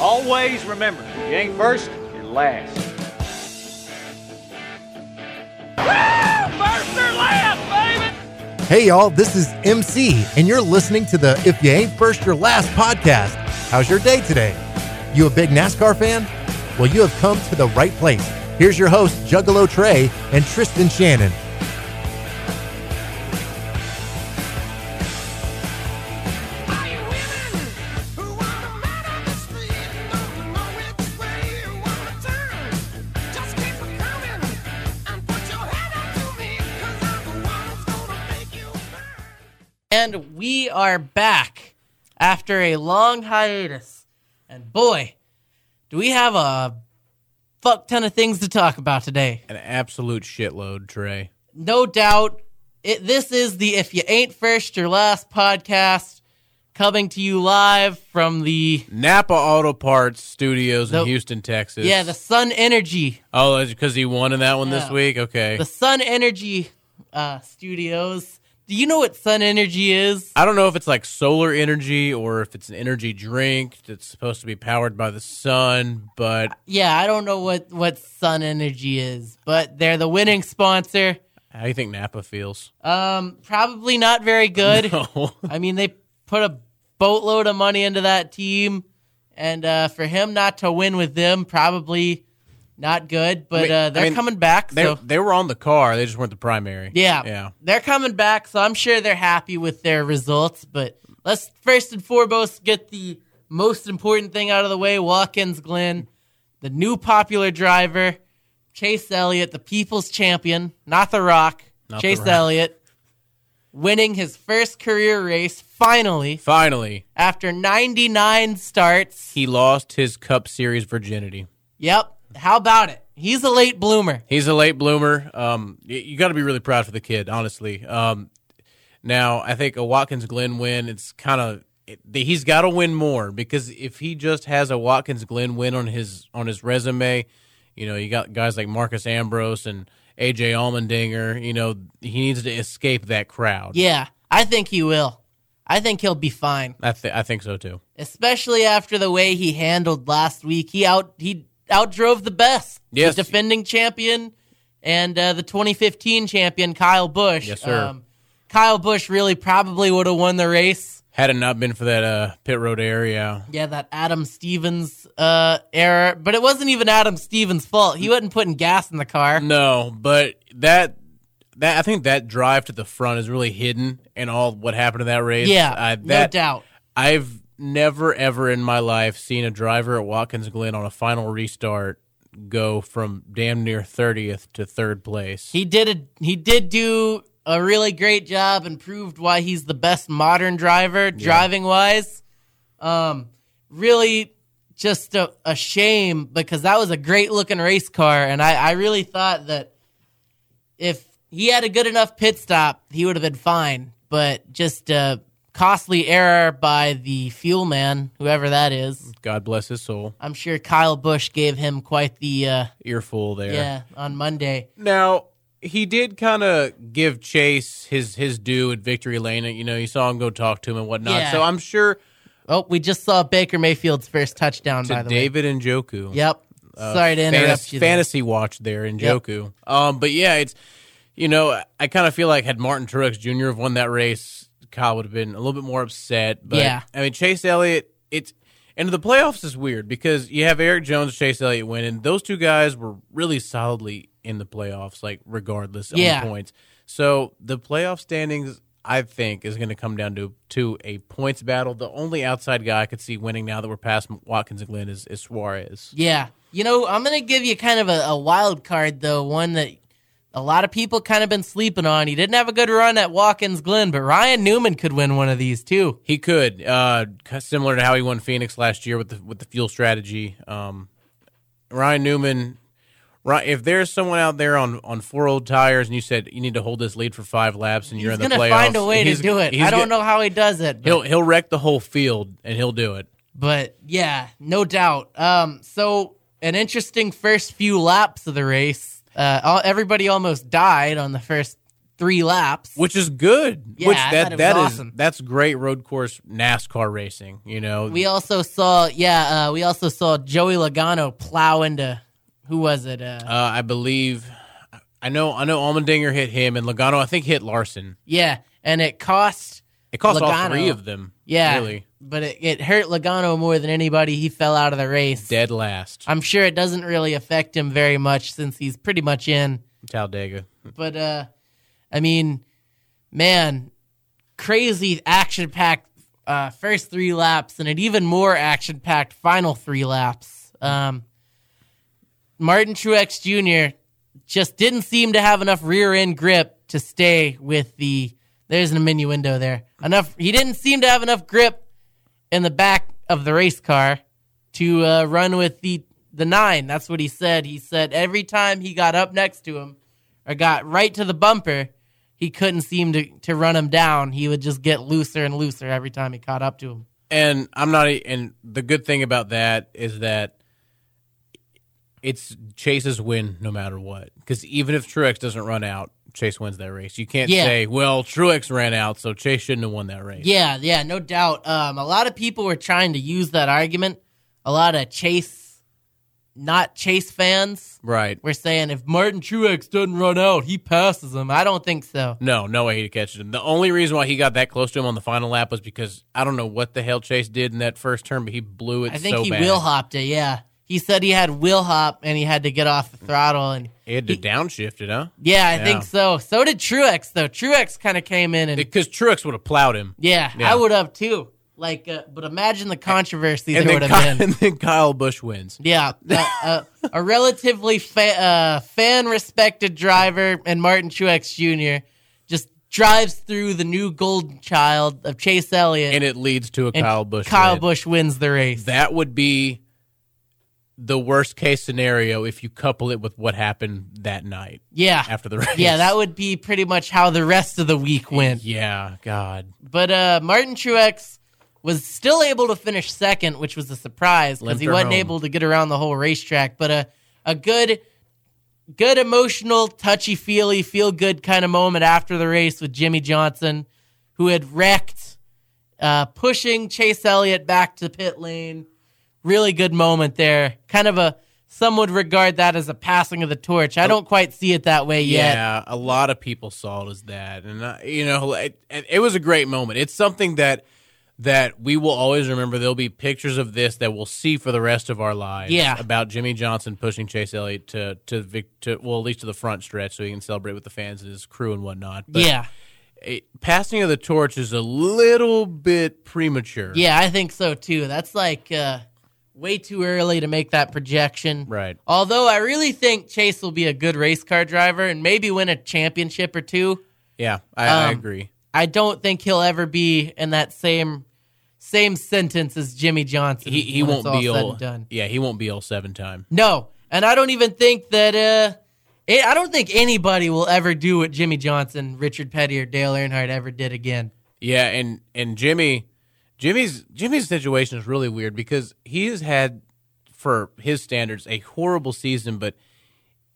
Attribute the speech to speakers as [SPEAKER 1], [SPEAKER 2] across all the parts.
[SPEAKER 1] Always remember, you ain't first, you're last.
[SPEAKER 2] Hey, y'all, this is MC, and you're listening to the If You Ain't First Your Last podcast. How's your day today? You a big NASCAR fan? Well, you have come to the right place. Here's your host, Juggalo Trey and Tristan Shannon.
[SPEAKER 3] And we are back after a long hiatus. And boy, do we have a fuck ton of things to talk about today.
[SPEAKER 4] An absolute shitload, Trey.
[SPEAKER 3] No doubt, it, this is the If You Ain't First, Your Last podcast coming to you live from the.
[SPEAKER 4] Napa Auto Parts Studios
[SPEAKER 3] The-
[SPEAKER 4] in Houston, Texas.
[SPEAKER 3] Yeah, the Sun Energy.
[SPEAKER 4] oh, that's because he won in that one this
[SPEAKER 3] Yeah.
[SPEAKER 4] week. Okay.
[SPEAKER 3] The Sun Energy uh, Studios. Do you know what Sun Energy is?
[SPEAKER 4] I don't know if it's like solar energy or if it's an energy drink that's supposed to be powered by the sun, but
[SPEAKER 3] Yeah, I don't know what, what Sun Energy is, but they're the winning sponsor.
[SPEAKER 4] how do you think Napa feels? Oh.
[SPEAKER 3] Um, probably not very good.
[SPEAKER 4] No.
[SPEAKER 3] I mean, they put a boatload of money into that team, and uh, for him not to win with them, probably not good. But
[SPEAKER 4] mean-
[SPEAKER 3] uh,
[SPEAKER 4] I
[SPEAKER 3] they're
[SPEAKER 4] mean,
[SPEAKER 3] coming back,
[SPEAKER 4] they,
[SPEAKER 3] so
[SPEAKER 4] they were on the car. They just weren't the primary.
[SPEAKER 3] yeah,
[SPEAKER 4] Yeah.
[SPEAKER 3] they're coming back. So I'm sure they're happy with their results. But let's first and foremost get the most important thing out of the way: Watkins Glen, the new popular driver, Chase Elliott, the people's champion, not The Rock,
[SPEAKER 4] Not The
[SPEAKER 3] Chase
[SPEAKER 4] Rock.
[SPEAKER 3] Elliott. Winning his first career race, finally,
[SPEAKER 4] Finally,
[SPEAKER 3] after 99 starts.
[SPEAKER 4] he lost his Cup Series virginity.
[SPEAKER 3] Yep. How about it? He's a late bloomer.
[SPEAKER 4] He's a late bloomer. Um, y- you got to be really proud for the kid, honestly. Um, now I think a Watkins Glen win, it's kind of he's got to win more because if he just has a Watkins Glen win on his on his resume, you know, you got guys like Marcus Ambrose and AJ Allmendinger. You know, he needs to escape that crowd.
[SPEAKER 3] Yeah, I think he will. I think he'll be fine,
[SPEAKER 4] I th- I think so too.
[SPEAKER 3] especially after the way he handled last week. He out he outdrove the best,
[SPEAKER 4] Yes.
[SPEAKER 3] the defending champion and uh, the 2015 champion Kyle Busch. Um,
[SPEAKER 4] Yes, sir.
[SPEAKER 3] Kyle Busch really probably would have won the race.
[SPEAKER 4] Had it not been for that uh, pit road area,
[SPEAKER 3] Yeah, that Adam Stevens uh, error, but it wasn't even Adam Stevens' fault. He wasn't putting gas in the car.
[SPEAKER 4] No, but that that I think that drive to the front is really hidden in all what happened in that race.
[SPEAKER 3] yeah,
[SPEAKER 4] I,
[SPEAKER 3] no
[SPEAKER 4] uh, that,
[SPEAKER 3] doubt.
[SPEAKER 4] I've never ever in my life seen a driver at Watkins Glen on a final restart go from damn near thirtieth to third place.
[SPEAKER 3] He did a he did do a really great job and proved why he's the best modern driver driving wise. Um, really, just a, a shame because that was a great looking race car, and I I really thought that if he had a good enough pit stop, he would have been fine. But just a costly error by the fuel man, whoever that is.
[SPEAKER 4] God bless his soul.
[SPEAKER 3] I'm sure Kyle Bush gave him quite the uh,
[SPEAKER 4] Earful there.
[SPEAKER 3] yeah on Monday.
[SPEAKER 4] Now he did kind of give Chase his his due at victory lane. You know, you saw him go talk to him and whatnot.
[SPEAKER 3] Yeah.
[SPEAKER 4] So I'm sure
[SPEAKER 3] Oh, we just saw Baker Mayfield's first touchdown, by
[SPEAKER 4] to
[SPEAKER 3] the
[SPEAKER 4] David and Joku.
[SPEAKER 3] way. Yep.
[SPEAKER 4] uh,
[SPEAKER 3] Sorry to interrupt
[SPEAKER 4] fantasy,
[SPEAKER 3] you. there.
[SPEAKER 4] Fantasy watch there in
[SPEAKER 3] Yep.
[SPEAKER 4] Joku. Um, but yeah, it's you know I kind of feel like had Martin Truex Jr. have won that race, Kyle would have been a little bit more upset. But
[SPEAKER 3] Yeah.
[SPEAKER 4] I mean Chase Elliott, it's and the playoffs is weird because you have Eric Jones, Chase Elliott winning. Those two guys were really solidly in the playoffs, like regardless on
[SPEAKER 3] Yeah.
[SPEAKER 4] points. So the playoff standings. I think is going to come down to to a points battle. The only outside guy I could see winning now that we're past Watkins and Glenn is, is Suarez.
[SPEAKER 3] Yeah. You know, I'm going to give you kind of a, a wild card, though, one that a lot of people kind of been sleeping on. He didn't have a good run at Watkins Glen, but Ryan Newman could win one of these, too.
[SPEAKER 4] He could, uh, k- similar to how he won Phoenix last year with the with the fuel strategy. Um, Ryan Newman, Ry- if there's someone out there on on four old tires and you said you need to hold this lead for five laps and you're
[SPEAKER 3] He's
[SPEAKER 4] in the
[SPEAKER 3] going to
[SPEAKER 4] playoffs,
[SPEAKER 3] find a way to
[SPEAKER 4] he's-
[SPEAKER 3] do it.
[SPEAKER 4] he's
[SPEAKER 3] I don't
[SPEAKER 4] gonna-
[SPEAKER 3] know how he does it. But
[SPEAKER 4] He'll he'll wreck the whole field and he'll do it.
[SPEAKER 3] But yeah, no doubt. Um, so an interesting first few laps of the race. Uh, all, everybody almost died on the first three laps.
[SPEAKER 4] which is good.
[SPEAKER 3] Yeah,
[SPEAKER 4] which
[SPEAKER 3] I
[SPEAKER 4] that
[SPEAKER 3] thought it was
[SPEAKER 4] that is-
[SPEAKER 3] awesome.
[SPEAKER 4] that's great road course NASCAR racing. You know,
[SPEAKER 3] We also saw, yeah, uh, we also saw Joey Logano plow into who was it? Uh,
[SPEAKER 4] uh, I believe I know I know Almendinger hit him and Logano I think hit Larson.
[SPEAKER 3] yeah, and it cost,
[SPEAKER 4] It cost all
[SPEAKER 3] Logano.
[SPEAKER 4] three of them.
[SPEAKER 3] yeah,
[SPEAKER 4] really
[SPEAKER 3] but it, it hurt Logano more than anybody. He fell out of the race.
[SPEAKER 4] dead last.
[SPEAKER 3] I'm sure it doesn't really affect him very much since he's pretty much in.
[SPEAKER 4] Talladega.
[SPEAKER 3] But uh, I mean, man, crazy action-packed uh, first three laps, and an even more action-packed final three laps. Um, Martin Truex Jr. just didn't seem to have enough rear-end grip to stay with the. There's an innuendo there. Enough. He didn't seem to have enough grip in the back of the race car to uh, run with the the nine. That's what he said. He said every time he got up next to him or got right to the bumper, he couldn't seem to to run him down. He would just get looser and looser every time he caught up to him.
[SPEAKER 4] And I'm not. e, And the good thing about that is that it's Chase's win no matter what. Because even if Truex doesn't run out, Chase wins that race. You can't
[SPEAKER 3] Yeah.
[SPEAKER 4] say, "Well, Truex ran out, so Chase shouldn't have won that race."
[SPEAKER 3] Yeah, yeah, no doubt. Um, a lot of people were trying to use that argument. A lot of Chase, not Chase fans,
[SPEAKER 4] Right.
[SPEAKER 3] were saying if Martin Truex doesn't run out, he passes him. I don't think so.
[SPEAKER 4] No, no way he catches him. The only reason why he got that close to him on the final lap was because I don't know what the hell Chase did in that first turn, but he blew it.
[SPEAKER 3] I think
[SPEAKER 4] so
[SPEAKER 3] he
[SPEAKER 4] bad.
[SPEAKER 3] will hopped it. Yeah, he said he had will hop and he had to get off the throttle and
[SPEAKER 4] He had to downshift it, huh?
[SPEAKER 3] yeah, I
[SPEAKER 4] Yeah.
[SPEAKER 3] think so. So did Truex though. Truex kind of came in and
[SPEAKER 4] Because Truex would have plowed him.
[SPEAKER 3] yeah,
[SPEAKER 4] Yeah.
[SPEAKER 3] I would have too. Like, uh, but imagine the controversy
[SPEAKER 4] And
[SPEAKER 3] there would
[SPEAKER 4] then, Kyle,
[SPEAKER 3] have been.
[SPEAKER 4] and then Kyle Bush wins.
[SPEAKER 3] Yeah, uh, uh, a relatively fa- uh, fan respected driver and Martin Truex Jr. just drives through the new golden child of Chase Elliott,
[SPEAKER 4] And it leads to a
[SPEAKER 3] and
[SPEAKER 4] Kyle Bush
[SPEAKER 3] Kyle
[SPEAKER 4] win.
[SPEAKER 3] Busch wins the race.
[SPEAKER 4] That would be the worst case scenario if you couple it with what happened that night
[SPEAKER 3] yeah,
[SPEAKER 4] after the race.
[SPEAKER 3] yeah, that would be pretty much how the rest of the week went.
[SPEAKER 4] Yeah, God.
[SPEAKER 3] But uh, Martin Truex was still able to finish second, which was a surprise because
[SPEAKER 4] Limped
[SPEAKER 3] he
[SPEAKER 4] her
[SPEAKER 3] wasn't
[SPEAKER 4] home.
[SPEAKER 3] able to get around the whole racetrack. But a a good, good emotional, touchy feely, feel good kind of moment after the race with Jimmy Johnson, who had wrecked, uh, pushing Chase Elliott back to pit lane. Really good moment there. Kind of a some would regard that as a passing of the torch. I don't quite see it that way yet.
[SPEAKER 4] Oh. Yeah, a lot of people saw it as that, and uh, you know, it, and it was a great moment. It's something that that we will always remember. There'll be pictures of this that we'll see for the rest of our lives.
[SPEAKER 3] Yeah.
[SPEAKER 4] about Jimmy Johnson pushing Chase Elliott to to, vic- to well, at least to the front stretch, so he can celebrate with the fans and his crew and whatnot. But
[SPEAKER 3] yeah.
[SPEAKER 4] it- eh, passing of the torch is a little bit premature.
[SPEAKER 3] Yeah, I think so too. That's like uh, way too early to make that projection.
[SPEAKER 4] right.
[SPEAKER 3] Although I really think Chase will be a good race car driver and maybe win a championship or two.
[SPEAKER 4] Yeah, I, I
[SPEAKER 3] Um,
[SPEAKER 4] agree.
[SPEAKER 3] I don't think he'll ever be in that same same sentence as Jimmy Johnson.
[SPEAKER 4] He he
[SPEAKER 3] when it's
[SPEAKER 4] won't
[SPEAKER 3] all
[SPEAKER 4] be
[SPEAKER 3] said
[SPEAKER 4] all
[SPEAKER 3] and done.
[SPEAKER 4] Yeah, he won't be all seven time.
[SPEAKER 3] No, and I don't even think that. Uh, it, I don't think anybody will ever do what Jimmy Johnson, Richard Petty, or Dale Earnhardt ever did again.
[SPEAKER 4] Yeah, and and Jimmy, Jimmy's Jimmy's situation is really weird because he has had, for his standards, a horrible season. But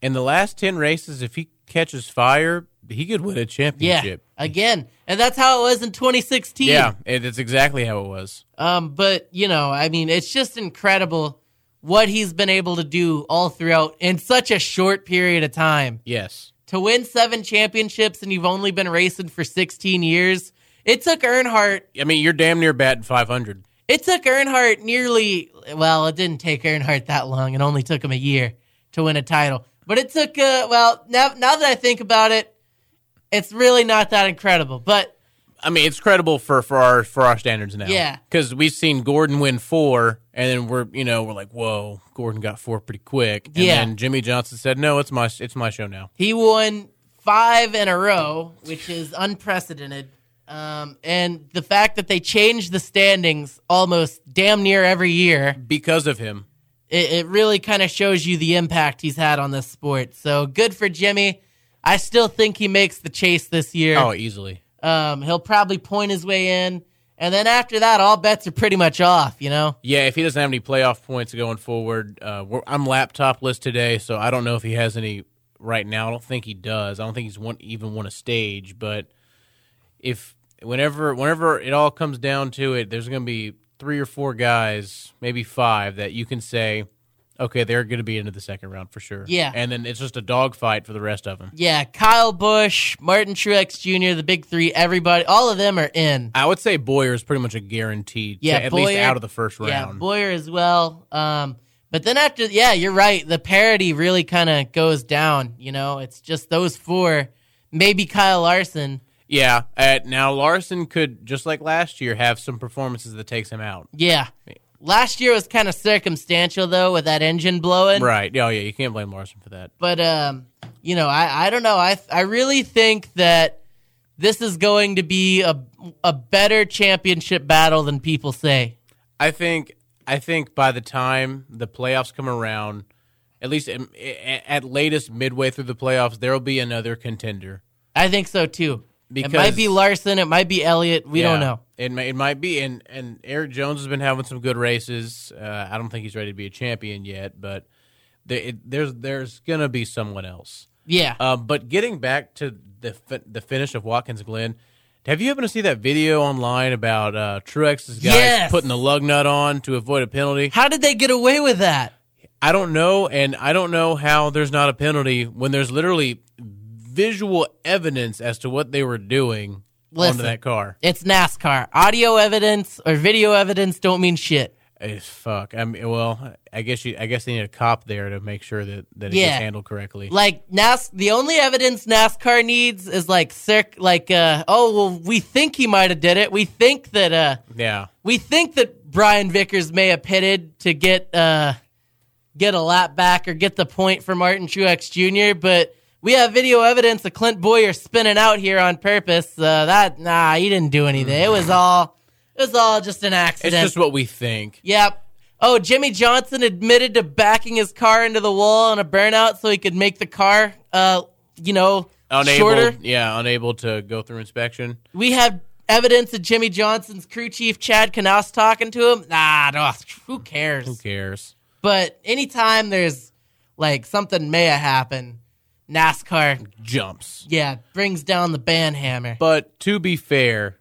[SPEAKER 4] in the last ten races, if he catches fire, he could win a
[SPEAKER 3] Yeah,
[SPEAKER 4] championship.
[SPEAKER 3] again, and that's how it was in 2016.
[SPEAKER 4] Yeah, it, it's exactly how it was.
[SPEAKER 3] Um, but you know, I mean, it's just incredible what he's been able to do all throughout in such a short period of time.
[SPEAKER 4] Yes,
[SPEAKER 3] To win seven championships and you've only been racing for 16 years, it took Earnhardt.
[SPEAKER 4] I mean you're damn near batting five hundred.
[SPEAKER 3] It took Earnhardt nearly. Well, it didn't take Earnhardt that long. It only took him a year to win a title. But it took. Uh, well, now now that I think about it, it's really not that incredible. But
[SPEAKER 4] I mean it's credible for for our for our standards now.
[SPEAKER 3] Yeah.
[SPEAKER 4] because we've seen Gordon win four, and then we're you know we're like whoa, Gordon got four pretty quick. And
[SPEAKER 3] Yeah.
[SPEAKER 4] then Jimmy Johnson said no, it's my it's my show now.
[SPEAKER 3] He won five in a row, which is unprecedented. Um, and the fact that they change the standings almost damn near every year,
[SPEAKER 4] because of him.
[SPEAKER 3] it, it really kind of shows you the impact he's had on this sport. So good for Jimmy. I still think he makes the chase this year.
[SPEAKER 4] Oh, easily.
[SPEAKER 3] Um, he'll probably point his way in. And then after that, all bets are pretty much off, you know?
[SPEAKER 4] Yeah, if he doesn't have any playoff points going forward, uh, we're, I'm laptop list today, so I don't know if he has any right now. I don't think he does. I don't think he's won, even won a stage. But if whenever whenever it all comes down to it, there's going to be three or four guys, maybe five, that you can say, okay, they're going to be into the second round for sure.
[SPEAKER 3] Yeah.
[SPEAKER 4] and then it's just a dogfight for the rest of them.
[SPEAKER 3] Yeah, Kyle Bush, Martin Truex Jr., the big three, everybody, all of them are in.
[SPEAKER 4] I would say Boyer is pretty much a guaranteed. to
[SPEAKER 3] Yeah,
[SPEAKER 4] at least
[SPEAKER 3] Boyer-
[SPEAKER 4] out of the first round.
[SPEAKER 3] Yeah, Boyer as well. Um, but then after, yeah, you're right. The parity really kind of goes down. You know, it's just those four, maybe Kyle Larson.
[SPEAKER 4] Yeah. Uh, now Larson could just like last year have some performances that takes him out.
[SPEAKER 3] Yeah. Last year was kind of circumstantial though, with that engine blowing.
[SPEAKER 4] Right. Oh yeah. You can't blame Larson for that.
[SPEAKER 3] But um, you know, I I don't know. I I really think that this is going to be a a better championship battle than people say.
[SPEAKER 4] I think. I think by the time the playoffs come around, at least in- a- at latest midway through the playoffs, there will be another contender.
[SPEAKER 3] I think so too.
[SPEAKER 4] Because-
[SPEAKER 3] it might be Larson. It might be Elliott. We don't
[SPEAKER 4] Yeah.
[SPEAKER 3] know.
[SPEAKER 4] It may, it might be, and and Eric Jones has been having some good races. Uh, I don't think he's ready to be a champion yet, but there, it, there's there's gonna be someone else.
[SPEAKER 3] Yeah.
[SPEAKER 4] Um, but getting back to the fi- the finish of Watkins Glen, have you happened to see that video online about uh, Truex's guys
[SPEAKER 3] Yes.
[SPEAKER 4] putting the lug nut on to avoid a penalty?
[SPEAKER 3] How did they get away with that?
[SPEAKER 4] I don't know, and I don't know how there's not a penalty when there's literally visual evidence as to what they were doing
[SPEAKER 3] Listen.
[SPEAKER 4] onto that car.
[SPEAKER 3] It's NASCAR. Audio evidence or video evidence don't mean shit.
[SPEAKER 4] Eh, fuck. I mean, well, I guess you, I guess they need a cop there to make sure that that it
[SPEAKER 3] Yeah.
[SPEAKER 4] gets handled correctly.
[SPEAKER 3] Like NAS, the only evidence NASCAR needs is like circ, like uh, oh well, we think he might have did it. We think that uh,
[SPEAKER 4] yeah.
[SPEAKER 3] we think that Brian Vickers may have pitted to get uh, get a lap back or get the point for Martin Truex Jr. But we have video evidence of Clint Boyer spinning out here on purpose. Uh, that nah, he didn't do anything. It was all it was all just an
[SPEAKER 4] It's
[SPEAKER 3] accident.
[SPEAKER 4] just what we think.
[SPEAKER 3] Yep. Oh, Jimmy Johnson admitted to backing his car into the wall on a burnout so he could make the car, uh, you know,
[SPEAKER 4] Unable,
[SPEAKER 3] shorter.
[SPEAKER 4] yeah, unable to go through inspection.
[SPEAKER 3] We have evidence of Jimmy Johnson's crew chief Chad Knaus talking to him. Nah, no, who cares?
[SPEAKER 4] Who cares?
[SPEAKER 3] But anytime there's like something may have happened, NASCAR,
[SPEAKER 4] Jumps.
[SPEAKER 3] yeah, brings down the ban hammer.
[SPEAKER 4] But to be fair,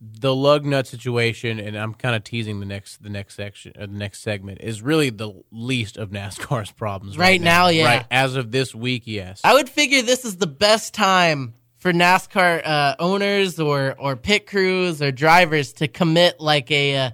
[SPEAKER 4] the lug nut situation, and I'm kind of teasing the next the next section or the next segment is really the least of NASCAR's problems right,
[SPEAKER 3] Right now, yeah.
[SPEAKER 4] Right as of this week, yes.
[SPEAKER 3] I would figure this is the best time for NASCAR uh, owners or or pit crews or drivers to commit like a uh,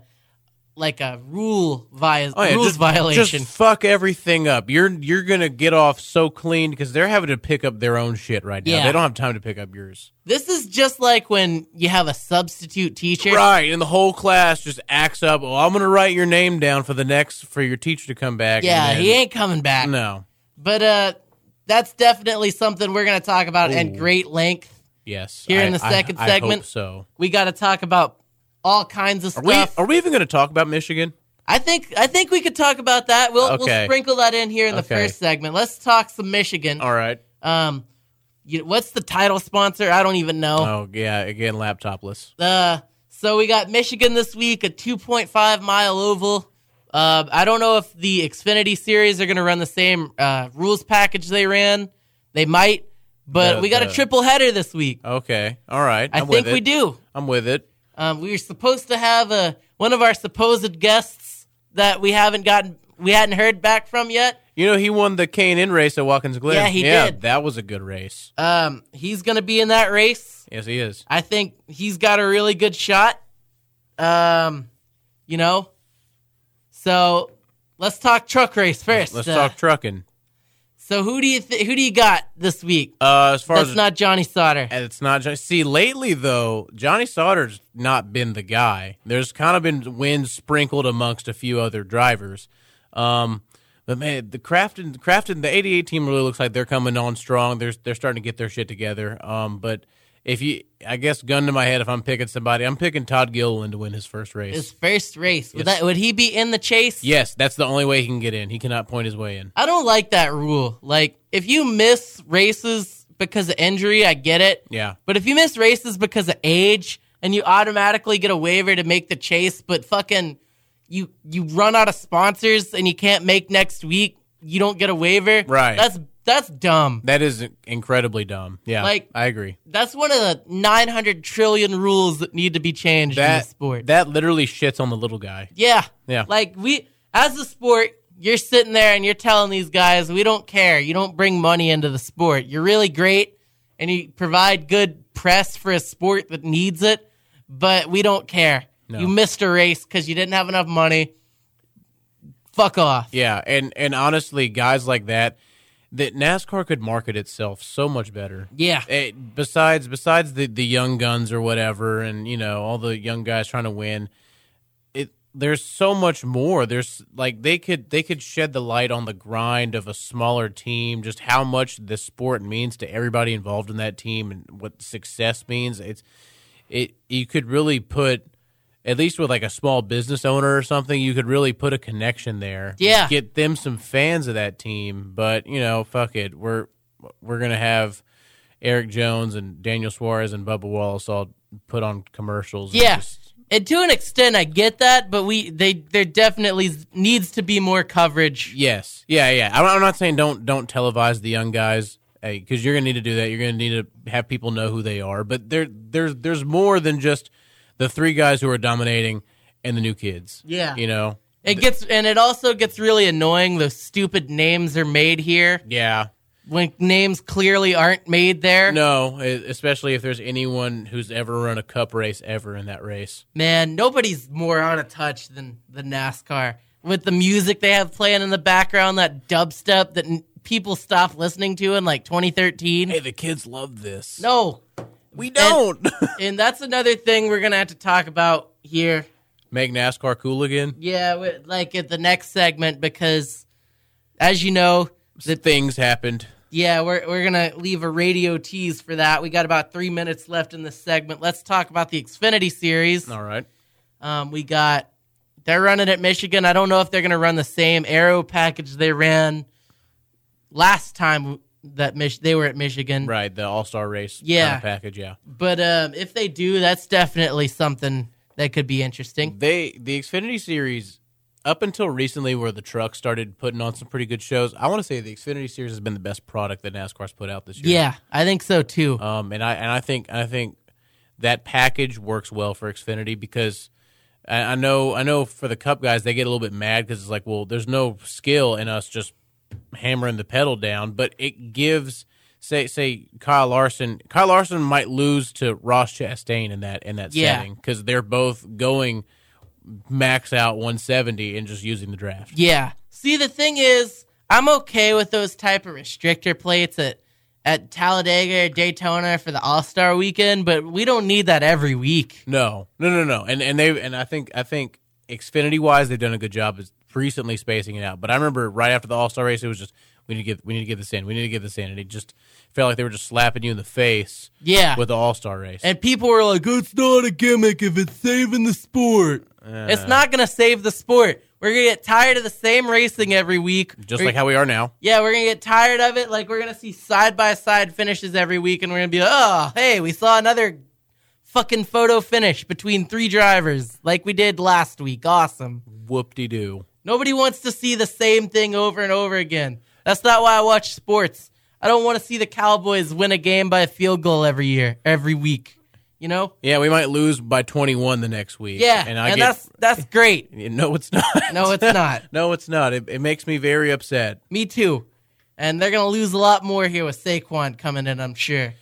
[SPEAKER 3] like a rule vi-
[SPEAKER 4] Oh, yeah,
[SPEAKER 3] rules
[SPEAKER 4] just,
[SPEAKER 3] violation.
[SPEAKER 4] Just fuck everything up. You're you're gonna get off so clean because they're having to pick up their own shit right now.
[SPEAKER 3] Yeah.
[SPEAKER 4] They don't have time to pick up yours.
[SPEAKER 3] this is just like when you have a substitute teacher.
[SPEAKER 4] Right, and the whole class just acts up. Oh, I'm gonna write your name down for the next for your teacher to come back. and
[SPEAKER 3] Yeah,
[SPEAKER 4] then-
[SPEAKER 3] he ain't coming back.
[SPEAKER 4] No.
[SPEAKER 3] But uh, that's definitely something we're gonna talk about at
[SPEAKER 4] Ooh.
[SPEAKER 3] great length.
[SPEAKER 4] Yes.
[SPEAKER 3] Here
[SPEAKER 4] I-
[SPEAKER 3] in the
[SPEAKER 4] I-
[SPEAKER 3] second
[SPEAKER 4] I hope
[SPEAKER 3] segment.
[SPEAKER 4] so.
[SPEAKER 3] We got to talk about all kinds of
[SPEAKER 4] Are
[SPEAKER 3] stuff.
[SPEAKER 4] we, are we even going to talk about Michigan?
[SPEAKER 3] I think I think we could talk about that. We'll we'll
[SPEAKER 4] Okay.
[SPEAKER 3] sprinkle that in here in the
[SPEAKER 4] Okay.
[SPEAKER 3] first segment. Let's talk some Michigan.
[SPEAKER 4] All right.
[SPEAKER 3] Um, you, what's the title sponsor? I don't even know.
[SPEAKER 4] Oh, yeah. Again, laptopless.
[SPEAKER 3] Uh, so we got Michigan this week, a 2.5 mile oval. Uh, I don't know if the Xfinity series are going to run the same uh, rules package they ran. They might, but
[SPEAKER 4] The-
[SPEAKER 3] we got a
[SPEAKER 4] the- triple
[SPEAKER 3] triple header this week.
[SPEAKER 4] Okay. All right.
[SPEAKER 3] I
[SPEAKER 4] I'm
[SPEAKER 3] think
[SPEAKER 4] with
[SPEAKER 3] we
[SPEAKER 4] it.
[SPEAKER 3] do.
[SPEAKER 4] I'm with it.
[SPEAKER 3] Um, we were supposed to have a one of our supposed guests that we haven't gotten, we hadn't heard back from yet.
[SPEAKER 4] You know, he won the K&N race at Watkins Glen.
[SPEAKER 3] Yeah, he did.
[SPEAKER 4] That was a good race.
[SPEAKER 3] Um, he's going to be in that race.
[SPEAKER 4] Yes, he is.
[SPEAKER 3] I think he's got a really good shot. Um, you know. So let's talk truck race 1st
[SPEAKER 4] Let's
[SPEAKER 3] Uh,
[SPEAKER 4] talk trucking.
[SPEAKER 3] so who do you th- who do you got this week?
[SPEAKER 4] Uh, as far
[SPEAKER 3] That's
[SPEAKER 4] as
[SPEAKER 3] not Johnny Sauter.
[SPEAKER 4] And It's not just see lately though. Johnny Sauter's not been the guy. There's kind of been wins sprinkled amongst a few other drivers. Um, but man, the Crafton, Crafton, the '88 team really looks like they're coming on strong. They're they're starting to get their shit together. Um, but if you, I guess, gun to my head, if I'm picking somebody, I'm picking Todd Gilliland to win his first race.
[SPEAKER 3] His first race. Would that would he be in the chase?
[SPEAKER 4] yes, that's the only way he can get in. He cannot point his way in.
[SPEAKER 3] I don't like that rule. Like if you miss races because of injury, I get it.
[SPEAKER 4] Yeah,
[SPEAKER 3] But if you miss races because of age and you automatically get a waiver to make the chase, but fucking you you run out of sponsors and you can't make next week, you don't get a waiver.
[SPEAKER 4] Right.
[SPEAKER 3] That's that's dumb.
[SPEAKER 4] That is incredibly dumb. Yeah,
[SPEAKER 3] Like-
[SPEAKER 4] I agree.
[SPEAKER 3] That's one of the 900 trillion rules that need to be changed in
[SPEAKER 4] That
[SPEAKER 3] the sport.
[SPEAKER 4] that literally shits on the little guy.
[SPEAKER 3] yeah.
[SPEAKER 4] Yeah.
[SPEAKER 3] Like we as a sport, you're sitting there and you're telling these guys, "We don't care. You don't bring money into the sport. You're really great and you provide good press for a sport that needs it, but we don't care.
[SPEAKER 4] No.
[SPEAKER 3] You missed a race cuz you didn't have enough money. Fuck off."
[SPEAKER 4] Yeah, and and honestly, guys like that, that NASCAR could market itself so much better.
[SPEAKER 3] Yeah.
[SPEAKER 4] Eh, besides besides the the young guns or whatever, and you know all the young guys trying to win. It there's so much more. There's like they could they could shed the light on the grind of a smaller team, just how much the sport means to everybody involved in that team, and what success means. It's it you could really put at least with like a small business owner or something, you could really put a connection there.
[SPEAKER 3] Yeah.
[SPEAKER 4] get them some fans of that team. But you know, fuck it, we're we're gonna have Eric Jones and Daniel Suarez and Bubba Wallace all put on commercials. and
[SPEAKER 3] Yeah.
[SPEAKER 4] just-
[SPEAKER 3] And to an extent, I get that, but we they there definitely needs to be more coverage.
[SPEAKER 4] yes, yeah, yeah. I'm, I'm not saying don't don't televise the young guys because you're gonna need to do that. You're gonna need to have people know who they are. But there there's there's more than just the three guys who are dominating and the new kids.
[SPEAKER 3] Yeah.
[SPEAKER 4] you know.
[SPEAKER 3] It gets and it also gets really annoying. Those stupid names are made here
[SPEAKER 4] Yeah,
[SPEAKER 3] when names clearly aren't made there.
[SPEAKER 4] No, e- especially if there's anyone who's ever run a cup race ever in that race.
[SPEAKER 3] Man, nobody's more out of touch than the NASCAR with the music they have playing in the background, that dubstep that n- people stopped listening to in like 2013.
[SPEAKER 4] Hey, the kids love this.
[SPEAKER 3] no,
[SPEAKER 4] we don't.
[SPEAKER 3] and that's another thing we're gonna have to talk about here
[SPEAKER 4] Make NASCAR cool again.
[SPEAKER 3] Yeah, we- like at the next segment because, as you know,
[SPEAKER 4] The things happened.
[SPEAKER 3] yeah, we're we're gonna leave a radio tease for that. We got about three minutes left in this segment. Let's talk about the Xfinity Series.
[SPEAKER 4] All right.
[SPEAKER 3] Um, we got they're running at Michigan. I don't know if they're gonna run the same arrow package they ran last time that Mich- they were at Michigan.
[SPEAKER 4] Right, the All Star race.
[SPEAKER 3] Yeah.
[SPEAKER 4] kinda package. Yeah.
[SPEAKER 3] But um, if they do, that's definitely something that could be interesting.
[SPEAKER 4] They the Xfinity series up until recently, where the trucks started putting on some pretty good shows. I want to say the Xfinity series has been the best product that NASCAR's put out this year.
[SPEAKER 3] Yeah, I think so too.
[SPEAKER 4] Um, and I and I think I think that package works well for Xfinity because I, I know I know for the Cup guys they get a little bit mad because it's like, well, there's no skill in us just hammering the pedal down, but it gives say say Kyle Larson Kyle Larson might lose to Ross Chastain in that in that
[SPEAKER 3] Yeah.
[SPEAKER 4] setting because they're both going max out 170 and just using the draft.
[SPEAKER 3] Yeah. See, the thing is, I'm okay with those type of restrictor plates at at Talladega or Daytona for the All Star Weekend, but we don't need that every week.
[SPEAKER 4] No, no, no, no. And and they and I think I think Xfinity wise they've done a good job is recently spacing it out. But I remember right after the All Star race, it was just we need to get we need to get this in, we need to get this in, and it just felt like they were just slapping you in the face
[SPEAKER 3] Yeah.
[SPEAKER 4] with the All Star race.
[SPEAKER 3] and people were like, "It's not a gimmick if it's saving the sport. It's not gonna save the sport. We're gonna get tired of the same racing every week.
[SPEAKER 4] just
[SPEAKER 3] We're-
[SPEAKER 4] like how we are now.
[SPEAKER 3] yeah, we're gonna get tired of it. Like we're gonna see side by side finishes every week, and we're gonna be like, "Oh, hey, we saw another." Fucking photo finish between three drivers like we did last week. Awesome.
[SPEAKER 4] Whoop de doo.
[SPEAKER 3] Nobody wants to see the same thing over and over again. That's not why I watch sports. I don't want to see the Cowboys win a game by a field goal every year, every week. You know?
[SPEAKER 4] Yeah, we might lose by twenty one the next week.
[SPEAKER 3] Yeah, and,
[SPEAKER 4] and I get
[SPEAKER 3] that's that's great.
[SPEAKER 4] no, it's not.
[SPEAKER 3] No, it's not.
[SPEAKER 4] no, it's not. It, it makes me very upset.
[SPEAKER 3] Me too. And they're gonna lose a lot more here with Saquon coming in, I'm sure.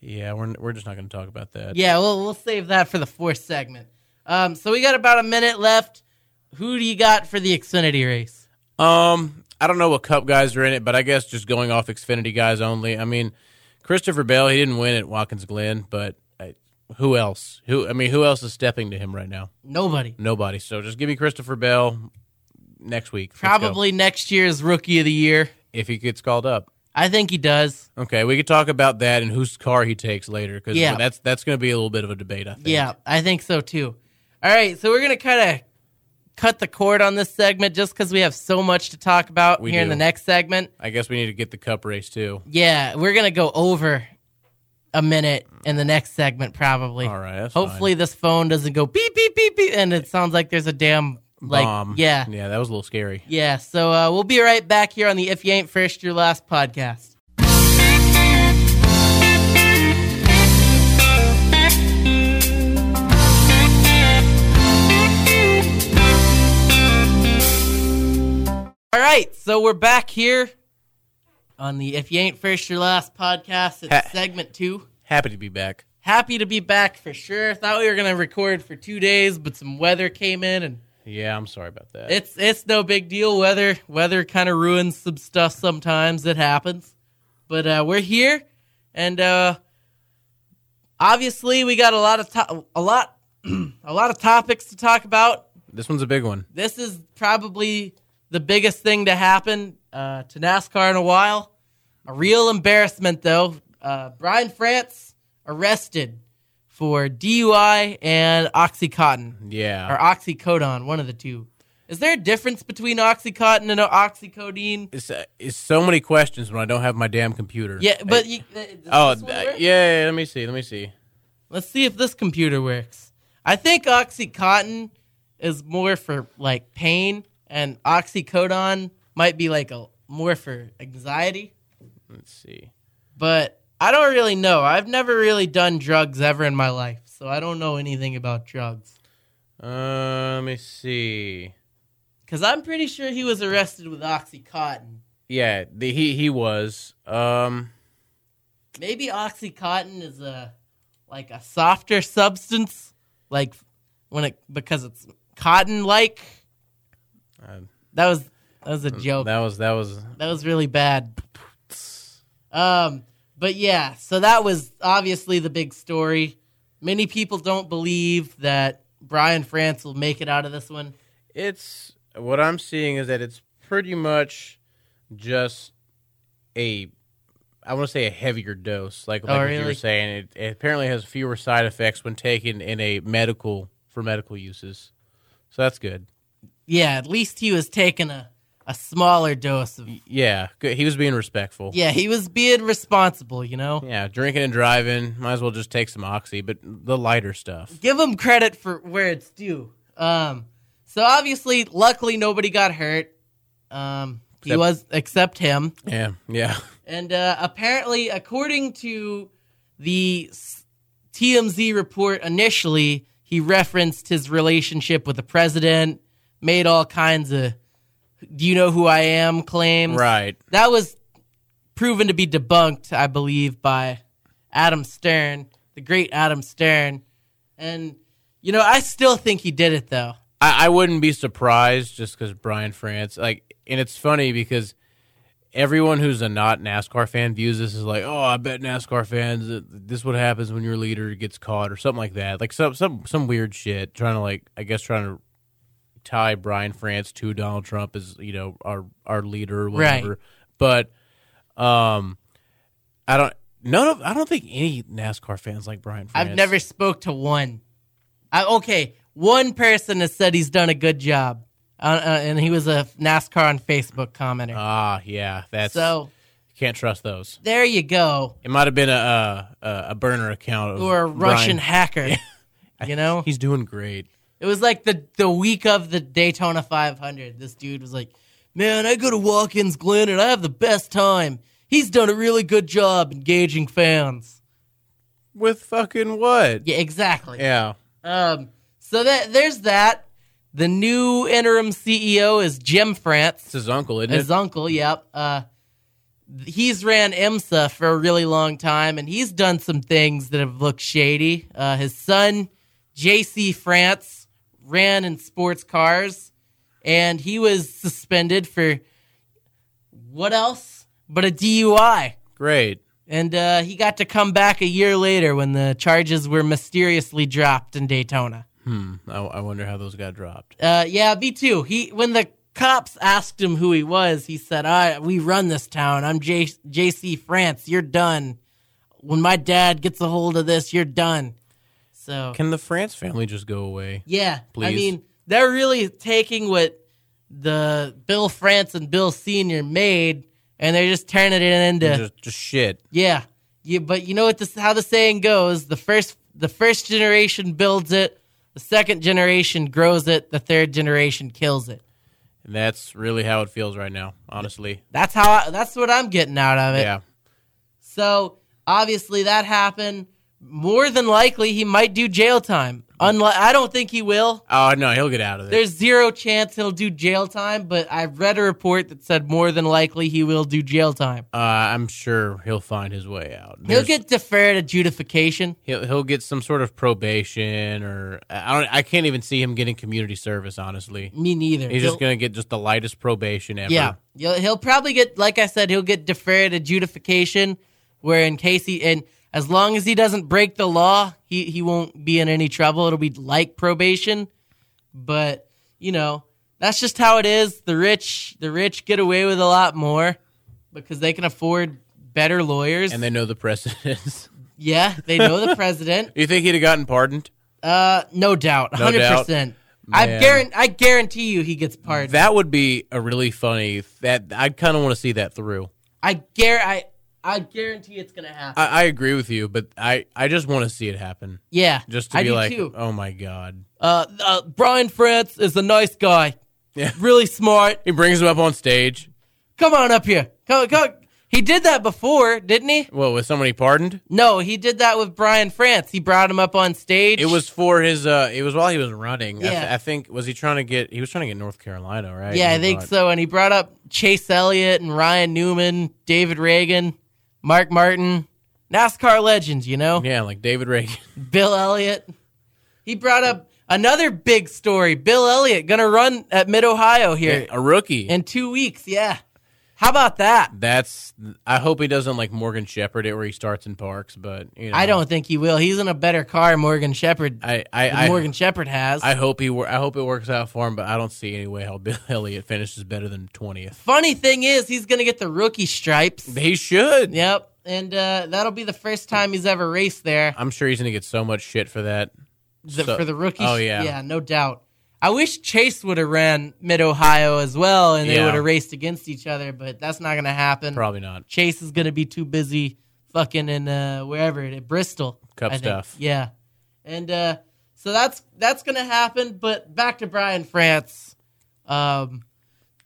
[SPEAKER 4] Yeah, we're we're just not going to talk about that.
[SPEAKER 3] Yeah, we'll we'll save that for the fourth segment. Um, so we got about a minute left. Who do you got for the Xfinity race?
[SPEAKER 4] Um, I don't know what cup guys are in it, but I guess just going off Xfinity guys only. I mean, Christopher Bell, he didn't win at Watkins Glen, but I, who else? Who I mean, who else is stepping to him right now?
[SPEAKER 3] Nobody.
[SPEAKER 4] Nobody. So just give me Christopher Bell next week. Let's go.
[SPEAKER 3] Probably next year's rookie of the year.
[SPEAKER 4] if he gets called up.
[SPEAKER 3] I think he does.
[SPEAKER 4] Okay, we could talk about that and whose car he takes later because
[SPEAKER 3] Yeah.
[SPEAKER 4] that's that's going to be a little bit of a debate. I think.
[SPEAKER 3] Yeah, I think so too. All right, so we're gonna kind of cut the cord on this segment just because we have so much to talk about
[SPEAKER 4] We
[SPEAKER 3] here in
[SPEAKER 4] do.
[SPEAKER 3] the next segment.
[SPEAKER 4] I guess we need to get the cup race too.
[SPEAKER 3] Yeah, we're gonna go over a minute in the next segment probably.
[SPEAKER 4] All right. That's
[SPEAKER 3] Hopefully this phone doesn't go beep beep beep beep, and it sounds like there's a damn Like,
[SPEAKER 4] bomb.
[SPEAKER 3] yeah.
[SPEAKER 4] Um, yeah, that was a little scary.
[SPEAKER 3] Yeah, so uh, we'll be right back here on the If You Ain't First, Your Last podcast. All right, so we're back here on the If You Ain't First, Your Last podcast. It's
[SPEAKER 4] Ha-
[SPEAKER 3] segment two.
[SPEAKER 4] Happy to be back.
[SPEAKER 3] Happy to be back for sure. Thought we were going to record for two days, but some weather came in and
[SPEAKER 4] Yeah, I'm sorry about that.
[SPEAKER 3] it's it's no big deal. Weather weather kind of ruins some stuff sometimes. It happens, but uh, we're here, and uh, obviously we got a lot of to- a lot a lot of topics to talk about.
[SPEAKER 4] this one's a big one.
[SPEAKER 3] This is probably the biggest thing to happen uh, to NASCAR in a while. A real embarrassment though. Uh, Brian France arrested for DUI and OxyContin
[SPEAKER 4] Yeah.
[SPEAKER 3] or oxycodone, one of the two. Is there a difference between oxycontin and oxycodone?
[SPEAKER 4] It's, uh, it's so many questions when I don't have my damn computer.
[SPEAKER 3] Yeah, but
[SPEAKER 4] I-
[SPEAKER 3] you, uh, does
[SPEAKER 4] oh,
[SPEAKER 3] this one
[SPEAKER 4] uh,
[SPEAKER 3] work?
[SPEAKER 4] yeah, yeah, Let me see. Let me see.
[SPEAKER 3] Let's see if this computer works. I think oxycontin is more for like pain, and oxycodone might be like a more for anxiety.
[SPEAKER 4] Let's see.
[SPEAKER 3] But I don't really know. I've never really done drugs ever in my life, so I don't know anything about drugs.
[SPEAKER 4] Uh, let me see.
[SPEAKER 3] Cause I'm pretty sure he was arrested with oxycontin.
[SPEAKER 4] Yeah, the, he he was. Um,
[SPEAKER 3] Maybe OxyContin is a like a softer substance, like when it because it's cotton like.
[SPEAKER 4] Uh,
[SPEAKER 3] That was that was a joke. That,
[SPEAKER 4] that was that was
[SPEAKER 3] was really bad. Um, but yeah, so that was obviously the big story. Many people don't believe that Brian France will make it out of this one.
[SPEAKER 4] it's what I'm seeing is that it's pretty much just a I want to say a heavier dose, like, like what you
[SPEAKER 3] Oh, really?
[SPEAKER 4] were saying. It, it apparently has fewer side effects when taken in a medical for medical uses, so that's good.
[SPEAKER 3] Yeah, at least he was taking a a smaller dose of.
[SPEAKER 4] Yeah, good. he was being respectful.
[SPEAKER 3] Yeah, he was being responsible. You know.
[SPEAKER 4] Yeah, drinking and driving. Might as well just take some oxy, but the lighter stuff.
[SPEAKER 3] give him credit for where it's due. Um, so obviously, luckily, nobody got hurt. Um, he
[SPEAKER 4] Except-
[SPEAKER 3] was except him,
[SPEAKER 4] Yeah, yeah.
[SPEAKER 3] and uh, apparently, according to the s- TMZ report, initially he referenced his relationship with the president, made all kinds of "Do you know who I am?" claims.
[SPEAKER 4] Right.
[SPEAKER 3] That was proven to be debunked, I believe, by Adam Stern, the great Adam Stern. And, you know, I still think he did it, though.
[SPEAKER 4] I, I wouldn't be surprised just because Brian France, like, and it's funny because everyone who's a not NASCAR fan views this as like, oh, I bet NASCAR fans uh, this is what happens when your leader gets caught or something like that, like some some some weird shit, trying to like, I guess trying to tie Brian France to Donald Trump as you know our our leader or whatever, but um, I don't. None of I don't think any NASCAR fans like Brian. France.
[SPEAKER 3] I've never spoke to one. I, okay, one person has said he's done a good job, uh, uh, and he was a NASCAR on Facebook commenter.
[SPEAKER 4] Ah, yeah, that's
[SPEAKER 3] so
[SPEAKER 4] can't trust those.
[SPEAKER 3] there you go.
[SPEAKER 4] It might have been a a, a burner account of
[SPEAKER 3] Or a Russian
[SPEAKER 4] Brian.
[SPEAKER 3] hacker, you know?
[SPEAKER 4] He's doing great.
[SPEAKER 3] It was like the the week of the Daytona 500. This dude was like, "Man, I go to Watkins Glen and I have the best time. He's done a really good job engaging fans."
[SPEAKER 4] With fucking what?
[SPEAKER 3] Yeah, exactly.
[SPEAKER 4] Yeah.
[SPEAKER 3] Um, so that there's that. The new interim CEO is Jim France,
[SPEAKER 4] It's his uncle, isn't
[SPEAKER 3] his
[SPEAKER 4] it?
[SPEAKER 3] uncle. Yep. Uh, he's ran IMSA for a really long time, and he's done some things that have looked shady. Uh, his son, J.C. France, ran in sports cars, and he was suspended for what else but a DUI.
[SPEAKER 4] Great.
[SPEAKER 3] And uh, he got to come back a year later when the charges were mysteriously dropped in Daytona.
[SPEAKER 4] Hmm. I, I wonder how those got dropped.
[SPEAKER 3] Uh, yeah, me too. He when the cops asked him who he was, he said, "I we run this town. I'm J- J.C. France. You're done. When my dad gets a hold of this, you're done." So
[SPEAKER 4] Can the France family just go away?
[SPEAKER 3] yeah, I
[SPEAKER 4] Please.
[SPEAKER 3] mean they're really taking what the Bill France and Bill Senior made, and they're just turning it into
[SPEAKER 4] Just, just shit.
[SPEAKER 3] yeah. You, but you know what? This how the saying goes: the first the first generation builds it, The second generation grows it, the third generation kills it.
[SPEAKER 4] And that's really how it feels right now, honestly.
[SPEAKER 3] That's how I, that's what I'm getting out of it.
[SPEAKER 4] Yeah.
[SPEAKER 3] So obviously that happened. More than likely, he might do jail time. Unlike I don't think he will.
[SPEAKER 4] Oh no, he'll get out of there.
[SPEAKER 3] There's zero chance he'll do jail time, but I read a report that said more than likely he will do jail time.
[SPEAKER 4] Uh, I'm sure he'll find his way out.
[SPEAKER 3] He'll
[SPEAKER 4] There's-
[SPEAKER 3] get deferred adjudication.
[SPEAKER 4] he'll he'll get some sort of probation or I don't I can't even see him getting community service. Honestly,
[SPEAKER 3] Me neither.
[SPEAKER 4] he's
[SPEAKER 3] He'll-
[SPEAKER 4] just gonna get just the lightest probation ever.
[SPEAKER 3] Yeah, he'll, he'll probably get, like I said, he'll get deferred adjudication, where in case he and as long as he doesn't break the law, he he won't be in any trouble. It'll be like probation, but you know that's just how it is. The rich, the rich get away with a lot more because they can afford better lawyers.
[SPEAKER 4] and they know the precedents.
[SPEAKER 3] yeah, they know the president.
[SPEAKER 4] you think he'd have gotten pardoned?
[SPEAKER 3] Uh, no doubt,
[SPEAKER 4] No
[SPEAKER 3] hundred
[SPEAKER 4] doubt.
[SPEAKER 3] percent. I
[SPEAKER 4] Man.
[SPEAKER 3] guarantee, I guarantee you, he gets pardoned.
[SPEAKER 4] That would be a really funny. That I kind of want to see that through.
[SPEAKER 3] I guar, I, I guarantee it's gonna happen.
[SPEAKER 4] I, I agree with you, but I I just want to see it happen.
[SPEAKER 3] yeah,
[SPEAKER 4] Just to
[SPEAKER 3] I
[SPEAKER 4] be
[SPEAKER 3] do
[SPEAKER 4] like,
[SPEAKER 3] too.
[SPEAKER 4] oh my god,
[SPEAKER 3] uh, uh, Brian France is a nice guy.
[SPEAKER 4] Yeah.
[SPEAKER 3] Really smart.
[SPEAKER 4] he brings him up on stage.
[SPEAKER 3] Come on up here. Come, come. He did that before, didn't he?
[SPEAKER 4] Well, was somebody pardoned?
[SPEAKER 3] No, he did that with Brian France. He brought him up on stage.
[SPEAKER 4] It was for his. uh It was while he was running. I, th-
[SPEAKER 3] Yeah.
[SPEAKER 4] I think was he trying to get? He was trying to get North Carolina, right?
[SPEAKER 3] Yeah, I
[SPEAKER 4] He
[SPEAKER 3] think
[SPEAKER 4] thought-
[SPEAKER 3] so. And he brought up Chase Elliott and Ryan Newman, David Reagan, Mark Martin, NASCAR legends, you know?
[SPEAKER 4] Yeah, like David Reagan.
[SPEAKER 3] Bill Elliott. He brought up another big story. Bill Elliott going to run at Mid Ohio here
[SPEAKER 4] a rookie.
[SPEAKER 3] in two weeks. Yeah. How about that?
[SPEAKER 4] that's. I hope he doesn't like Morgan Shepherd it where he starts in parks, but you know,
[SPEAKER 3] I don't think he will. He's in a better car, Morgan Shepherd.
[SPEAKER 4] I I
[SPEAKER 3] than
[SPEAKER 4] I,
[SPEAKER 3] Morgan Shepherd has.
[SPEAKER 4] I hope he. Wor- I hope it works out for him, but I don't see any way how Bill Elliott finishes better than twentieth.
[SPEAKER 3] Funny thing is, he's going to get the rookie stripes.
[SPEAKER 4] He should.
[SPEAKER 3] Yep. And uh, that'll be the first time he's ever raced there
[SPEAKER 4] I'm sure he's gonna get so much shit for that.
[SPEAKER 3] the,
[SPEAKER 4] So-
[SPEAKER 3] for the rookie.
[SPEAKER 4] Oh
[SPEAKER 3] sh-
[SPEAKER 4] yeah.
[SPEAKER 3] Yeah, no doubt. I wish Chase would have ran Mid Ohio as well and they
[SPEAKER 4] Yeah.
[SPEAKER 3] would have raced against each other, but that's not going to happen.
[SPEAKER 4] Probably not.
[SPEAKER 3] Chase is going to be too busy fucking in uh, wherever it Bristol.
[SPEAKER 4] Cup
[SPEAKER 3] I think.
[SPEAKER 4] stuff.
[SPEAKER 3] Yeah. And uh, so that's that's going to happen. But back to Brian France. Um,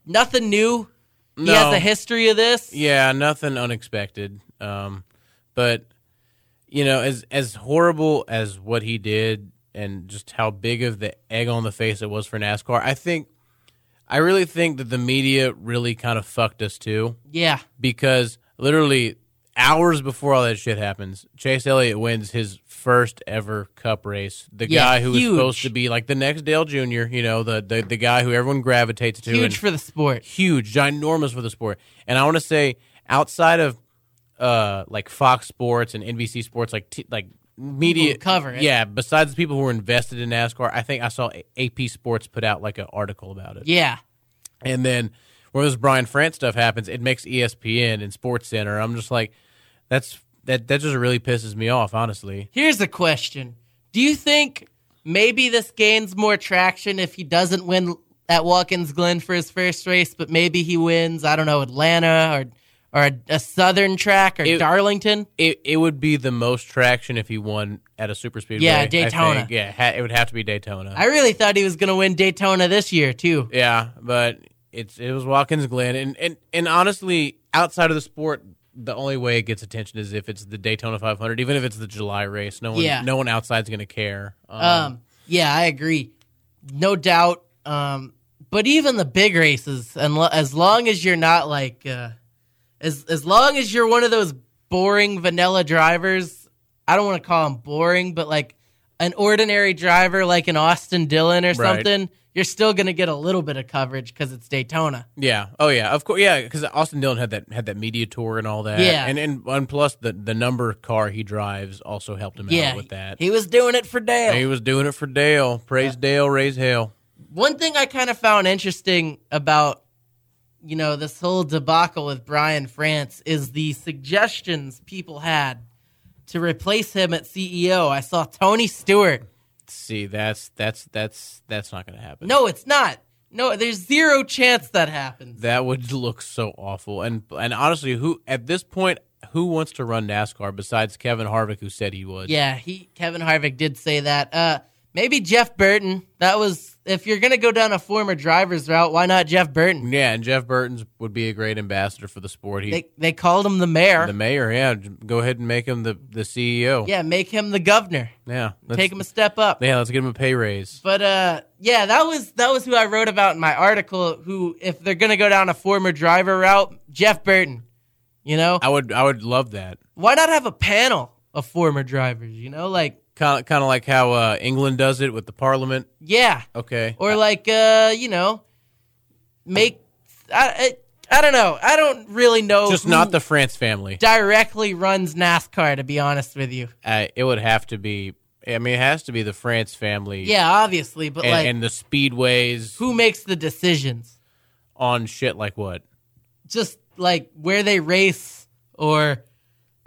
[SPEAKER 3] nothing new. He
[SPEAKER 4] No.
[SPEAKER 3] has a history of this.
[SPEAKER 4] Yeah, nothing unexpected. Um, but you know, as as horrible as what he did, and just how big of the egg on the face it was for NASCAR, I think, I really think that the media really kind of fucked us too,
[SPEAKER 3] Yeah.
[SPEAKER 4] because literally hours before all that shit happens, Chase Elliott wins his first ever Cup race. The
[SPEAKER 3] Yeah,
[SPEAKER 4] guy who was
[SPEAKER 3] huge.
[SPEAKER 4] supposed to be like the next Dale Jr., you know, the the, the guy who everyone gravitates to.
[SPEAKER 3] Huge
[SPEAKER 4] and-
[SPEAKER 3] for the sport.
[SPEAKER 4] huge, ginormous for the sport. And I want to say, outside of uh, like Fox Sports and NBC Sports, like t- like media
[SPEAKER 3] who cover it.
[SPEAKER 4] Yeah, besides the people who are invested in NASCAR, I think I saw A- AP Sports put out like an article about it.
[SPEAKER 3] Yeah.
[SPEAKER 4] And then when this Brian France stuff happens, it makes E ESPN and Sports Center. I'm just like, that's that that just really pisses me off, honestly.
[SPEAKER 3] Here's a question Do you think maybe this gains more traction if he doesn't win at Watkins Glen for his first race, but maybe he wins, I don't know, Atlanta or, or a, a southern track or
[SPEAKER 4] It-
[SPEAKER 3] Darlington?
[SPEAKER 4] It, it would be the most traction if he won at a super speedway.
[SPEAKER 3] Yeah,
[SPEAKER 4] I
[SPEAKER 3] Daytona.
[SPEAKER 4] think. Yeah, ha- it would have to be Daytona.
[SPEAKER 3] I really thought he was going to win Daytona this year, too.
[SPEAKER 4] Yeah, but it's it was Watkins Glen, and and and honestly, outside of the sport, the only way it gets attention is if it's the Daytona 500, even if it's the July race. No one,
[SPEAKER 3] Yeah.
[SPEAKER 4] no one outside's gonna care. Um,
[SPEAKER 3] Um, yeah, I agree. No doubt. Um, but even the big races, and lo- as long as you're not like, uh, as as long as you're one of those boring vanilla drivers, I don't want to call them boring, but like an ordinary driver, like an Austin Dillon or something, you're still gonna get a little bit of coverage because it's Daytona.
[SPEAKER 4] yeah. Oh yeah. Of course. Yeah, because Austin Dillon had that had that media tour and all that.
[SPEAKER 3] Yeah.
[SPEAKER 4] And and, and plus the the number car he drives also helped him
[SPEAKER 3] Yeah,
[SPEAKER 4] out with that.
[SPEAKER 3] he was doing it for Dale.
[SPEAKER 4] And he was doing it for Dale. Praise Dale. Raise hell.
[SPEAKER 3] one thing I kind of found interesting about you know this whole debacle with Brian France is the suggestions people had to replace him at CEO. I saw Tony Stewart.
[SPEAKER 4] See, that's that's that's that's not gonna happen.
[SPEAKER 3] No, it's not. No, there's zero chance that happens.
[SPEAKER 4] That would look so awful. And and honestly, who at this point who wants to run NASCAR besides Kevin Harvick, who said he would?
[SPEAKER 3] Yeah, he Kevin Harvick did say that. Uh, Maybe Jeff Burton. That was if you're gonna go down a former driver's route, why not Jeff Burton?
[SPEAKER 4] Yeah, and Jeff Burton's would be a great ambassador for the sport. He,
[SPEAKER 3] They they called him the mayor.
[SPEAKER 4] the mayor, yeah. j- Go ahead and make him the, the CEO.
[SPEAKER 3] yeah, make him the governor.
[SPEAKER 4] yeah. let's-
[SPEAKER 3] Take him a step up.
[SPEAKER 4] yeah, let's give him a pay raise.
[SPEAKER 3] But uh, yeah, that was that was who I wrote about in my article. Who, if they're gonna go down a former driver route, Jeff Burton. You know,
[SPEAKER 4] I would I would love that.
[SPEAKER 3] why not have a panel of former drivers? You know, like
[SPEAKER 4] Kind kind of like how uh, England does it with the Parliament.
[SPEAKER 3] yeah,
[SPEAKER 4] Okay,
[SPEAKER 3] or like uh, you know, make I, I I don't know. I don't really know.
[SPEAKER 4] just
[SPEAKER 3] who
[SPEAKER 4] not the France family.
[SPEAKER 3] directly runs NASCAR. To be honest with you,
[SPEAKER 4] Uh, it would have to be. I mean, it has to be the France family.
[SPEAKER 3] yeah, obviously, but
[SPEAKER 4] and,
[SPEAKER 3] like
[SPEAKER 4] and the speedways
[SPEAKER 3] who makes the decisions?
[SPEAKER 4] on shit like what?
[SPEAKER 3] just like where they race or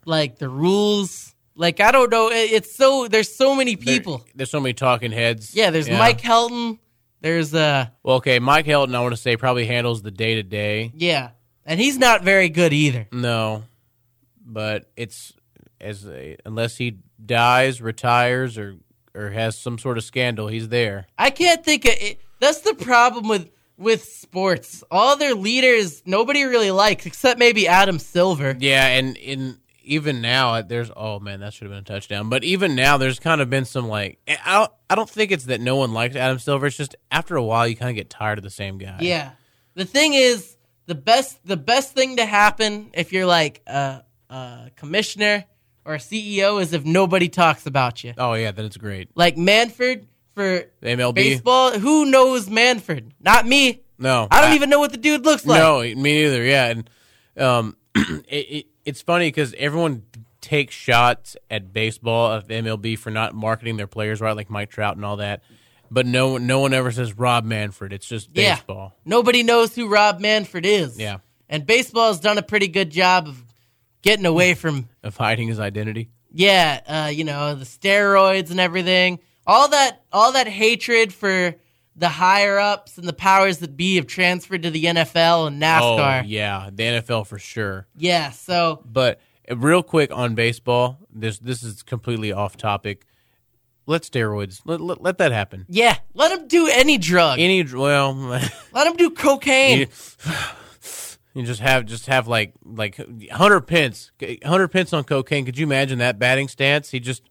[SPEAKER 3] like the rules. Like I don't know. It- It's so there's so many
[SPEAKER 4] There-
[SPEAKER 3] people.
[SPEAKER 4] there's so many talking heads.
[SPEAKER 3] yeah, there's Mike Helton. There's uh
[SPEAKER 4] Well, okay, Mike Helton. I want to say probably handles the day to day.
[SPEAKER 3] yeah, and he's not very good either.
[SPEAKER 4] No, but it's as a, unless he dies, retires, or or has some sort of scandal, he's there.
[SPEAKER 3] I can't think of it. That's the problem with with sports. All their leaders nobody really likes except maybe Adam Silver.
[SPEAKER 4] Yeah, and in even now, there's oh man, that should have been a touchdown. But even now, there's kind of been some like eh, I don't, I don't think it's that no one likes Adam Silver. It's just after a while, you kind of get tired of the same guy.
[SPEAKER 3] Yeah. The thing is, the best the best thing to happen if you're like a, a commissioner or a CEO is if nobody talks about you.
[SPEAKER 4] Oh yeah, then it's great.
[SPEAKER 3] Like Manford for
[SPEAKER 4] MLB.
[SPEAKER 3] baseball. Who knows Manford? Not me.
[SPEAKER 4] No,
[SPEAKER 3] I don't even know what the dude looks like.
[SPEAKER 4] No, me neither. Yeah, and um, it, it, it's funny because everyone takes shots at baseball of MLB for not marketing their players right, like Mike Trout and all that. But no, no one ever says Rob Manfred. It's just
[SPEAKER 3] Yeah.
[SPEAKER 4] baseball.
[SPEAKER 3] Nobody knows who Rob Manford is.
[SPEAKER 4] Yeah.
[SPEAKER 3] And baseball's done a pretty good job of getting away from
[SPEAKER 4] Of hiding his identity.
[SPEAKER 3] yeah, uh, you know, the steroids and everything. All that all that hatred for the higher ups and the powers that be have transferred to the NFL and NASCAR.
[SPEAKER 4] Oh yeah, the NFL for sure.
[SPEAKER 3] yeah, so
[SPEAKER 4] But uh, real quick on baseball, this this is completely off topic. Let steroids. Let let, let that happen.
[SPEAKER 3] yeah, let him do any drug.
[SPEAKER 4] Any well.
[SPEAKER 3] let him do cocaine.
[SPEAKER 4] you, you just have just have like like hundred pence, hundred pence on cocaine. Could you imagine that batting stance? He just,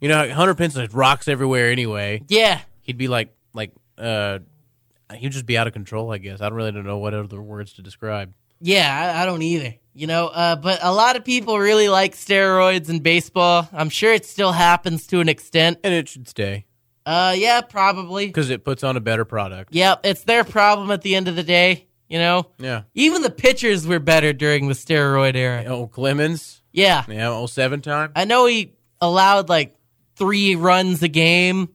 [SPEAKER 4] you know, hundred pence like rocks everywhere anyway.
[SPEAKER 3] yeah.
[SPEAKER 4] He'd be like like uh, he'd just be out of control. I guess I don't really don't know what other words to describe.
[SPEAKER 3] Yeah, I, I don't either. You know, uh, but a lot of people really like steroids in baseball. I'm sure it still happens to an extent.
[SPEAKER 4] And it should stay
[SPEAKER 3] Uh, yeah, probably.
[SPEAKER 4] because it puts on a better product.
[SPEAKER 3] Yep, it's their problem at the end of the day. You know,
[SPEAKER 4] Yeah.
[SPEAKER 3] even the pitchers were better during the steroid era.
[SPEAKER 4] Oh Clemens,
[SPEAKER 3] Yeah,
[SPEAKER 4] yeah, oh seven time.
[SPEAKER 3] I know he allowed like three runs a game,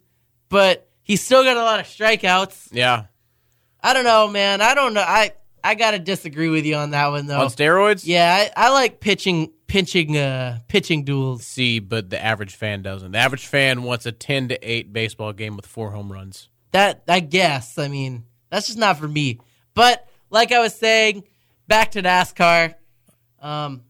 [SPEAKER 3] but he still got a lot of strikeouts.
[SPEAKER 4] Yeah,
[SPEAKER 3] I don't know, man. I don't know. I I gotta disagree with you on that one though.
[SPEAKER 4] on steroids.
[SPEAKER 3] yeah, I, I like pitching, pitching, uh, pitching duels.
[SPEAKER 4] See, but the average fan doesn't. The average fan wants a ten to eight baseball game with four home runs.
[SPEAKER 3] that I guess. I mean, that's just not for me. But like I was saying, back to NASCAR. Um,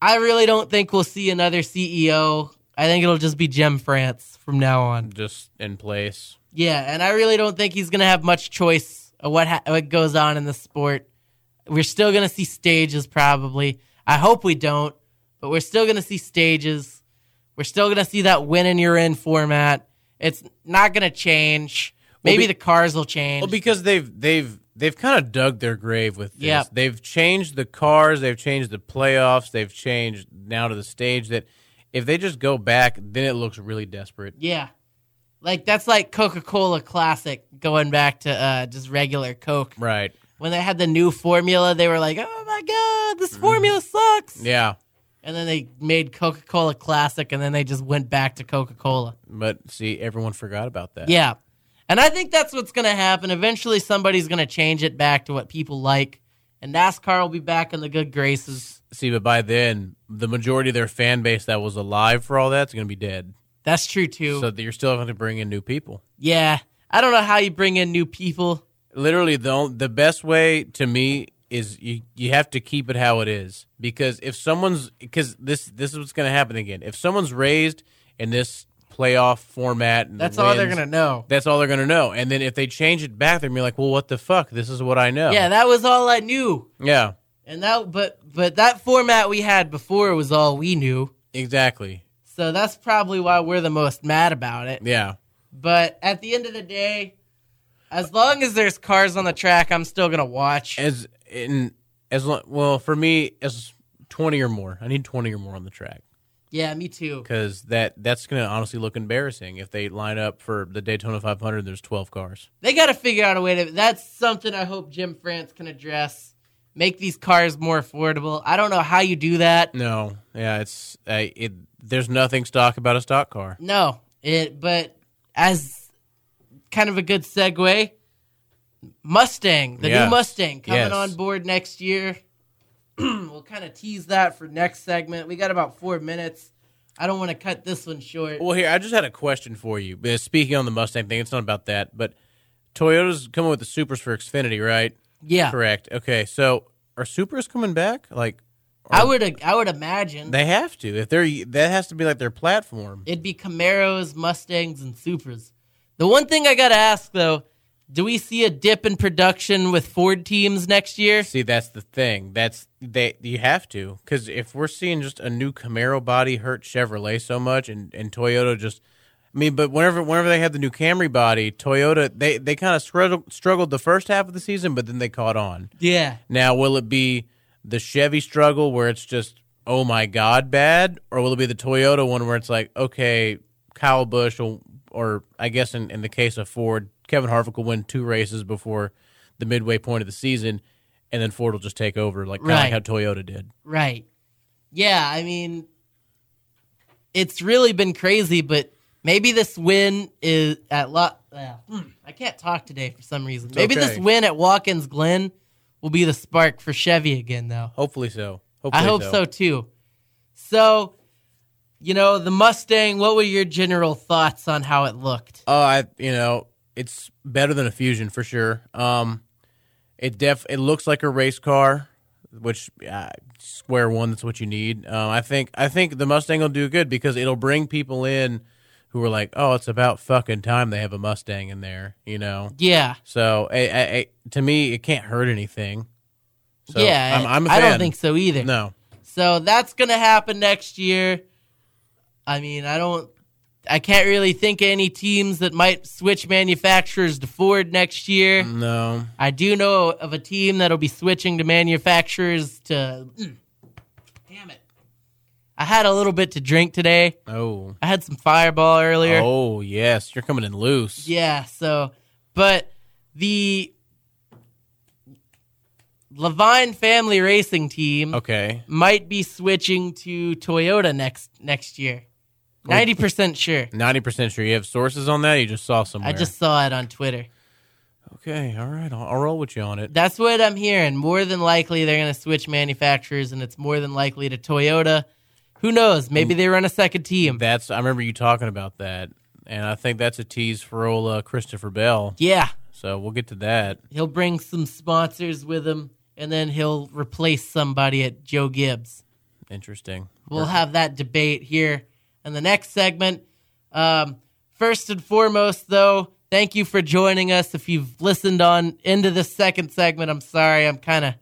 [SPEAKER 3] I really don't think we'll see another CEO. I think it'll just be Jim France from now on.
[SPEAKER 4] just in place.
[SPEAKER 3] Yeah, and I really don't think he's gonna have much choice of what ha- what goes on in the sport. We're still gonna see stages probably. I hope we don't, but we're still gonna see stages. We're still gonna see that win and you're in format. It's not gonna change. Maybe
[SPEAKER 4] be-
[SPEAKER 3] the cars will change.
[SPEAKER 4] Well, because they've they've they've kind of dug their grave with this.
[SPEAKER 3] Yep.
[SPEAKER 4] They've changed the cars, they've changed the playoffs, they've changed now to the stage that if they just go back, then it looks really desperate.
[SPEAKER 3] yeah, like that's like Coca Cola Classic going back to uh, just regular Coke.
[SPEAKER 4] Right.
[SPEAKER 3] When they had the new formula, they were like, "Oh my god,
[SPEAKER 4] Mm-hmm.
[SPEAKER 3] this formula sucks."
[SPEAKER 4] Yeah.
[SPEAKER 3] And then they made Coca Cola Classic, and then they just went back to Coca Cola.
[SPEAKER 4] But see, everyone forgot about that.
[SPEAKER 3] Yeah. And I think that's what's going to happen. Eventually, somebody's going to change it back to what people like, and NASCAR will be back in the good graces.
[SPEAKER 4] See, but by then, the majority of their fan base that was alive for all that's going to be dead.
[SPEAKER 3] That's true, too.
[SPEAKER 4] So that you're still having to bring in new people.
[SPEAKER 3] yeah. I don't know how you bring in new people.
[SPEAKER 4] literally the on- the best way to me is you you have to keep it how it is because if someone's because this this is what's going to happen again if someone's raised in this playoff format. And the
[SPEAKER 3] That's all they're
[SPEAKER 4] wins.
[SPEAKER 3] gonna know.
[SPEAKER 4] That's all they're gonna know. And then if they change it back, they're gonna be like, "Well, what the fuck? This is what I know."
[SPEAKER 3] Yeah, that was all I knew.
[SPEAKER 4] yeah,
[SPEAKER 3] And that but but that format we had before was all we knew.
[SPEAKER 4] exactly.
[SPEAKER 3] So that's probably why we're the most mad about it.
[SPEAKER 4] Yeah,
[SPEAKER 3] But at the end of the day, as long as there's cars on the track, I'm still gonna watch.
[SPEAKER 4] as in as lo- well for me as twenty or more. I need twenty or more on the track.
[SPEAKER 3] Yeah, me too.
[SPEAKER 4] because that that's going to honestly look embarrassing if they line up for the Daytona 500. and There's 12 cars.
[SPEAKER 3] They got to figure out a way to. That's something I hope Jim France can address. Make these cars more affordable. I don't know how you do that.
[SPEAKER 4] No, yeah, it's I it. There's nothing stock about a stock car.
[SPEAKER 3] No, it. But as kind of a good segue, Mustang, the
[SPEAKER 4] Yes.
[SPEAKER 3] new Mustang coming
[SPEAKER 4] Yes.
[SPEAKER 3] on board next year. we'll kind of tease that for next segment. We got about four minutes. I don't want to cut this one short.
[SPEAKER 4] Well, here I just had a question for you. Uh, Speaking on the Mustang thing, it's not about that, but Toyota's coming with the Supers for Xfinity, right?
[SPEAKER 3] yeah,
[SPEAKER 4] Correct. Okay, so are Supers coming back? Like
[SPEAKER 3] I would. I would imagine
[SPEAKER 4] Oh. they have to if they're that has to be like their platform.
[SPEAKER 3] It'd be Camaros, Mustangs, and Supras. The one thing I gotta ask though, do we see a dip in production with Ford teams next year?
[SPEAKER 4] See, that's the thing. That's they you have to because if we're seeing just a new Camaro body hurt Chevrolet so much, and and Toyota just, I mean, but whenever whenever they had the new Camry body, Toyota they they kind of struggled struggled the first half of the season, but then they caught on.
[SPEAKER 3] Yeah.
[SPEAKER 4] Now, will it be the Chevy struggle where it's just oh my god bad, or will it be the Toyota one where it's like okay, Kyle Busch will, or I guess in, in the case of Ford, Kevin Harvick will win two races before the midway point of the season, and then Ford will just take over like kind of
[SPEAKER 3] Right.
[SPEAKER 4] like how Toyota did.
[SPEAKER 3] Right. Yeah, I mean it's really been crazy, but maybe this win is at lot I can't talk today for some reason. Maybe
[SPEAKER 4] okay.
[SPEAKER 3] this win at Watkins Glen will be the spark for Chevy again though.
[SPEAKER 4] Hopefully so. Hopefully
[SPEAKER 3] I hope so. too. So, you know, the Mustang, what were your general thoughts on how it looked?
[SPEAKER 4] Oh, I you know it's better than a fusion for sure. Um, it def it looks like a race car, which uh, square one. That's what you need. Um, I think I think the Mustang will do good because it'll bring people in who are like, oh, it's about fucking time they have a Mustang in there, you know.
[SPEAKER 3] Yeah.
[SPEAKER 4] So I, I, I, to me, it can't hurt anything. So
[SPEAKER 3] yeah.
[SPEAKER 4] I'm, I'm a
[SPEAKER 3] I
[SPEAKER 4] fan.
[SPEAKER 3] do not think so either.
[SPEAKER 4] No,
[SPEAKER 3] So that's going to happen next year. I mean, I don't, I can't really think of any teams that might switch manufacturers to Ford next year.
[SPEAKER 4] Mm-hmm. no.
[SPEAKER 3] I do know of a team that'll be switching to manufacturers to. Mm. damn it. I had a little bit to drink today.
[SPEAKER 4] Oh,
[SPEAKER 3] I had some fireball earlier.
[SPEAKER 4] oh yes, you're coming in loose.
[SPEAKER 3] Yeah, so but the Levine family racing team
[SPEAKER 4] Okay.
[SPEAKER 3] might be switching to Toyota next next year. Ninety percent sure.
[SPEAKER 4] Ninety percent sure you have sources on that. You just saw somewhere.
[SPEAKER 3] I just saw it on Twitter.
[SPEAKER 4] Okay, all right. I'll, I'll roll with you on it.
[SPEAKER 3] That's what I'm hearing. More than likely, they're going to switch manufacturers, and it's more than likely to Toyota. Who knows? Maybe they run a second team.
[SPEAKER 4] That's I remember you talking about that, and I think that's a tease for old uh, Christopher Bell.
[SPEAKER 3] Yeah,
[SPEAKER 4] So we'll get to that.
[SPEAKER 3] he'll bring some sponsors with him, and then he'll replace somebody at Joe Gibbs.
[SPEAKER 4] Interesting.
[SPEAKER 3] We'll have that debate here in the next segment. Um, first and foremost, though, thank you for joining us. If you've listened on into this second segment, I'm sorry, I'm kind of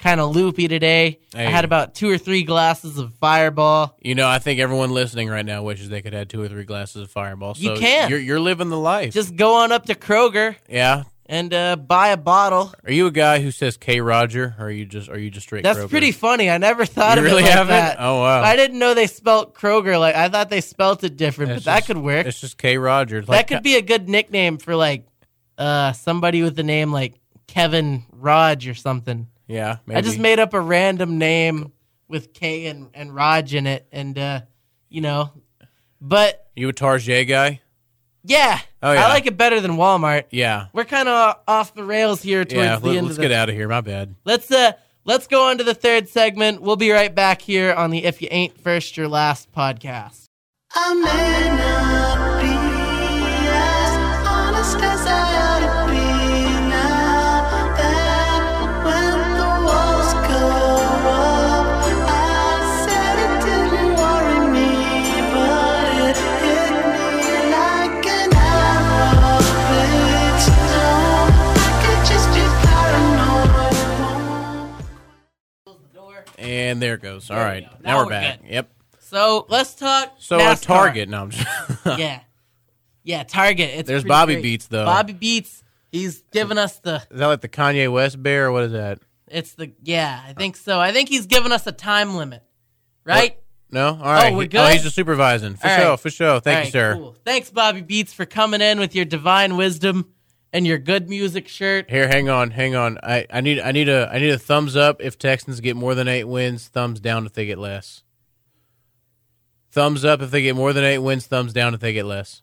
[SPEAKER 3] kind of loopy today.
[SPEAKER 4] Hey.
[SPEAKER 3] I had about two or three glasses of Fireball.
[SPEAKER 4] You know, I think everyone listening right now wishes they could have two or three glasses of Fireball. So
[SPEAKER 3] You can.
[SPEAKER 4] You're, you're living the life.
[SPEAKER 3] Just go on up to Kroger
[SPEAKER 4] yeah.
[SPEAKER 3] and uh, buy a bottle.
[SPEAKER 4] Are you a guy who says K Roger? Or are you just are you just straight?
[SPEAKER 3] That's
[SPEAKER 4] Kroger?
[SPEAKER 3] pretty funny. I never thought
[SPEAKER 4] You
[SPEAKER 3] of
[SPEAKER 4] really
[SPEAKER 3] it like
[SPEAKER 4] haven't?
[SPEAKER 3] that.
[SPEAKER 4] Oh, wow.
[SPEAKER 3] I didn't know they spelt Kroger like I thought they spelt it different,
[SPEAKER 4] It's
[SPEAKER 3] but that
[SPEAKER 4] just-
[SPEAKER 3] could work.
[SPEAKER 4] It's just K Roger.
[SPEAKER 3] that could be a good nickname for like uh somebody with the name like Kevin Raj or something.
[SPEAKER 4] Yeah. Maybe.
[SPEAKER 3] I just made up a random name with K and, and Raj in it and uh you know but
[SPEAKER 4] you a Tarjay guy?
[SPEAKER 3] yeah,
[SPEAKER 4] Oh, yeah.
[SPEAKER 3] I like it better than Walmart.
[SPEAKER 4] Yeah.
[SPEAKER 3] We're kind of off the rails here towards
[SPEAKER 4] Yeah.
[SPEAKER 3] the
[SPEAKER 4] Let,
[SPEAKER 3] end
[SPEAKER 4] us
[SPEAKER 3] of the
[SPEAKER 4] get out of here. My bad.
[SPEAKER 3] Let's uh let's go on to the third segment. We'll be right back here on the If You Ain't First Your Last podcast.
[SPEAKER 5] I may not be as honest as I ought to be now that when the walls go up, I said it didn't worry me, but it hit me
[SPEAKER 4] And there it goes. All right.
[SPEAKER 3] go.
[SPEAKER 4] Now, we're, back.
[SPEAKER 3] good.
[SPEAKER 4] Yep.
[SPEAKER 3] So let's talk.
[SPEAKER 4] So uh,
[SPEAKER 3] NASCAR.
[SPEAKER 4] Target. No, I'm just
[SPEAKER 3] yeah, yeah, Target. It's
[SPEAKER 4] There's
[SPEAKER 3] pretty
[SPEAKER 4] Bobby
[SPEAKER 3] great.
[SPEAKER 4] Beats, though.
[SPEAKER 3] Bobby Beats. He's giving us the.
[SPEAKER 4] Is that like the Kanye West bear or what is that?
[SPEAKER 3] It's the. Yeah, I think so. I think he's giving us a time limit, right?
[SPEAKER 4] No? All right.
[SPEAKER 3] we're
[SPEAKER 4] He- Oh, he's
[SPEAKER 3] good?
[SPEAKER 4] just supervising. For
[SPEAKER 3] All
[SPEAKER 4] sure,
[SPEAKER 3] right.
[SPEAKER 4] for sure. Thank
[SPEAKER 3] All
[SPEAKER 4] you,
[SPEAKER 3] right,
[SPEAKER 4] sir.
[SPEAKER 3] cool. Thanks, Bobby Beats, for coming in with your divine wisdom and your good music shirt.
[SPEAKER 4] Here, hang on, hang on. I, I need I need a I need a thumbs up if Texans get more than eight wins, thumbs down if they get less. Thumbs up if they get more than eight wins, thumbs down if they get less.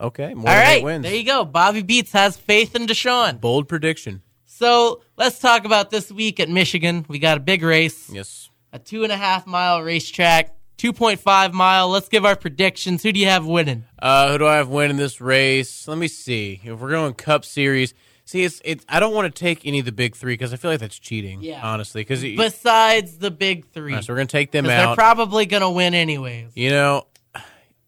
[SPEAKER 4] Okay, more
[SPEAKER 3] All
[SPEAKER 4] than
[SPEAKER 3] right,
[SPEAKER 4] eight wins.
[SPEAKER 3] there you go. Bobby Beats has faith in Deshaun.
[SPEAKER 4] Bold prediction.
[SPEAKER 3] So let's talk about this week at Michigan. We got a big race.
[SPEAKER 4] Yes.
[SPEAKER 3] a two and a half mile racetrack, 2.5 mile. Let's give our predictions. Who do you have winning?
[SPEAKER 4] Uh, who do I have winning this race? Let me see. If we're going Cup Series, see, it's it's. I don't want to take any of the big three because I feel like that's cheating.
[SPEAKER 3] Yeah.
[SPEAKER 4] honestly, because
[SPEAKER 3] Besides the big three.
[SPEAKER 4] so we're gonna take them
[SPEAKER 3] 'Cause they're
[SPEAKER 4] out.
[SPEAKER 3] probably going to win anyways.
[SPEAKER 4] you know,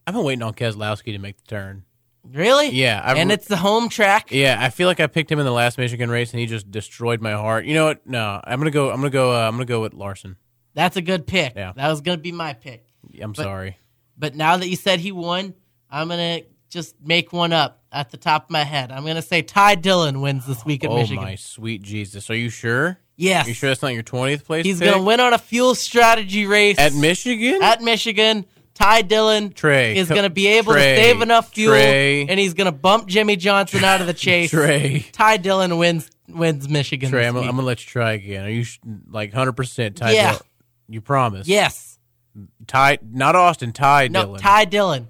[SPEAKER 4] I've been waiting on Keselowski to make the turn.
[SPEAKER 3] Really?
[SPEAKER 4] Yeah, I've-
[SPEAKER 3] and it's the home track.
[SPEAKER 4] Yeah, I feel like I picked him in the last Michigan race and he just destroyed my heart. You know what? No, I'm gonna go. I'm gonna go. Uh, I'm gonna go with Larson.
[SPEAKER 3] That's a good pick.
[SPEAKER 4] Yeah.
[SPEAKER 3] That was going to be my pick.
[SPEAKER 4] I'm sorry.
[SPEAKER 3] But now that you said he won, I'm going to just make one up at the top of my head. I'm going to say Ty Dillon wins this week at
[SPEAKER 4] Oh
[SPEAKER 3] Michigan.
[SPEAKER 4] my sweet Jesus! Are you sure?
[SPEAKER 3] Yes.
[SPEAKER 4] You sure that's not your 20th place?
[SPEAKER 3] He's
[SPEAKER 4] pick?
[SPEAKER 3] going to win on a fuel strategy race
[SPEAKER 4] at Michigan.
[SPEAKER 3] at Michigan. Ty Dillon
[SPEAKER 4] Trey,
[SPEAKER 3] is
[SPEAKER 4] co-
[SPEAKER 3] going to be able
[SPEAKER 4] Trey,
[SPEAKER 3] to save enough fuel,
[SPEAKER 4] Trey.
[SPEAKER 3] and he's going to bump Jimmy Johnson out of the chase.
[SPEAKER 4] Trey.
[SPEAKER 3] Ty Dillon wins wins Michigan.
[SPEAKER 4] Trey,
[SPEAKER 3] this
[SPEAKER 4] I'm,
[SPEAKER 3] week.
[SPEAKER 4] I'm gonna let you try again. Are you sh- like 100 percent Ty?
[SPEAKER 3] Yeah.
[SPEAKER 4] Dillon? You promise?
[SPEAKER 3] yes,
[SPEAKER 4] Ty, not Austin. Ty
[SPEAKER 3] no,
[SPEAKER 4] Dillon.
[SPEAKER 3] Ty Dillon.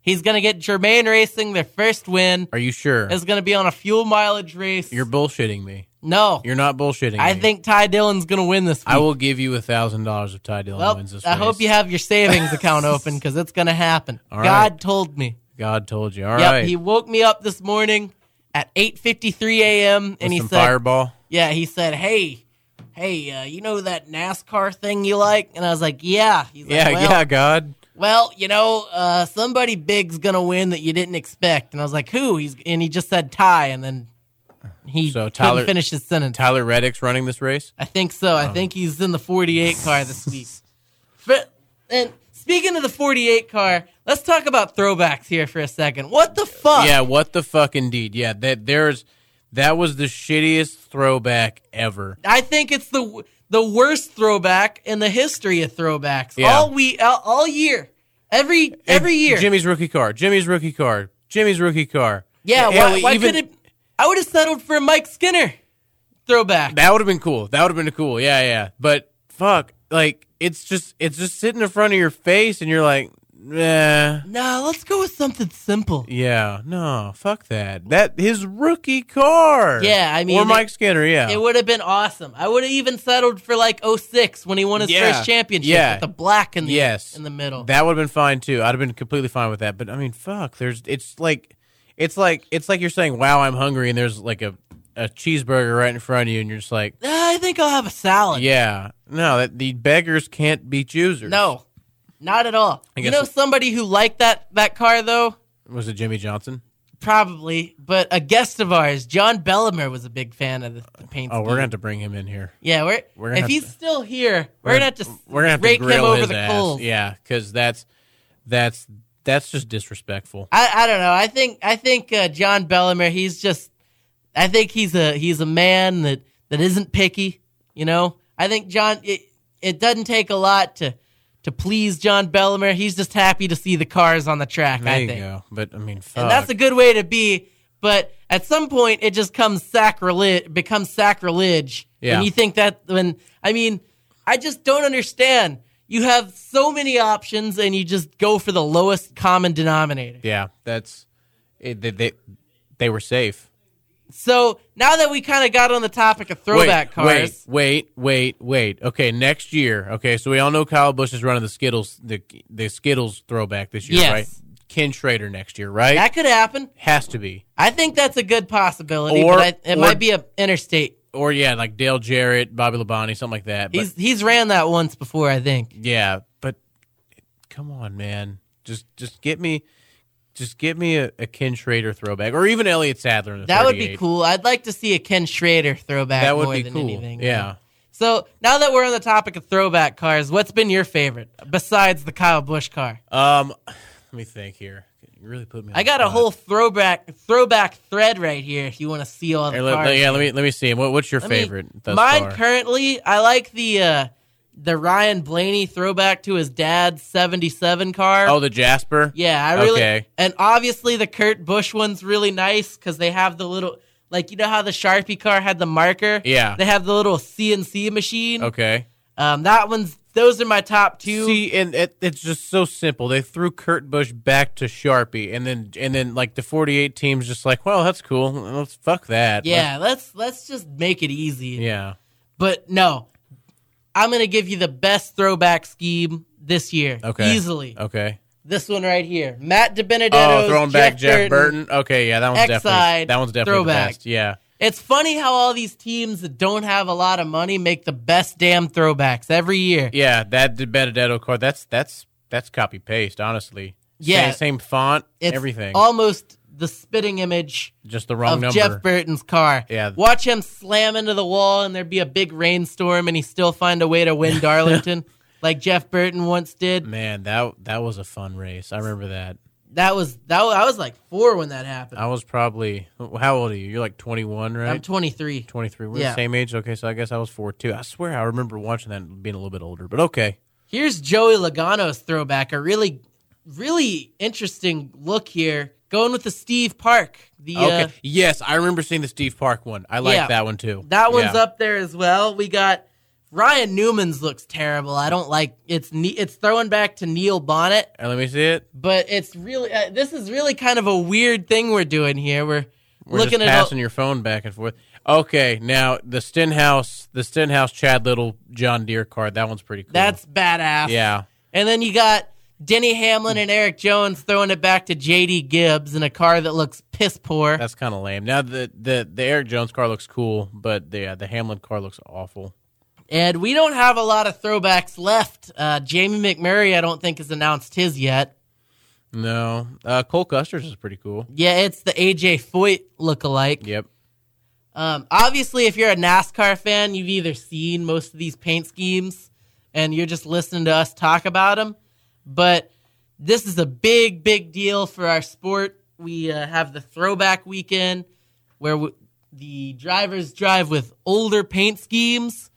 [SPEAKER 3] He's going to get Germain Racing their first win.
[SPEAKER 4] Are you sure?
[SPEAKER 3] It's going to be on a fuel mileage race.
[SPEAKER 4] You're bullshitting me.
[SPEAKER 3] no,
[SPEAKER 4] You're not bullshitting.
[SPEAKER 3] I
[SPEAKER 4] me.
[SPEAKER 3] think Ty Dillon's going to win this week.
[SPEAKER 4] I will give you a thousand dollars if Ty Dillon
[SPEAKER 3] Well,
[SPEAKER 4] wins this.
[SPEAKER 3] I hope
[SPEAKER 4] race.
[SPEAKER 3] you have your savings account open because it's going to happen.
[SPEAKER 4] All
[SPEAKER 3] God
[SPEAKER 4] right.
[SPEAKER 3] told me.
[SPEAKER 4] God told you. All right.
[SPEAKER 3] yep, he woke me up this morning at 8:53 a.m.
[SPEAKER 4] With
[SPEAKER 3] and he
[SPEAKER 4] some
[SPEAKER 3] said,
[SPEAKER 4] fireball.
[SPEAKER 3] Yeah, he said, "Hey, hey, uh, you know that NASCAR thing you like?" And I was like, "Yeah." He's like,
[SPEAKER 4] Yeah,
[SPEAKER 3] well,
[SPEAKER 4] yeah, God.
[SPEAKER 3] Well, you know, uh, somebody big's gonna win that you didn't expect, and I was like, "Who?" He's and he just said Ty, and then he
[SPEAKER 4] So Tyler- Oh.
[SPEAKER 3] couldn't finish his sentence.
[SPEAKER 4] Tyler Reddick's running this race.
[SPEAKER 3] I think so. I think he's in the 48 car this week. But and speaking of the 48 car, let's talk about throwbacks here for a second. What the fuck?
[SPEAKER 4] Yeah, what the fuck, indeed. Yeah, that there's that was the shittiest throwback ever.
[SPEAKER 3] I think it's the the worst throwback in the history of throwbacks.
[SPEAKER 4] Yeah.
[SPEAKER 3] All we all, all year, every
[SPEAKER 4] And
[SPEAKER 3] every year.
[SPEAKER 4] Jimmy's rookie car. Jimmy's rookie car. Jimmy's rookie car.
[SPEAKER 3] yeah, why,
[SPEAKER 4] we
[SPEAKER 3] why
[SPEAKER 4] even-
[SPEAKER 3] couldn't? I would have settled for a Mike Skinner throwback.
[SPEAKER 4] That would have been cool. That would have been cool. Yeah, yeah. But fuck, like it's just it's just sitting in front of your face, and you're like, nah.
[SPEAKER 3] no, let's go with something simple.
[SPEAKER 4] Yeah, no, fuck that. That his rookie car.
[SPEAKER 3] Yeah, I mean,
[SPEAKER 4] or
[SPEAKER 3] it-
[SPEAKER 4] Mike Skinner. Yeah,
[SPEAKER 3] It would have been awesome. I would have even settled for like 06 when he won his
[SPEAKER 4] Yeah.
[SPEAKER 3] first championship
[SPEAKER 4] Yeah.
[SPEAKER 3] with the black in the
[SPEAKER 4] Yes.
[SPEAKER 3] in the middle.
[SPEAKER 4] That would have been fine too. I'd have been completely fine with that. But I mean, fuck. There's it's like it's like it's like you're saying, "Wow, I'm hungry," and there's like a a cheeseburger right in front of you, and you're just like,
[SPEAKER 3] Uh, I think I'll have a salad.
[SPEAKER 4] "Yeah, no, that the beggars can't be choosers."
[SPEAKER 3] No, not at all. You
[SPEAKER 4] guess-
[SPEAKER 3] know somebody who liked that that car though.
[SPEAKER 4] was it Jimmy Johnson?
[SPEAKER 3] Probably, but a guest of ours, John Bellimer, was a big fan of the, the paint.
[SPEAKER 4] Oh, we're
[SPEAKER 3] scheme.
[SPEAKER 4] gonna have to bring him in here.
[SPEAKER 3] yeah, we're,
[SPEAKER 4] we're gonna
[SPEAKER 3] if
[SPEAKER 4] have
[SPEAKER 3] he's
[SPEAKER 4] to-
[SPEAKER 3] still here, we're, gonna have to
[SPEAKER 4] We're gonna have
[SPEAKER 3] rake
[SPEAKER 4] to grill
[SPEAKER 3] him over
[SPEAKER 4] his
[SPEAKER 3] the
[SPEAKER 4] ass.
[SPEAKER 3] coals.
[SPEAKER 4] Yeah, because that's that's that's just disrespectful.
[SPEAKER 3] I, I don't know. I think I think uh, John Bellimer. He's just. I think he's a he's a man that that isn't picky. You know. I think John. It, it doesn't take a lot to to please John Bellimer. He's just happy to see the cars on the track.
[SPEAKER 4] There
[SPEAKER 3] I
[SPEAKER 4] you
[SPEAKER 3] think,
[SPEAKER 4] go. Uh, But I mean, fuck.
[SPEAKER 3] and that's a good way to be. But at some point, it just comes sacrilege. Becomes sacrilege.
[SPEAKER 4] Yeah.
[SPEAKER 3] And you think that when I mean, I just don't understand. You have so many options, and you just go for the lowest common denominator.
[SPEAKER 4] yeah, that's it, they, they they were safe.
[SPEAKER 3] So now that we kind of got on the topic of throwback
[SPEAKER 4] wait,
[SPEAKER 3] cars,
[SPEAKER 4] Wait, wait, wait, wait. Okay, next year. Okay, so we all know Kyle Bush is running the Skittles the the Skittles throwback this year,
[SPEAKER 3] Yes.
[SPEAKER 4] right? Ken Schrader next year, right?
[SPEAKER 3] that could happen.
[SPEAKER 4] Has to be.
[SPEAKER 3] I think that's a good possibility,
[SPEAKER 4] Or-
[SPEAKER 3] but I, it
[SPEAKER 4] or-
[SPEAKER 3] might be an interstate.
[SPEAKER 4] Or yeah, like Dale Jarrett, Bobby Labonte, something like that. But
[SPEAKER 3] He's he's ran that once before, I think.
[SPEAKER 4] yeah, but come on, man. Just just get me just get me a, a Ken Schrader throwback or even Elliott Sadler in the
[SPEAKER 3] That would be
[SPEAKER 4] 38.
[SPEAKER 3] cool. I'd like to see a Ken Schrader throwback
[SPEAKER 4] That would
[SPEAKER 3] more
[SPEAKER 4] be
[SPEAKER 3] than
[SPEAKER 4] cool.
[SPEAKER 3] anything.
[SPEAKER 4] yeah.
[SPEAKER 3] So now that we're on the topic of throwback cars, what's been your favorite besides the Kyle Busch car?
[SPEAKER 4] Um, let me think here. You really put me. on
[SPEAKER 3] I
[SPEAKER 4] the
[SPEAKER 3] got a
[SPEAKER 4] spot.
[SPEAKER 3] whole throwback throwback thread right here. If you want to see all the
[SPEAKER 4] Here, let-
[SPEAKER 3] cars,
[SPEAKER 4] yeah, let me let me see. What, what's your
[SPEAKER 3] Let me-
[SPEAKER 4] favorite? thus
[SPEAKER 3] mine
[SPEAKER 4] far?
[SPEAKER 3] currently, I like the uh, the Ryan Blaney throwback to his dad's '77 car.
[SPEAKER 4] oh, the Jasper.
[SPEAKER 3] Yeah, I really
[SPEAKER 4] Okay.
[SPEAKER 3] and obviously the Kurt Busch one's really nice because they have the little like you know how the Sharpie car had the marker.
[SPEAKER 4] Yeah.
[SPEAKER 3] they have the little CNC machine.
[SPEAKER 4] Okay.
[SPEAKER 3] Um, that one's those are my top two.
[SPEAKER 4] See, and it, it's just so simple. They threw Kurt Busch back to Sharpie, and then and then like the forty-eight teams just like, well, that's cool. Let's fuck that.
[SPEAKER 3] yeah, let's let's just make it easy.
[SPEAKER 4] Let's- yeah.
[SPEAKER 3] But no, I'm gonna give you the best throwback scheme this year.
[SPEAKER 4] Okay.
[SPEAKER 3] easily
[SPEAKER 4] Okay.
[SPEAKER 3] this one right here, Matt DiBenedetto.
[SPEAKER 4] Oh, throwing back Jeff Burton. Okay, yeah, that one's definitely
[SPEAKER 3] X-side
[SPEAKER 4] that one's definitely
[SPEAKER 3] throwback.
[SPEAKER 4] the best. Yeah.
[SPEAKER 3] It's funny how all these teams that don't have a lot of money make the best damn throwbacks every year.
[SPEAKER 4] Yeah, that De Benedetto card. That's that's that's copy paste, honestly.
[SPEAKER 3] Yeah.
[SPEAKER 4] Same, same font,
[SPEAKER 3] It's
[SPEAKER 4] everything.
[SPEAKER 3] almost the spitting image
[SPEAKER 4] just the wrong
[SPEAKER 3] of
[SPEAKER 4] number.
[SPEAKER 3] Jeff Burton's car.
[SPEAKER 4] Yeah.
[SPEAKER 3] Watch him slam into the wall and there'd be a big rainstorm and he still find a way to win Darlington like Jeff Burton once did.
[SPEAKER 4] Man, that that was a fun race. I remember that.
[SPEAKER 3] That was that was, I was like 4 when that happened.
[SPEAKER 4] I was probably how old are you? You're like 21, right?
[SPEAKER 3] I'm 23.
[SPEAKER 4] 23. We're
[SPEAKER 3] Yeah.
[SPEAKER 4] the same age. Okay, so I guess I was four too. I swear I remember watching that and being a little bit older, but okay.
[SPEAKER 3] Here's Joey Logano's throwback, a really really interesting look here going with the Steve Park. The
[SPEAKER 4] Okay.
[SPEAKER 3] uh,
[SPEAKER 4] yes, I remember seeing the Steve Park one. I like
[SPEAKER 3] Yeah.
[SPEAKER 4] that one too.
[SPEAKER 3] That one's
[SPEAKER 4] Yeah.
[SPEAKER 3] up there as well. We got Ryan Newman's looks terrible. I don't like it's ne- it's throwing back to Neil Bonnet,
[SPEAKER 4] Uh, Let me see it.
[SPEAKER 3] but it's really uh, this is really kind of a weird thing we're doing here. We're,
[SPEAKER 4] We're
[SPEAKER 3] looking
[SPEAKER 4] just
[SPEAKER 3] at all-
[SPEAKER 4] passing your phone back and forth. Okay, now the Stenhouse, the Stenhouse Chad Little John Deere card. That one's pretty cool.
[SPEAKER 3] that's badass.
[SPEAKER 4] yeah.
[SPEAKER 3] and then you got Denny Hamlin and Eric Jones throwing it back to J.D. Gibbs in a car that looks piss poor.
[SPEAKER 4] That's kind of lame. Now the, the the Eric Jones car looks cool, but the uh, the Hamlin car looks awful.
[SPEAKER 3] and we don't have a lot of throwbacks left. Uh, Jamie McMurray, I don't think, has announced his yet.
[SPEAKER 4] No, uh, Cole Custer's is pretty cool.
[SPEAKER 3] Yeah, it's the AJ Foyt lookalike.
[SPEAKER 4] Yep.
[SPEAKER 3] Um, obviously, if you're a NASCAR fan, you've either seen most of these paint schemes and you're just listening to us talk about them. But this is a big, big deal for our sport. We uh, have the throwback weekend where w- the drivers drive with older paint schemes.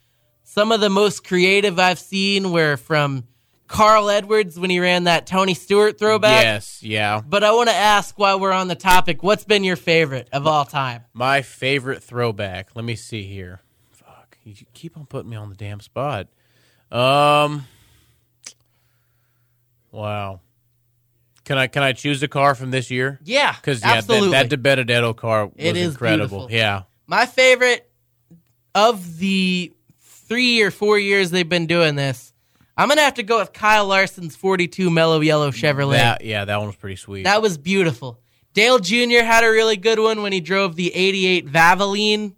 [SPEAKER 3] Some of the most creative I've seen were from Carl Edwards when he ran that Tony Stewart throwback.
[SPEAKER 4] Yes. Yeah.
[SPEAKER 3] But I want to ask while we're on the topic, what's been your favorite of all time?
[SPEAKER 4] My favorite throwback. Let me see here. Fuck. You keep on putting me on the damn spot. Um. Wow. Can I can I choose a car from this year?
[SPEAKER 3] Yeah,
[SPEAKER 4] Because yeah,
[SPEAKER 3] absolutely.
[SPEAKER 4] that, that De Benedetto car was
[SPEAKER 3] It is
[SPEAKER 4] incredible.
[SPEAKER 3] beautiful.
[SPEAKER 4] Yeah.
[SPEAKER 3] My favorite of the three or four years they've been doing this, I'm gonna have to go with Kyle Larson's 42 mellow yellow Chevrolet. That,
[SPEAKER 4] That yeah, that one was pretty sweet.
[SPEAKER 3] was beautiful. Dale Jr. had a really good one when he drove the 88 Valvoline.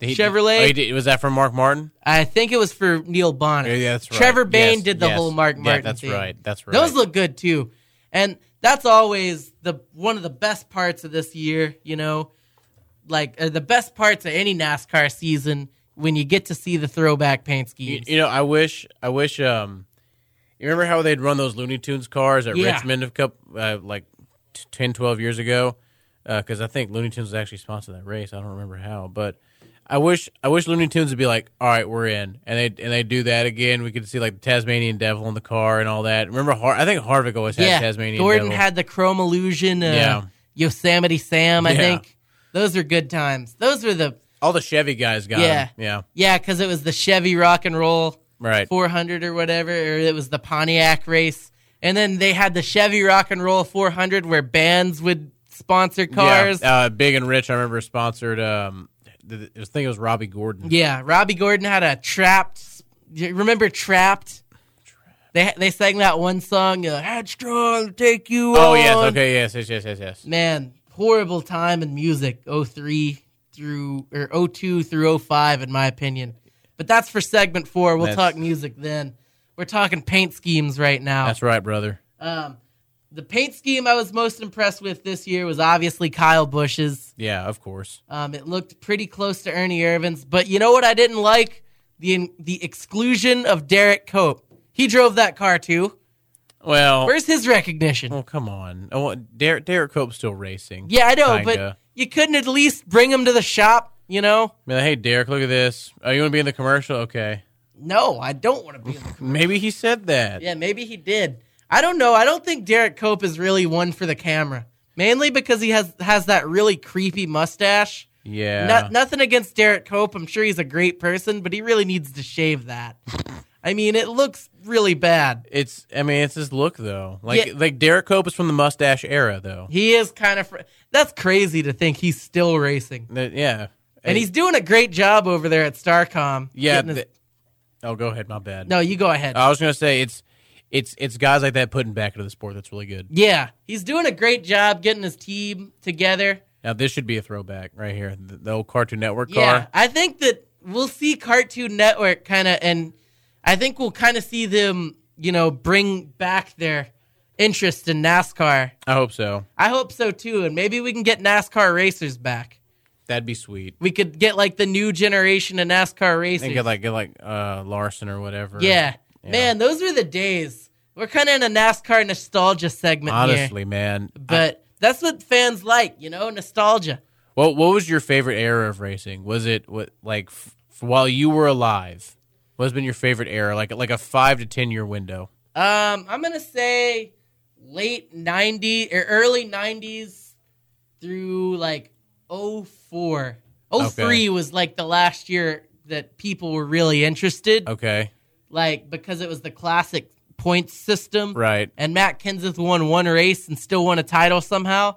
[SPEAKER 4] He-
[SPEAKER 3] Chevrolet.
[SPEAKER 4] oh, he did- was that from Mark Martin?
[SPEAKER 3] I think it was for Neil Bonner.
[SPEAKER 4] Yeah, that's right.
[SPEAKER 3] Trevor Bain
[SPEAKER 4] Yes,
[SPEAKER 3] did the
[SPEAKER 4] yes.
[SPEAKER 3] whole Mark
[SPEAKER 4] Yeah,
[SPEAKER 3] Martin.
[SPEAKER 4] that's
[SPEAKER 3] thing.
[SPEAKER 4] right. That's right.
[SPEAKER 3] Those look good too, and that's always the one of the best parts of this year. You know, like uh, the best parts of any NASCAR season when you get to see the throwback paint
[SPEAKER 4] You,
[SPEAKER 3] schemes.
[SPEAKER 4] you know, I wish, I wish. Um, you remember how they'd run those Looney Tunes cars at
[SPEAKER 3] Yeah.
[SPEAKER 4] Richmond a cup uh, like t- 10, 12 years ago? Because I think Looney Tunes was actually sponsored that race. I don't remember how, but I wish, I wish Looney Tunes would be like, "All right, we're in," and they and they do that again. We could see like the Tasmanian Devil in the car and all that. Remember, Har- I think Harvick always had
[SPEAKER 3] yeah,
[SPEAKER 4] Tasmanian
[SPEAKER 3] Gordon
[SPEAKER 4] Devil.
[SPEAKER 3] had the Chrome Illusion. Uh,
[SPEAKER 4] Yeah.
[SPEAKER 3] Yosemite Sam. I
[SPEAKER 4] Yeah.
[SPEAKER 3] think those were good times. Those were the
[SPEAKER 4] all the Chevy guys got
[SPEAKER 3] Yeah.
[SPEAKER 4] him. Yeah,
[SPEAKER 3] yeah, because it was the Chevy Rock and Roll
[SPEAKER 4] right.
[SPEAKER 3] 400 or whatever, or it was the Pontiac race. And then they had the Chevy Rock and Roll 400 where bands would sponsor cars.
[SPEAKER 4] Yeah, uh, Big and Rich, I remember sponsored. Um, th- th- I think it was Robbie Gordon.
[SPEAKER 3] Yeah, Robbie Gordon had a trapped. you Remember trapped? They they sang that one song, uh, "Headstrong, take you
[SPEAKER 4] Oh
[SPEAKER 3] on."
[SPEAKER 4] yes, okay, yes, yes, yes, yes, yes.
[SPEAKER 3] Man, horrible time in music. 03 through or 02 through 05 in my opinion. But that's for segment 4. We'll
[SPEAKER 4] That's-
[SPEAKER 3] talk music then. We're talking paint schemes right now.
[SPEAKER 4] That's right, brother.
[SPEAKER 3] Um, the paint scheme I was most impressed with this year was obviously Kyle Bush's.
[SPEAKER 4] Yeah, of course.
[SPEAKER 3] Um, it looked pretty close to Ernie Irvin's, but you know what I didn't like? the the exclusion of Derek Cope. He drove that car too.
[SPEAKER 4] Well,
[SPEAKER 3] Where's his recognition?
[SPEAKER 4] oh come on. Oh, Derek Derek Cope's still racing.
[SPEAKER 3] yeah, I know, but
[SPEAKER 4] Kinda.
[SPEAKER 3] you couldn't at least bring him to the shop, you know?
[SPEAKER 4] I mean, hey Derek, look at this. Oh, you want to be in the commercial? Okay.
[SPEAKER 3] No, I don't want to be.
[SPEAKER 4] Maybe he said that.
[SPEAKER 3] yeah, maybe he did. I don't know. I don't think Derek Cope is really one for the camera, mainly because he has has that really creepy mustache.
[SPEAKER 4] Yeah.
[SPEAKER 3] No, nothing against Derek Cope. I'm sure he's a great person, but he really needs to shave that. I mean, it looks really bad.
[SPEAKER 4] It's I mean it's his look though. Like
[SPEAKER 3] Yeah.
[SPEAKER 4] like Derek Cope is from the mustache era though.
[SPEAKER 3] He is kind of. Fr- That's crazy to think he's still racing,
[SPEAKER 4] That- yeah.
[SPEAKER 3] and he's doing a great job over there at Starcom.
[SPEAKER 4] yeah. Uh,
[SPEAKER 3] getting his-
[SPEAKER 4] th- oh, go ahead. My bad.
[SPEAKER 3] no, you go ahead.
[SPEAKER 4] I was gonna say it's it's it's guys like that putting back into the sport that's really good.
[SPEAKER 3] yeah, he's doing a great job getting his team together.
[SPEAKER 4] Now this should be a throwback right here. The, the old Cartoon Network car.
[SPEAKER 3] Yeah, I think that we'll see Cartoon Network kind of, and I think we'll kind of see them, you know, bring back their interest in NASCAR.
[SPEAKER 4] I hope so.
[SPEAKER 3] I hope so too, and maybe we can get NASCAR racers back.
[SPEAKER 4] That'd be sweet.
[SPEAKER 3] We could get like the new generation of NASCAR racers.
[SPEAKER 4] And get like get like uh, Larson or whatever.
[SPEAKER 3] yeah. man, those were the days. We're kind of in a NASCAR nostalgia segment here,
[SPEAKER 4] Honestly, man.
[SPEAKER 3] but that's what fans like, you know, nostalgia.
[SPEAKER 4] What what was your favorite era of racing? Was it what like f- while you were alive? What's been your favorite era? Like like a five to ten year window.
[SPEAKER 3] Um, I'm gonna say late '90s or early '90s through like 04. 03
[SPEAKER 4] Okay.
[SPEAKER 3] was like the last year that people were really interested,
[SPEAKER 4] Okay,
[SPEAKER 3] like because it was the classic points system,
[SPEAKER 4] right.
[SPEAKER 3] and Matt Kenseth won one race and still won a title somehow.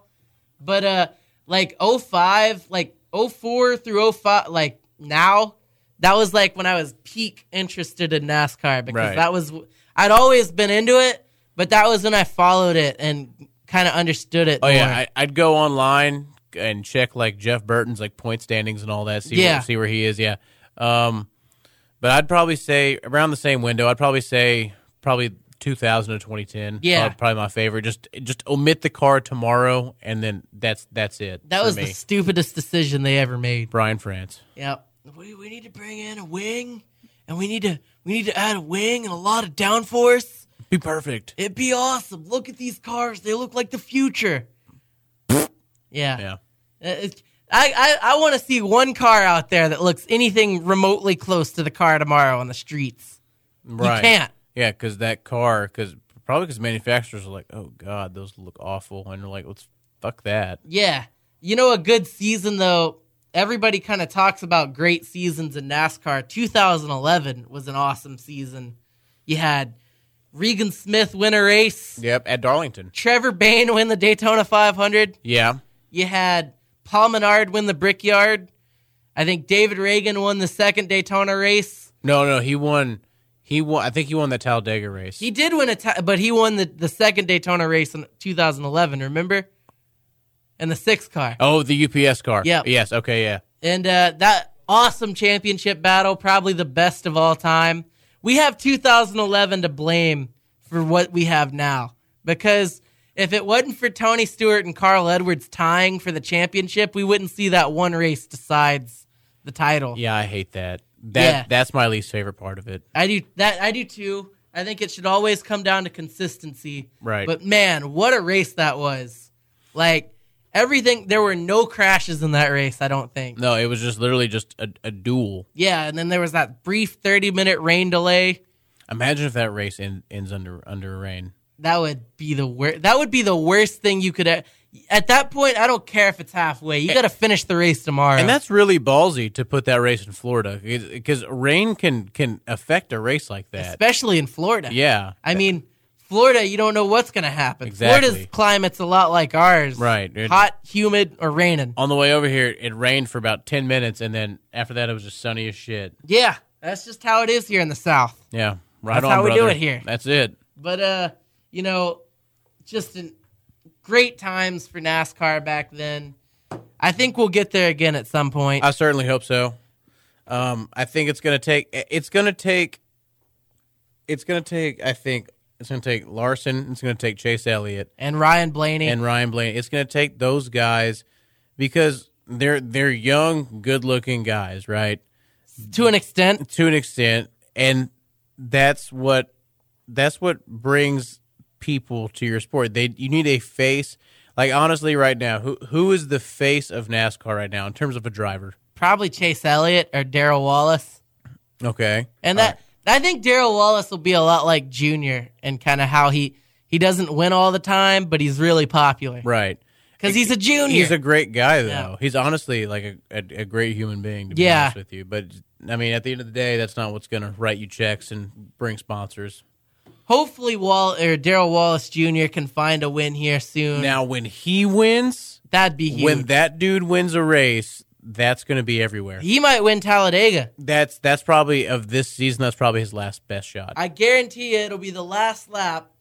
[SPEAKER 3] But uh like 05, like 04 through 05, like now, that was like when I was peak interested in NASCAR because
[SPEAKER 4] Right.
[SPEAKER 3] that was I'd always been into it, but that was when I followed it and kind of understood it.
[SPEAKER 4] Oh yeah,
[SPEAKER 3] more.
[SPEAKER 4] I, I'd go online and check like Jeff Burton's like point standings and all that. See
[SPEAKER 3] Yeah.
[SPEAKER 4] where, see where he is. Yeah. Um, but I'd probably say around the same window. I'd probably say probably 2000 to 2010.
[SPEAKER 3] Yeah.
[SPEAKER 4] Prob- probably my favorite. Just just omit the car tomorrow, and then that's that's it.
[SPEAKER 3] that
[SPEAKER 4] for
[SPEAKER 3] was
[SPEAKER 4] me.
[SPEAKER 3] the stupidest decision they ever made.
[SPEAKER 4] Brian France.
[SPEAKER 3] Yep. We, we need to bring in a wing and we need to we need to add a wing and a lot of downforce.
[SPEAKER 4] Be perfect.
[SPEAKER 3] It'd be awesome. Look at these cars. They look like the future. yeah.
[SPEAKER 4] Yeah.
[SPEAKER 3] Uh, it's- I, I, I want to see one car out there that looks anything remotely close to the car tomorrow on the streets.
[SPEAKER 4] Right.
[SPEAKER 3] can't.
[SPEAKER 4] Yeah, because that car, because probably because manufacturers are like, oh god, those look awful, and they're like, let's fuck that.
[SPEAKER 3] Yeah. You know, a good season, though, everybody kind of talks about great seasons in NASCAR. 2011 was an awesome season. You had Regan Smith win a race,
[SPEAKER 4] Yep. At Darlington.
[SPEAKER 3] Trevor Bain win the Daytona 500.
[SPEAKER 4] Yeah.
[SPEAKER 3] You had Paul Menard win the Brickyard. I think David Reagan won the second Daytona race.
[SPEAKER 4] No, no, he won. He won. I think he won the Talladega race.
[SPEAKER 3] He did win a, ti- but he won the, the second Daytona race in 2011. Remember? And the six car.
[SPEAKER 4] oh, the UPS car.
[SPEAKER 3] Yeah.
[SPEAKER 4] Yes. Okay. Yeah.
[SPEAKER 3] And uh, that awesome championship battle, probably the best of all time. We have 2011 to blame for what we have now. Because if it wasn't for Tony Stewart and Carl Edwards tying for the championship, we wouldn't see that one race decides the title.
[SPEAKER 4] Yeah. I hate that. That
[SPEAKER 3] Yeah.
[SPEAKER 4] that's my least favorite part of it.
[SPEAKER 3] I do that. I do too. I think it should always come down to consistency.
[SPEAKER 4] Right.
[SPEAKER 3] But man, what a race that was! Like everything, there were no crashes in that race. I don't think.
[SPEAKER 4] No, it was just literally just a, a duel.
[SPEAKER 3] Yeah, and then there was that brief thirty-minute rain delay.
[SPEAKER 4] Imagine if that race en- ends under under rain.
[SPEAKER 3] That would be the worst. That would be the worst thing you could. e- At that point, I don't care if it's halfway. You got to finish the race tomorrow.
[SPEAKER 4] And that's really ballsy to put that race in Florida because rain can can affect a race like that.
[SPEAKER 3] especially in Florida.
[SPEAKER 4] Yeah.
[SPEAKER 3] I mean, Florida, you don't know what's going to happen.
[SPEAKER 4] Exactly.
[SPEAKER 3] Florida's climate's a lot like ours.
[SPEAKER 4] Right. It-
[SPEAKER 3] Hot, humid, or raining.
[SPEAKER 4] on the way over here, it rained for about 10 minutes, and then after that, it was just sunny as shit.
[SPEAKER 3] Yeah, that's just how it is here in the South.
[SPEAKER 4] Yeah. Right
[SPEAKER 3] That's
[SPEAKER 4] on,
[SPEAKER 3] how we do
[SPEAKER 4] brother.
[SPEAKER 3] it here.
[SPEAKER 4] That's it.
[SPEAKER 3] But uh, you know, just an, great times for NASCAR back then. I think we'll get there again at some point.
[SPEAKER 4] I certainly hope so. Um, I think it's going to take, it's going to take, it's going to take, I think, it's going to take Larson, it's going to take Chase Elliott
[SPEAKER 3] and Ryan Blaney.
[SPEAKER 4] and Ryan Blaney. It's going to take those guys because they're, they're young, good looking guys, right?
[SPEAKER 3] to an extent.
[SPEAKER 4] to an extent, and that's what that's what brings people to your sport. They you need a face. Like honestly, right now, who who is the face of NASCAR right now in terms of a driver?
[SPEAKER 3] Probably Chase Elliott or Daryl Wallace.
[SPEAKER 4] Okay,
[SPEAKER 3] And that I think Daryl Wallace will be a lot like Junior and kind of how he he doesn't win all the time, but he's really popular
[SPEAKER 4] right.
[SPEAKER 3] because he's a junior.
[SPEAKER 4] He's a great guy though.
[SPEAKER 3] Yeah.
[SPEAKER 4] He's honestly like a, a, a great human being to be
[SPEAKER 3] Yeah.
[SPEAKER 4] honest with you. But I mean, at the end of the day, that's not what's going to write you checks and bring sponsors.
[SPEAKER 3] Hopefully, Wall or Daryl Wallace Jr. can find a win here soon.
[SPEAKER 4] Now, when he wins,
[SPEAKER 3] That'd be huge.
[SPEAKER 4] when that dude wins a race, that's going to be everywhere.
[SPEAKER 3] he might win Talladega.
[SPEAKER 4] That's that's probably of this season. That's probably his last best shot.
[SPEAKER 3] I guarantee you, it'll be the last lap,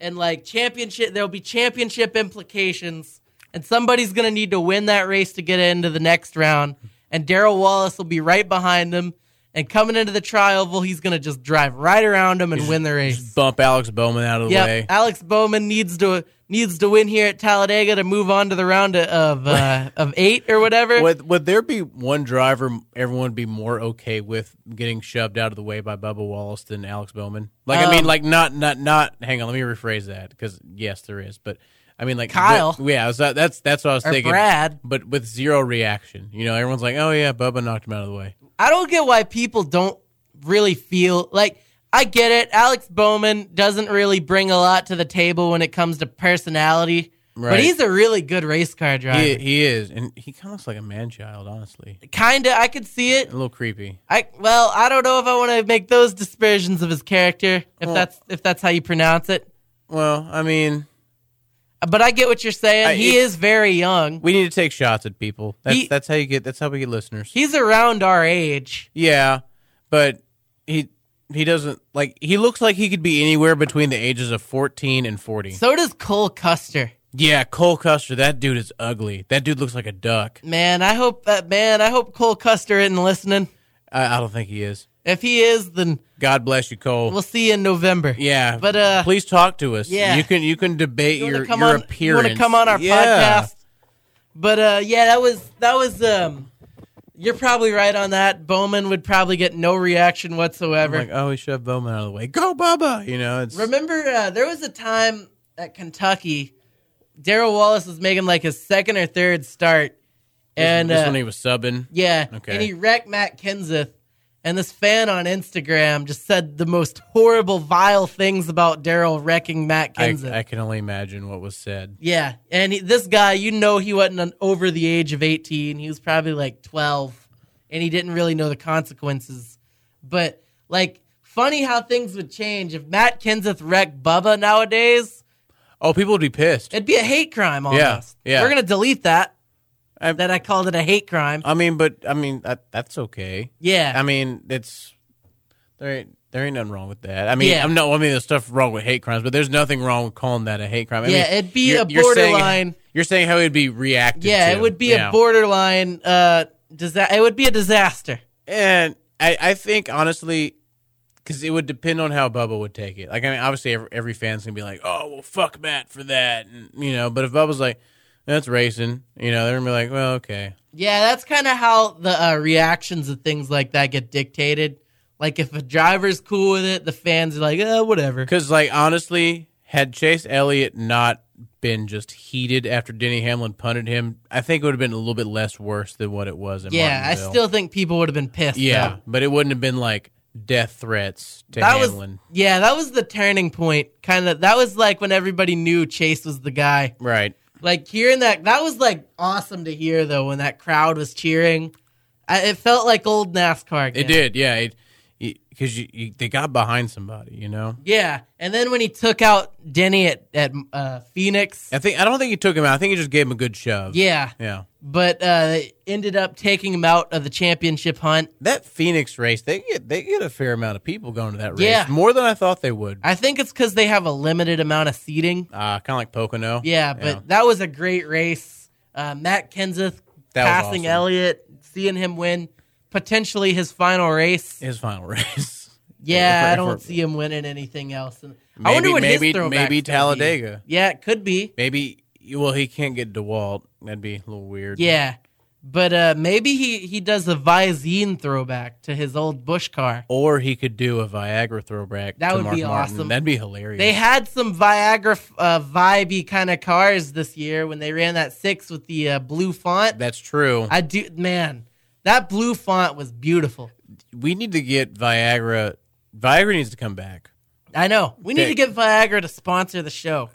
[SPEAKER 3] and like championship, there'll be championship implications, and somebody's gonna need to win that race to get into the next round. And Daryl Wallace will be right behind him, and coming into the trioval, he's gonna just drive right around him and win the race.
[SPEAKER 4] Just bump Alex Bowman out of the
[SPEAKER 3] Yep,
[SPEAKER 4] way.
[SPEAKER 3] Alex Bowman needs to needs to win here at Talladega to move on to the round of uh, of eight or whatever.
[SPEAKER 4] Would would there be one driver everyone would be more okay with getting shoved out of the way by Bubba Wallace than Alex Bowman? Like I mean,
[SPEAKER 3] Um,
[SPEAKER 4] like not not not. Hang on, let me rephrase that because yes, there is, but. I mean, like
[SPEAKER 3] Kyle.
[SPEAKER 4] but- yeah, so that's that's what I was
[SPEAKER 3] Or
[SPEAKER 4] thinking.
[SPEAKER 3] Brad.
[SPEAKER 4] but with zero reaction. You know, everyone's like, "Oh yeah, Bubba knocked him out of the way."
[SPEAKER 3] I don't get why people don't really feel like I get it. Alex Bowman doesn't really bring a lot to the table when it comes to personality, but
[SPEAKER 4] Right.
[SPEAKER 3] he's a really good race car driver.
[SPEAKER 4] He, he is, and he kind of looks like a man child, honestly.
[SPEAKER 3] Kinda, I could see
[SPEAKER 4] A
[SPEAKER 3] it.
[SPEAKER 4] little creepy.
[SPEAKER 3] I well, I don't know if I want to make those dispersions of his character, if that's if that's how you pronounce it.
[SPEAKER 4] Well, I mean,
[SPEAKER 3] But I get what you're saying.
[SPEAKER 4] I-
[SPEAKER 3] he is very young.
[SPEAKER 4] we need to take shots at people. That's
[SPEAKER 3] He-
[SPEAKER 4] that's how you get. That's how we get listeners.
[SPEAKER 3] He's around our age.
[SPEAKER 4] Yeah, but he he doesn't like he looks like he could be anywhere between the ages of 14 and 40.
[SPEAKER 3] So does Cole Custer.
[SPEAKER 4] yeah, Cole Custer, that dude is ugly. That dude looks like a duck.
[SPEAKER 3] Man, I hope that man, I hope Cole Custer isn't listening.
[SPEAKER 4] I, I don't think he is.
[SPEAKER 3] If he is, then
[SPEAKER 4] God bless you, Cole.
[SPEAKER 3] we'll see you in November.
[SPEAKER 4] yeah,
[SPEAKER 3] but, uh,
[SPEAKER 4] please talk to us.
[SPEAKER 3] yeah.
[SPEAKER 4] you can you can debate
[SPEAKER 3] you
[SPEAKER 4] your
[SPEAKER 3] want to come
[SPEAKER 4] your
[SPEAKER 3] on you
[SPEAKER 4] appearance.
[SPEAKER 3] want to come on our
[SPEAKER 4] Yeah.
[SPEAKER 3] podcast but uh yeah that was that was um you're probably right on that bowman would probably get no reaction
[SPEAKER 4] I'm
[SPEAKER 3] whatsoever
[SPEAKER 4] like, oh, he shoved Bowman out of the way. Go, Bubba. You know, it's
[SPEAKER 3] remember uh, there was a time at kentucky daryl wallace was making like his second or third start and
[SPEAKER 4] this
[SPEAKER 3] uh,
[SPEAKER 4] one he was subbing.
[SPEAKER 3] yeah
[SPEAKER 4] Okay.
[SPEAKER 3] and he wrecked matt kenseth and this fan on instagram just said the most horrible vile things about daryl wrecking matt
[SPEAKER 4] I,
[SPEAKER 3] kenseth
[SPEAKER 4] I can only imagine what was said.
[SPEAKER 3] Yeah, and he, this guy, you know, he wasn't an, over the age of eighteen. He was probably like twelve, and he didn't really know the consequences. But like, funny how things would change if Matt Kenseth wrecked Bubba nowadays.
[SPEAKER 4] Oh, people would be pissed.
[SPEAKER 3] It'd be a hate crime almost.
[SPEAKER 4] yeah.
[SPEAKER 3] We're gonna delete that.
[SPEAKER 4] I-
[SPEAKER 3] that I called it a hate crime.
[SPEAKER 4] I mean, but I mean that, that's okay.
[SPEAKER 3] yeah,
[SPEAKER 4] I mean, it's there ain't there ain't nothing wrong with that. I mean,
[SPEAKER 3] Yeah.
[SPEAKER 4] I'm no, I mean, there's stuff wrong with hate crimes, but there's nothing wrong with calling that a hate crime. I
[SPEAKER 3] Yeah,
[SPEAKER 4] mean,
[SPEAKER 3] it'd be
[SPEAKER 4] you're-
[SPEAKER 3] a
[SPEAKER 4] you're saying-
[SPEAKER 3] borderline-
[SPEAKER 4] You're saying how it'd be reacted.
[SPEAKER 3] yeah.
[SPEAKER 4] to.
[SPEAKER 3] It would be
[SPEAKER 4] Yeah.
[SPEAKER 3] a borderline. Uh, disa- It would be a disaster.
[SPEAKER 4] And I, I think honestly, because it would depend on how Bubba would take it. Like, I mean, obviously, every, every fan's gonna be like, "Oh, well, fuck Matt for that," and, you know. But if Bubba's like, "That's racing," you know, they're gonna be like, "Well, okay."
[SPEAKER 3] Yeah, that's kind of how the uh, reactions of things like that get dictated. Like if a driver's cool with it, the fans are like, uh, whatever.
[SPEAKER 4] Because, like, honestly, had Chase Elliott not been just heated after Denny Hamlin punted him, I think it would have been a little bit less worse than what it was. In
[SPEAKER 3] Yeah, I
[SPEAKER 4] Martinsville.
[SPEAKER 3] still think people would have been pissed.
[SPEAKER 4] yeah,
[SPEAKER 3] though.
[SPEAKER 4] but it wouldn't have been like death threats to
[SPEAKER 3] that was
[SPEAKER 4] Hamlin,
[SPEAKER 3] yeah, that was the turning point. Kind of that was like when everybody knew Chase was the guy.
[SPEAKER 4] right?
[SPEAKER 3] Like hearing that, that was like awesome to hear though when that crowd was cheering. I, it felt like old NASCAR. Again.
[SPEAKER 4] It did, yeah. Because you, you, they got behind somebody, you know.
[SPEAKER 3] Yeah, and then when he took out Denny at at uh, Phoenix,
[SPEAKER 4] I think I don't think he took him out. I think he just gave him a good shove.
[SPEAKER 3] yeah,
[SPEAKER 4] yeah.
[SPEAKER 3] but uh, ended up taking him out of the championship hunt.
[SPEAKER 4] That Phoenix race, they get they get a fair amount of people going to that race.
[SPEAKER 3] Yeah.
[SPEAKER 4] more than I thought they would.
[SPEAKER 3] I think it's because they have a limited amount of seating.
[SPEAKER 4] Uh, kind of like Pocono.
[SPEAKER 3] Yeah, but that was a great race. Uh, Matt Kenseth
[SPEAKER 4] That was
[SPEAKER 3] passing
[SPEAKER 4] awesome.
[SPEAKER 3] Elliott, seeing him win potentially his final race.
[SPEAKER 4] his final race.
[SPEAKER 3] Yeah,
[SPEAKER 4] for-
[SPEAKER 3] I don't
[SPEAKER 4] for-
[SPEAKER 3] see him winning anything else. And I
[SPEAKER 4] Maybe-
[SPEAKER 3] wonder what
[SPEAKER 4] maybe-
[SPEAKER 3] his throwback's gonna be.
[SPEAKER 4] maybe Talladega.
[SPEAKER 3] Yeah, it could be.
[SPEAKER 4] Maybe well, he can't get Dewalt. That'd be a little weird.
[SPEAKER 3] Yeah, But uh, maybe he, he does a Visine throwback to his old Bush car.
[SPEAKER 4] Or he could do a Viagra throwback.
[SPEAKER 3] That
[SPEAKER 4] to
[SPEAKER 3] would
[SPEAKER 4] Mark
[SPEAKER 3] be
[SPEAKER 4] Martin.
[SPEAKER 3] awesome.
[SPEAKER 4] That'd be hilarious.
[SPEAKER 3] They had some Viagra f- uh, vibey kind of cars this year when they ran that six with the uh, blue font.
[SPEAKER 4] That's true.
[SPEAKER 3] I do, man, that blue font was beautiful.
[SPEAKER 4] we need to get Viagra. Viagra needs to come back.
[SPEAKER 3] I know. We need
[SPEAKER 4] Okay.
[SPEAKER 3] to get Viagra to sponsor the show.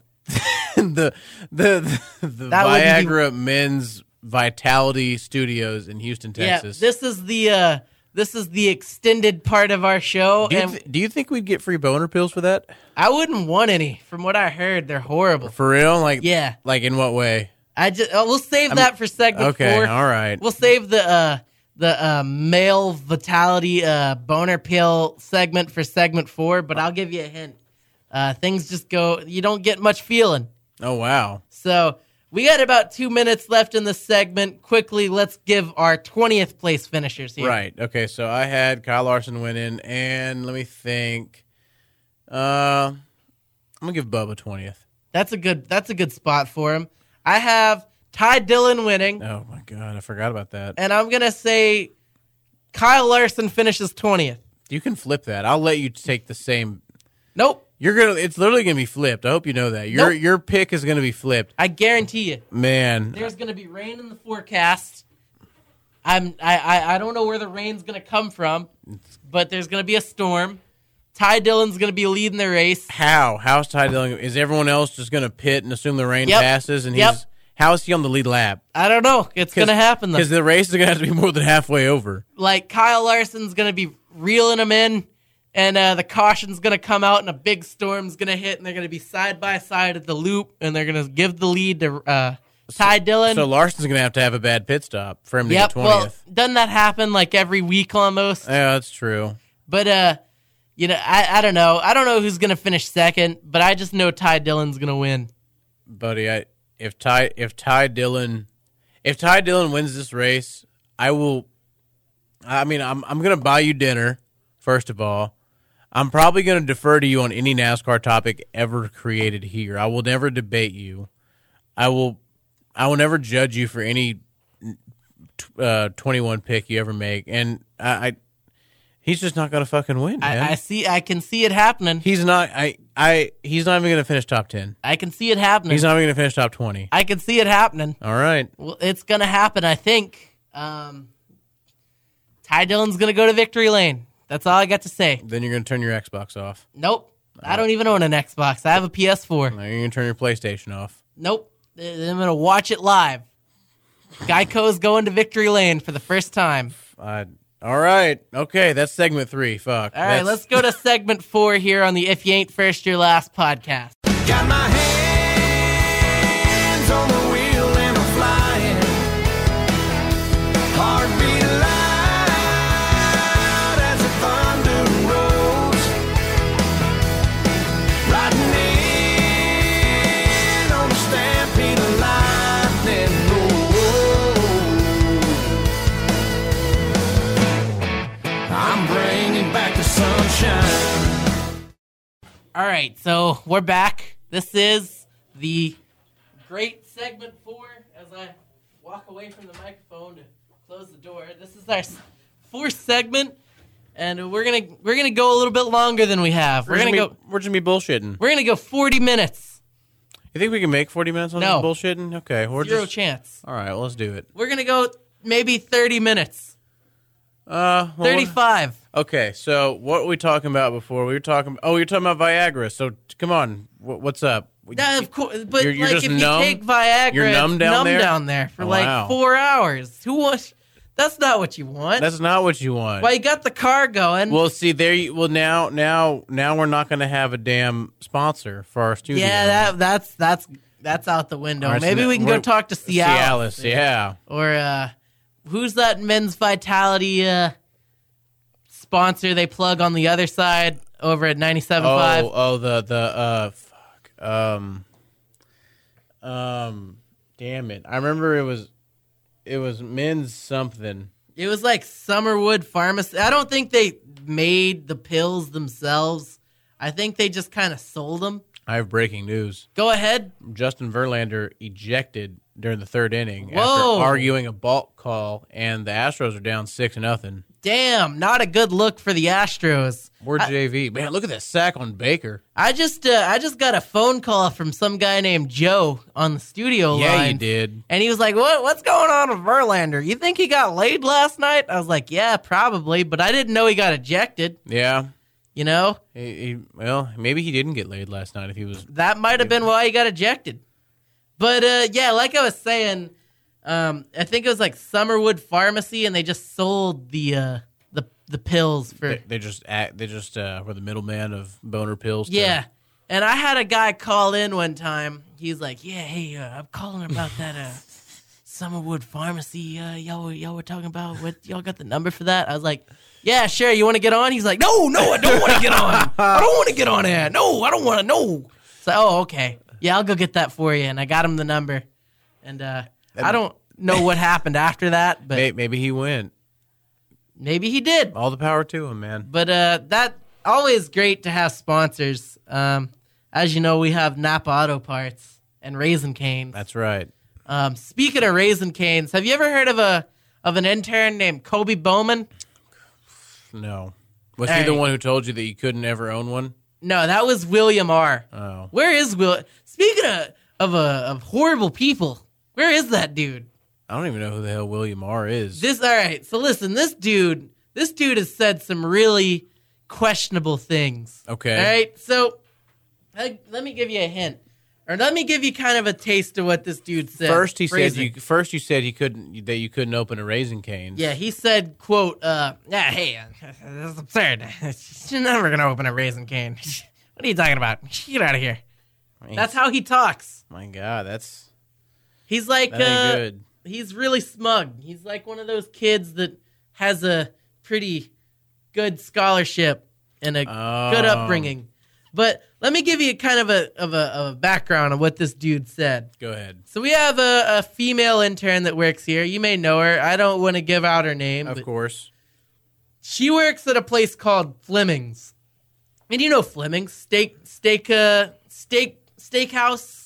[SPEAKER 4] the the the, the
[SPEAKER 3] That wouldn't be-
[SPEAKER 4] Viagra Men's Vitality Studios in Houston, Texas.
[SPEAKER 3] Yeah, this is the uh, this is the extended part of our show,
[SPEAKER 4] do, you
[SPEAKER 3] and
[SPEAKER 4] th- do you think we'd get free boner pills for that?
[SPEAKER 3] I wouldn't want any. From what I heard, they're horrible.
[SPEAKER 4] For real? Like
[SPEAKER 3] Yeah.
[SPEAKER 4] Like in what way?
[SPEAKER 3] I just oh, we'll save that for segment
[SPEAKER 4] Okay,
[SPEAKER 3] four.
[SPEAKER 4] all right.
[SPEAKER 3] We'll save the uh, the uh, male vitality uh, boner pill segment for segment four. But I'll give you a hint. Uh, things just go. You don't get much feeling.
[SPEAKER 4] oh wow.
[SPEAKER 3] So we got about two minutes left in the segment. Quickly, let's give our twentieth place finishers here.
[SPEAKER 4] Right. Okay. So I had Kyle Larson went in, and let me think. Uh, I'm gonna give Bubba twentieth.
[SPEAKER 3] That's a good. That's a good spot for him. I have Ty Dillon winning,
[SPEAKER 4] Oh my god, I forgot about that.
[SPEAKER 3] and I'm gonna say Kyle Larson finishes twentieth.
[SPEAKER 4] You can flip that. I'll let you take the same.
[SPEAKER 3] Nope,
[SPEAKER 4] You're gonna. It's literally gonna be flipped. I hope you know that. Your
[SPEAKER 3] Nope.
[SPEAKER 4] your pick is gonna be flipped.
[SPEAKER 3] I guarantee you.
[SPEAKER 4] Man,
[SPEAKER 3] There's gonna be rain in the forecast. I'm. I. I, I don't know where the rain's gonna come from, but there's gonna be a storm. Ty Dillon's gonna be leading the race.
[SPEAKER 4] how how's Ty Dillon? Is everyone else just gonna pit and assume the rain
[SPEAKER 3] Yep.
[SPEAKER 4] passes? And
[SPEAKER 3] Yep.
[SPEAKER 4] he's how is he on the lead lap?
[SPEAKER 3] I don't know. It's gonna happen though.
[SPEAKER 4] because the race is gonna have to be more than halfway over.
[SPEAKER 3] like Kyle Larson's gonna be reeling him in, and uh, the caution's gonna come out, and a big storm's gonna hit, and they're gonna be side by side at the loop, and they're gonna give the lead to uh, Ty Dillon.
[SPEAKER 4] So Larson's gonna have to have a bad pit stop for him to
[SPEAKER 3] yep.
[SPEAKER 4] get
[SPEAKER 3] Well,
[SPEAKER 4] twentieth.
[SPEAKER 3] doesn't that happen like every week almost?
[SPEAKER 4] yeah, that's true.
[SPEAKER 3] But uh, you know, I I don't know. I don't know who's gonna finish second, but I just know Ty Dillon's gonna win.
[SPEAKER 4] buddy. I if Ty if Ty Dillon if Ty Dillon wins this race, I will. I mean, I'm I'm gonna buy you dinner. First of all, I'm probably gonna defer to you on any NASCAR topic ever created here. I will never debate you. I will. I will never judge you for any t- uh, 21 pick you ever make. And I, I he's just not gonna fucking win. Man.
[SPEAKER 3] I, I see. I can see it happening.
[SPEAKER 4] he's not. I. I. He's not even gonna finish top 10.
[SPEAKER 3] I can see it happening.
[SPEAKER 4] He's not even gonna finish top 20.
[SPEAKER 3] I can see it happening.
[SPEAKER 4] All right.
[SPEAKER 3] Well, it's gonna happen, I think. Um, Ty Dillon's gonna go to victory lane. That's all I got to say.
[SPEAKER 4] Then you're going to turn your Xbox off.
[SPEAKER 3] Nope, I don't even own an Xbox. I have a PS4.
[SPEAKER 4] Now you're going to turn your PlayStation off.
[SPEAKER 3] Nope, Uh, I'm gonna watch it live. Geico's going to victory lane for the first time.
[SPEAKER 4] I, all right. Okay. That's segment three. Fuck.
[SPEAKER 3] All right, let's go to segment four here on the "If You Ain't First, Your Last" podcast.
[SPEAKER 6] Got my hands on the wheel and I'm flying. Heartbeat loud as the thunder rolls. Riding in on the stampede of lightning. Whoa. I'm bringing back the sunshine.
[SPEAKER 3] All right, so we're back. This is the great segment four. As I walk away from the microphone to close the door, this is our s- fourth segment, and we're gonna we're gonna go a little bit longer than we have. We're
[SPEAKER 4] We're,
[SPEAKER 3] gonna
[SPEAKER 4] going
[SPEAKER 3] go
[SPEAKER 4] to be, We're just going to be bullshitting.
[SPEAKER 3] we're gonna go forty minutes.
[SPEAKER 4] You think we can make 40 minutes on
[SPEAKER 3] No.
[SPEAKER 4] this bullshitting? Okay. We're
[SPEAKER 3] Zero
[SPEAKER 4] just,
[SPEAKER 3] chance.
[SPEAKER 4] All right. Well, let's do it.
[SPEAKER 3] We're gonna go maybe thirty minutes,
[SPEAKER 4] Uh, well,
[SPEAKER 3] thirty-five.
[SPEAKER 4] what- okay. So what were we talking about before? We were talking. Oh, you're talking about Viagra. So t- come on. What, what's up?
[SPEAKER 3] Yeah, of course, but
[SPEAKER 4] You're- you're
[SPEAKER 3] like if
[SPEAKER 4] just
[SPEAKER 3] you
[SPEAKER 4] numb?
[SPEAKER 3] take Viagra,
[SPEAKER 4] You're numb
[SPEAKER 3] it's
[SPEAKER 4] down
[SPEAKER 3] numb
[SPEAKER 4] there?
[SPEAKER 3] down there for like
[SPEAKER 4] Wow.
[SPEAKER 3] four hours. Who wants? That's not what you want.
[SPEAKER 4] That's not what you want.
[SPEAKER 3] Well, you got the car going.
[SPEAKER 4] well, see there. You, well, now, now, now we're not going to have a damn sponsor for our studio.
[SPEAKER 3] yeah, that that's that's that's out the window.
[SPEAKER 4] All right, so
[SPEAKER 3] Maybe
[SPEAKER 4] now
[SPEAKER 3] we can go
[SPEAKER 4] we're-
[SPEAKER 3] talk to Cialis,
[SPEAKER 4] Cialis. Yeah.
[SPEAKER 3] or uh, who's that men's vitality uh, sponsor they plug on the other side over at ninety seven
[SPEAKER 4] Oh,
[SPEAKER 3] five.
[SPEAKER 4] oh, the the uh, fuck. Um, um, damn it! I remember it was, it was men's something.
[SPEAKER 3] It was like Summerwood Pharmacy. I don't think they made the pills themselves. I think they just kind of sold them.
[SPEAKER 4] I have breaking news.
[SPEAKER 3] Go ahead.
[SPEAKER 4] Justin Verlander ejected during the third inning
[SPEAKER 3] Whoa.
[SPEAKER 4] after arguing a balk call, and the Astros are down six nothing.
[SPEAKER 3] Damn, not a good look for the Astros.
[SPEAKER 4] We're JV. Man, look at that sack on Baker.
[SPEAKER 3] I just uh, I just got a phone call from some guy named Joe on the studio
[SPEAKER 4] yeah,
[SPEAKER 3] line.
[SPEAKER 4] you did.
[SPEAKER 3] And he was like, "What? What's going on with Verlander? You think he got laid last night?" I was like, "Yeah, probably," but I didn't know he got ejected.
[SPEAKER 4] Yeah.
[SPEAKER 3] You know,
[SPEAKER 4] He, he- well, maybe he didn't get laid last night if he was.
[SPEAKER 3] that might have been why he got ejected. But uh, yeah, like I was saying, um, I think it was like Summerwood Pharmacy, and they just sold the uh, the the pills for
[SPEAKER 4] They, they just act. They just uh, were the middleman of boner pills. to-
[SPEAKER 3] Yeah. And I had a guy call in one time. He's like, "Yeah, hey, uh, I'm calling about that uh, Summerwood Pharmacy. Uh, y'all, were, y'all were talking about what y'all got the number for that." I was like, "Yeah, sure. You want to get on?" He's like, "No, no, I don't want to get on. I don't want to get on air. No, I don't want to. No." So, oh, okay. Yeah, I'll go get that for you. And I got him the number. And uh, I don't know what happened after that, but
[SPEAKER 4] May- Maybe he went.
[SPEAKER 3] maybe he did.
[SPEAKER 4] All the power to him, man.
[SPEAKER 3] But uh, that always great to have sponsors. Um, as you know, we have Napa Auto Parts and Raisin Canes.
[SPEAKER 4] That's right.
[SPEAKER 3] Um, speaking of Raisin Canes, have you ever heard of a of an intern named Kobe Bowman?
[SPEAKER 4] No. Was he the
[SPEAKER 3] Hey.
[SPEAKER 4] one who told you that you couldn't ever own one?
[SPEAKER 3] No, that was William R.
[SPEAKER 4] Oh.
[SPEAKER 3] Where is Will? Speaking of of, uh, of horrible people, where is that dude?
[SPEAKER 4] I don't even know who the hell William R is.
[SPEAKER 3] This all right. So listen, this dude, this dude has said some really questionable things.
[SPEAKER 4] Okay.
[SPEAKER 3] All right. So I, let me give you a hint, or let me give you kind of a taste of what this dude said.
[SPEAKER 4] First, he
[SPEAKER 3] Phrasing.
[SPEAKER 4] said you. First, you said he couldn't that you couldn't open a raisin cane.
[SPEAKER 3] Yeah, he said, "quote uh, Yeah, hey, uh, this is absurd. She's never gonna open a raisin cane. what are you talking about? Get out of here." That's how he talks.
[SPEAKER 4] My God, that's
[SPEAKER 3] He's like,
[SPEAKER 4] that ain't
[SPEAKER 3] uh,
[SPEAKER 4] good.
[SPEAKER 3] he's really smug. He's like one of those kids that has a pretty good scholarship and a
[SPEAKER 4] Oh.
[SPEAKER 3] good upbringing. But let me give you kind of a of a, of a background of what this dude said.
[SPEAKER 4] Go ahead.
[SPEAKER 3] So we have a, a female intern that works here. You may know her. I don't want to give out her name.
[SPEAKER 4] Of
[SPEAKER 3] but
[SPEAKER 4] course.
[SPEAKER 3] She works at a place called Fleming's. And you know Fleming's steak steak uh steak steakhouse.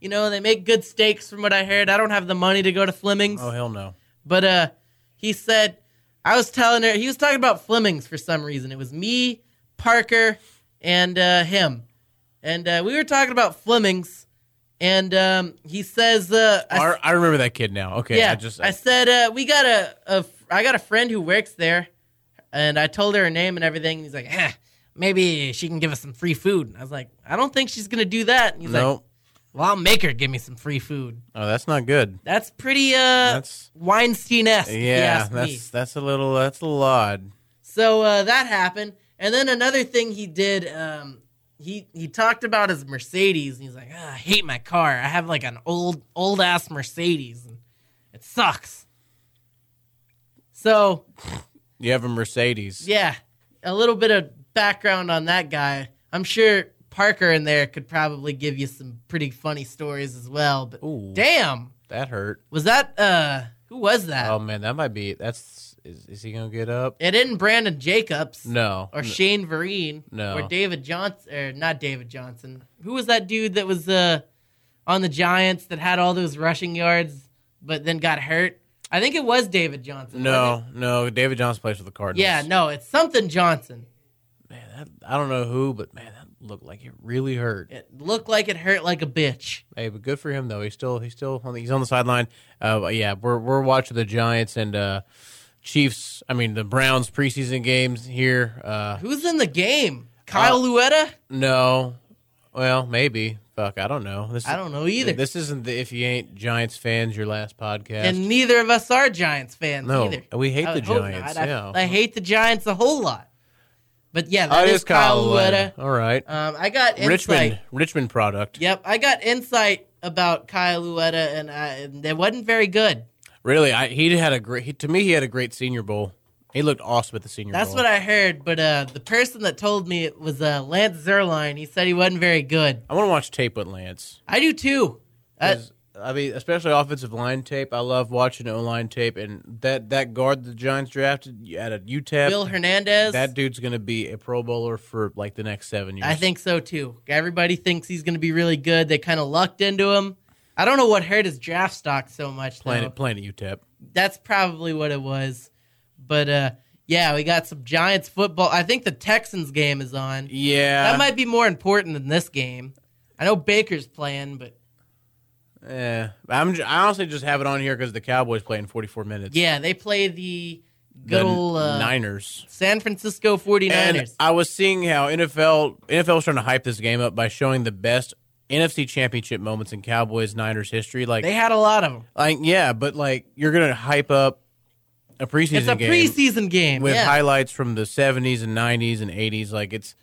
[SPEAKER 3] You know, they make good steaks from what I heard. I don't have the money to go to Fleming's.
[SPEAKER 4] Oh hell no.
[SPEAKER 3] But uh, he said, I was telling her, he was talking about Flemings for some reason. It was me, Parker, and uh, him. And uh, we were talking about Flemings. And um, he says, uh, I-
[SPEAKER 4] I, I remember that kid now. Okay.
[SPEAKER 3] yeah,
[SPEAKER 4] I just
[SPEAKER 3] I said, uh, we got a, a, I got a friend who works there. And I told her her name and everything. And he's like, eh, maybe she can give us some free food. And I was like, I don't think she's going to do that. And he's
[SPEAKER 4] no.
[SPEAKER 3] like, well, I'll make her give me some free food.
[SPEAKER 4] oh, that's not good.
[SPEAKER 3] That's pretty uh,
[SPEAKER 4] That's-
[SPEAKER 3] Weinstein-esque. if you
[SPEAKER 4] Yeah,
[SPEAKER 3] ask me.
[SPEAKER 4] that's that's a little that's a little odd.
[SPEAKER 3] So uh, that happened, and then another thing he did, um, he he talked about his Mercedes, and he's like, "Ah, "I hate my car. I have like an old old ass Mercedes, and it sucks." So
[SPEAKER 4] You have a Mercedes.
[SPEAKER 3] yeah, a little bit of background on that guy. I'm sure Parker in there could probably give you some pretty funny stories as well. But
[SPEAKER 4] Ooh.
[SPEAKER 3] damn,
[SPEAKER 4] That hurt.
[SPEAKER 3] was that uh, who was that?
[SPEAKER 4] Oh man, that might be. That's is, is he gonna get up?
[SPEAKER 3] it isn't Brandon Jacobs.
[SPEAKER 4] No.
[SPEAKER 3] or Shane Vereen,
[SPEAKER 4] No.
[SPEAKER 3] or David Johnson, or not David Johnson. Who was that dude that was uh, on the Giants that had all those rushing yards, but then got hurt? I think it was David Johnson. wasn't
[SPEAKER 4] no, no. David Johnson plays for the
[SPEAKER 3] it?
[SPEAKER 4] Cardinals.
[SPEAKER 3] yeah, no, it's something Johnson.
[SPEAKER 4] Man, that, I don't know who, but man, that looked like it really hurt.
[SPEAKER 3] It looked like it hurt like a bitch.
[SPEAKER 4] Hey, but good for him though. He's still he's still on the, he's on the sideline. Uh, but yeah, we're we're watching the Giants and uh, Chiefs. I mean the Browns preseason games here. Uh,
[SPEAKER 3] Who's in the game? Kyle Luetta?
[SPEAKER 4] no, well maybe. Fuck, I don't know. This
[SPEAKER 3] I don't know either.
[SPEAKER 4] This isn't the if you ain't Giants fans your last podcast.
[SPEAKER 3] and neither of us are Giants fans
[SPEAKER 4] No,
[SPEAKER 3] either.
[SPEAKER 4] we hate
[SPEAKER 3] I
[SPEAKER 4] the
[SPEAKER 3] would hope
[SPEAKER 4] Giants,
[SPEAKER 3] not. I,
[SPEAKER 4] yeah.
[SPEAKER 3] I hate the Giants a whole lot. But yeah,
[SPEAKER 4] oh,
[SPEAKER 3] that
[SPEAKER 4] it
[SPEAKER 3] is
[SPEAKER 4] is Kyle
[SPEAKER 3] Luetta.
[SPEAKER 4] Luetta. All right,
[SPEAKER 3] Um, I got insight.
[SPEAKER 4] Richmond Richmond product.
[SPEAKER 3] Yep, I got insight about Kyle Luetta, and, I, and it wasn't very good.
[SPEAKER 4] Really, I, he had a great. He, to me, he had a great Senior Bowl. He looked awesome at the Senior
[SPEAKER 3] That's
[SPEAKER 4] Bowl.
[SPEAKER 3] what I heard, but uh, the person that told me it was uh, Lance Zerline. He said he wasn't very good.
[SPEAKER 4] I want to watch tape with Lance.
[SPEAKER 3] I do too. Uh,
[SPEAKER 4] 'Cause I mean, especially offensive line tape. I love watching O line tape, and that that guard the Giants drafted out of UTEP,
[SPEAKER 3] Bill Hernandez.
[SPEAKER 4] E That dude's going to be a Pro Bowler for like the next seven years.
[SPEAKER 3] I think so too. Everybody thinks he's going to be really good. They kind of lucked into him. I don't know what hurt his draft stock so much.
[SPEAKER 4] playing
[SPEAKER 3] though.
[SPEAKER 4] at E playing at UTEP.
[SPEAKER 3] That's probably what it was. But uh, yeah, we got some Giants football. I think the Texans game is on.
[SPEAKER 4] Yeah,
[SPEAKER 3] That might be more important than this game. I know Baker's playing, but
[SPEAKER 4] Yeah, I'm. ju- I honestly just have it on here because the Cowboys play in 44 minutes.
[SPEAKER 3] yeah, they play the
[SPEAKER 4] The
[SPEAKER 3] good old uh,
[SPEAKER 4] Niners.
[SPEAKER 3] San Francisco 49ers.
[SPEAKER 4] And uh, I was seeing how NFL NFL was trying to hype this game up by showing the best NFC Championship moments in Cowboys Niners history. Like,
[SPEAKER 3] they had a lot of them.
[SPEAKER 4] like yeah, but like you're gonna hype up a preseason
[SPEAKER 3] It's a
[SPEAKER 4] game
[SPEAKER 3] preseason game.
[SPEAKER 4] with
[SPEAKER 3] yeah.
[SPEAKER 4] highlights from the 70s and 90s and 80s. Like it's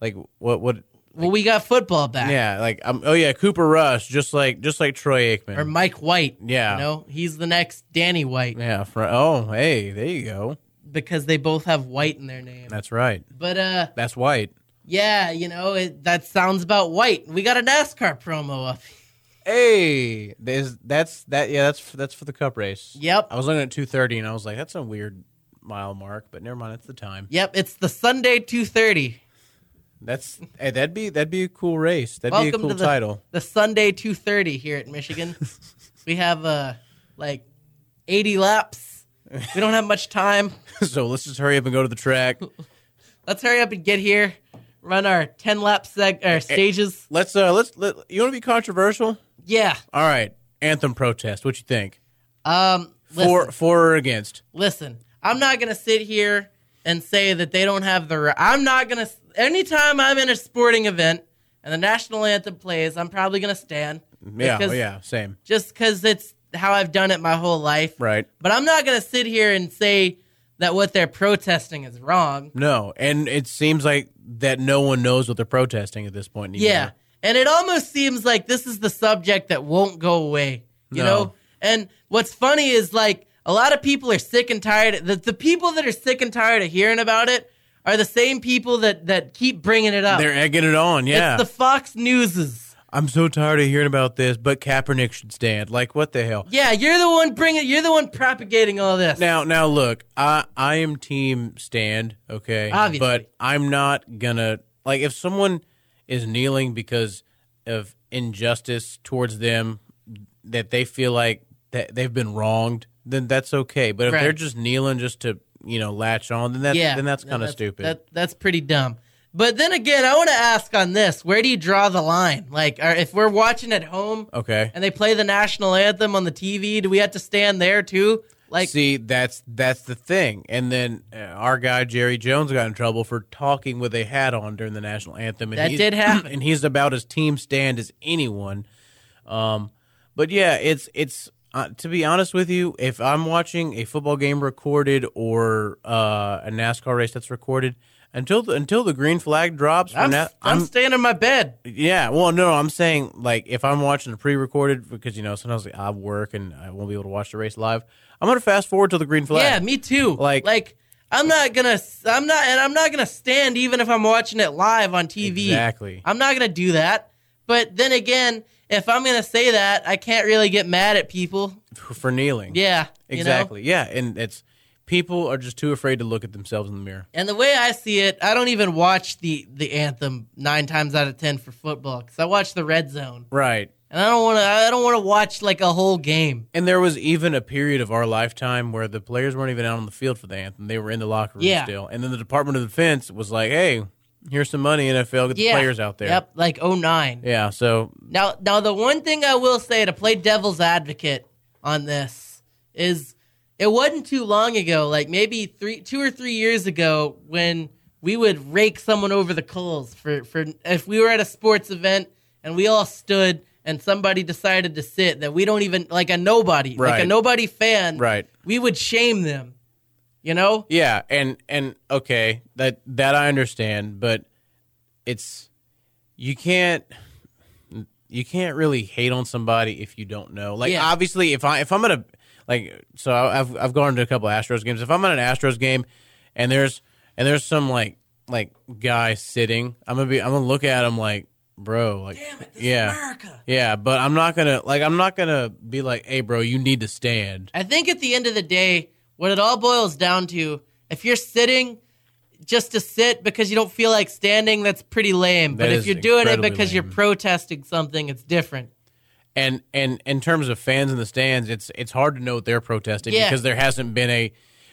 [SPEAKER 4] like what what.
[SPEAKER 3] well, we got football back.
[SPEAKER 4] Yeah, like um, oh yeah, Cooper Rush, just like just like Troy Aikman.
[SPEAKER 3] Or Mike White.
[SPEAKER 4] Yeah.
[SPEAKER 3] You know, he's the next Danny White
[SPEAKER 4] yeah, fr- oh hey, there you go.
[SPEAKER 3] because they both have White in their name.
[SPEAKER 4] That's right.
[SPEAKER 3] But uh,
[SPEAKER 4] That's white.
[SPEAKER 3] yeah, you know, it, that sounds about White. We got a NASCAR promo up.
[SPEAKER 4] Hey, there's that's that yeah that's that's for the cup race.
[SPEAKER 3] Yep.
[SPEAKER 4] I was looking at two thirty and I was like, that's a weird mile mark, but never mind, it's the time.
[SPEAKER 3] Yep, it's the Sunday 2:30.
[SPEAKER 4] That's hey, that'd be that'd be a cool race. That'd be a
[SPEAKER 3] Welcome
[SPEAKER 4] cool
[SPEAKER 3] to the,
[SPEAKER 4] title.
[SPEAKER 3] the Sunday 2:30 here at Michigan. we have uh like 80 laps. We don't have much time.
[SPEAKER 4] so let's just hurry up and go to the track.
[SPEAKER 3] Let's hurry up and get here. Run our 10 lap seg
[SPEAKER 4] Eh,
[SPEAKER 3] our stages.
[SPEAKER 4] Let's uh let's let you want to be controversial.
[SPEAKER 3] Yeah.
[SPEAKER 4] All right, anthem protest. What you think?
[SPEAKER 3] Um listen,
[SPEAKER 4] For for or against?
[SPEAKER 3] listen. I'm not going to sit here and say that they don't have the right. I'm not going to anytime I'm in a sporting event and the national anthem plays, I'm probably going to stand.
[SPEAKER 4] Yeah, oh,
[SPEAKER 3] Because-
[SPEAKER 4] yeah, same.
[SPEAKER 3] just because it's how I've done it my whole life.
[SPEAKER 4] Right.
[SPEAKER 3] But I'm not going to sit here and say that what they're protesting is wrong.
[SPEAKER 4] No, and it seems like that no one knows what they're protesting at this point. anymore.
[SPEAKER 3] Yeah. And it almost seems like this is the subject that won't go away, you
[SPEAKER 4] No.
[SPEAKER 3] know? And what's funny is like a lot of people are sick and tired. The, the people that are sick and tired of hearing about it are the same people that, that keep bringing it up.
[SPEAKER 4] they're egging it on. Yeah,
[SPEAKER 3] It's the Fox Newses.
[SPEAKER 4] I'm so tired of hearing about this, but Kaepernick should stand. Like, what the hell?
[SPEAKER 3] Yeah, you're the one bringing. You're the one propagating all this.
[SPEAKER 4] Now, now, look, I I am team stand, okay,
[SPEAKER 3] Obviously.
[SPEAKER 4] but I'm not gonna like if someone is kneeling because of injustice towards them that they feel like that they've been wronged, then that's okay. But if
[SPEAKER 3] Right.
[SPEAKER 4] they're just kneeling just to you know latch on, then that's
[SPEAKER 3] yeah,
[SPEAKER 4] then that's
[SPEAKER 3] no,
[SPEAKER 4] kind of stupid.
[SPEAKER 3] That, that's pretty dumb. But then again, I want to ask on this: Where do you draw the line? Like, are, if we're watching at home
[SPEAKER 4] okay,
[SPEAKER 3] and they play the national anthem on the TV, do we have to stand there too? Like,
[SPEAKER 4] See, that's that's the thing. And then uh, our guy Jerry Jones got in trouble for talking with a hat on during the national anthem. And
[SPEAKER 3] That
[SPEAKER 4] he's-
[SPEAKER 3] did happen.
[SPEAKER 4] and he's about as team stand as anyone. Um, but yeah, it's it's uh, to be honest with you, if I'm watching a football game recorded or uh, a NASCAR race that's recorded. Until the, until the green flag drops,
[SPEAKER 3] I'm,
[SPEAKER 4] na-
[SPEAKER 3] I'm, staying in my bed.
[SPEAKER 4] yeah, well, no, I'm saying like if I'm watching a pre-recorded because you know sometimes like, I work and I won't be able to watch the race live. I'm gonna fast forward to the green flag.
[SPEAKER 3] Yeah, me too.
[SPEAKER 4] Like-
[SPEAKER 3] like I'm not gonna, I'm not, and I'm not gonna stand even if I'm watching it live on TV.
[SPEAKER 4] Exactly.
[SPEAKER 3] I'm not gonna do that. But then again, if I'm gonna say that, I can't really get mad at people.
[SPEAKER 4] for, for kneeling.
[SPEAKER 3] Yeah, you know?
[SPEAKER 4] exactly. Yeah, and it's people are just too afraid to look at themselves in the mirror.
[SPEAKER 3] And the way I see it, I don't even watch the the anthem nine times out of ten for football because I watch the red zone,
[SPEAKER 4] Right.
[SPEAKER 3] and I don't want to. I don't want to watch like a whole game.
[SPEAKER 4] And there was even a period of our lifetime where the players weren't even out on the field for the anthem; they were in the locker room
[SPEAKER 3] Yeah.
[SPEAKER 4] still. And then the Department of Defense was like, "Hey, here's some money, NFL, get
[SPEAKER 3] Yeah,
[SPEAKER 4] the players out there."
[SPEAKER 3] Yep, like oh nine.
[SPEAKER 4] Yeah. So
[SPEAKER 3] Now, now the one thing I will say to play devil's advocate on this is it wasn't too long ago, like maybe three, two or three years ago, when we would rake someone over the coals for for if we were at a sports event and we all stood and somebody decided to sit that we don't even like a nobody, like a
[SPEAKER 4] Right.
[SPEAKER 3] nobody fan,
[SPEAKER 4] Right.
[SPEAKER 3] We would shame them, you know.
[SPEAKER 4] Yeah, and and okay, that that I understand, but it's you can't you can't really hate on somebody if you don't know. Like
[SPEAKER 3] Yeah.
[SPEAKER 4] obviously, if I if I'm gonna like, so I- I've I've gone to a couple Astros games. If I'm at an Astros game, and there's and there's some like like guy sitting, I'm gonna be I'm gonna look at him like bro, like, yeah, yeah, but I'm not gonna like I'm not gonna be like, hey, bro, you need to stand.
[SPEAKER 3] I think at the end of the day, what it all boils down to, if you're sitting just to sit because you don't feel like standing, that's pretty lame.
[SPEAKER 4] That
[SPEAKER 3] but
[SPEAKER 4] is
[SPEAKER 3] if you're doing it
[SPEAKER 4] incredibly
[SPEAKER 3] because you're
[SPEAKER 4] lame.
[SPEAKER 3] protesting something, it's different.
[SPEAKER 4] And and in terms of fans in the stands, it's it's hard to know what they're protesting
[SPEAKER 3] Yeah.
[SPEAKER 4] because there hasn't been a.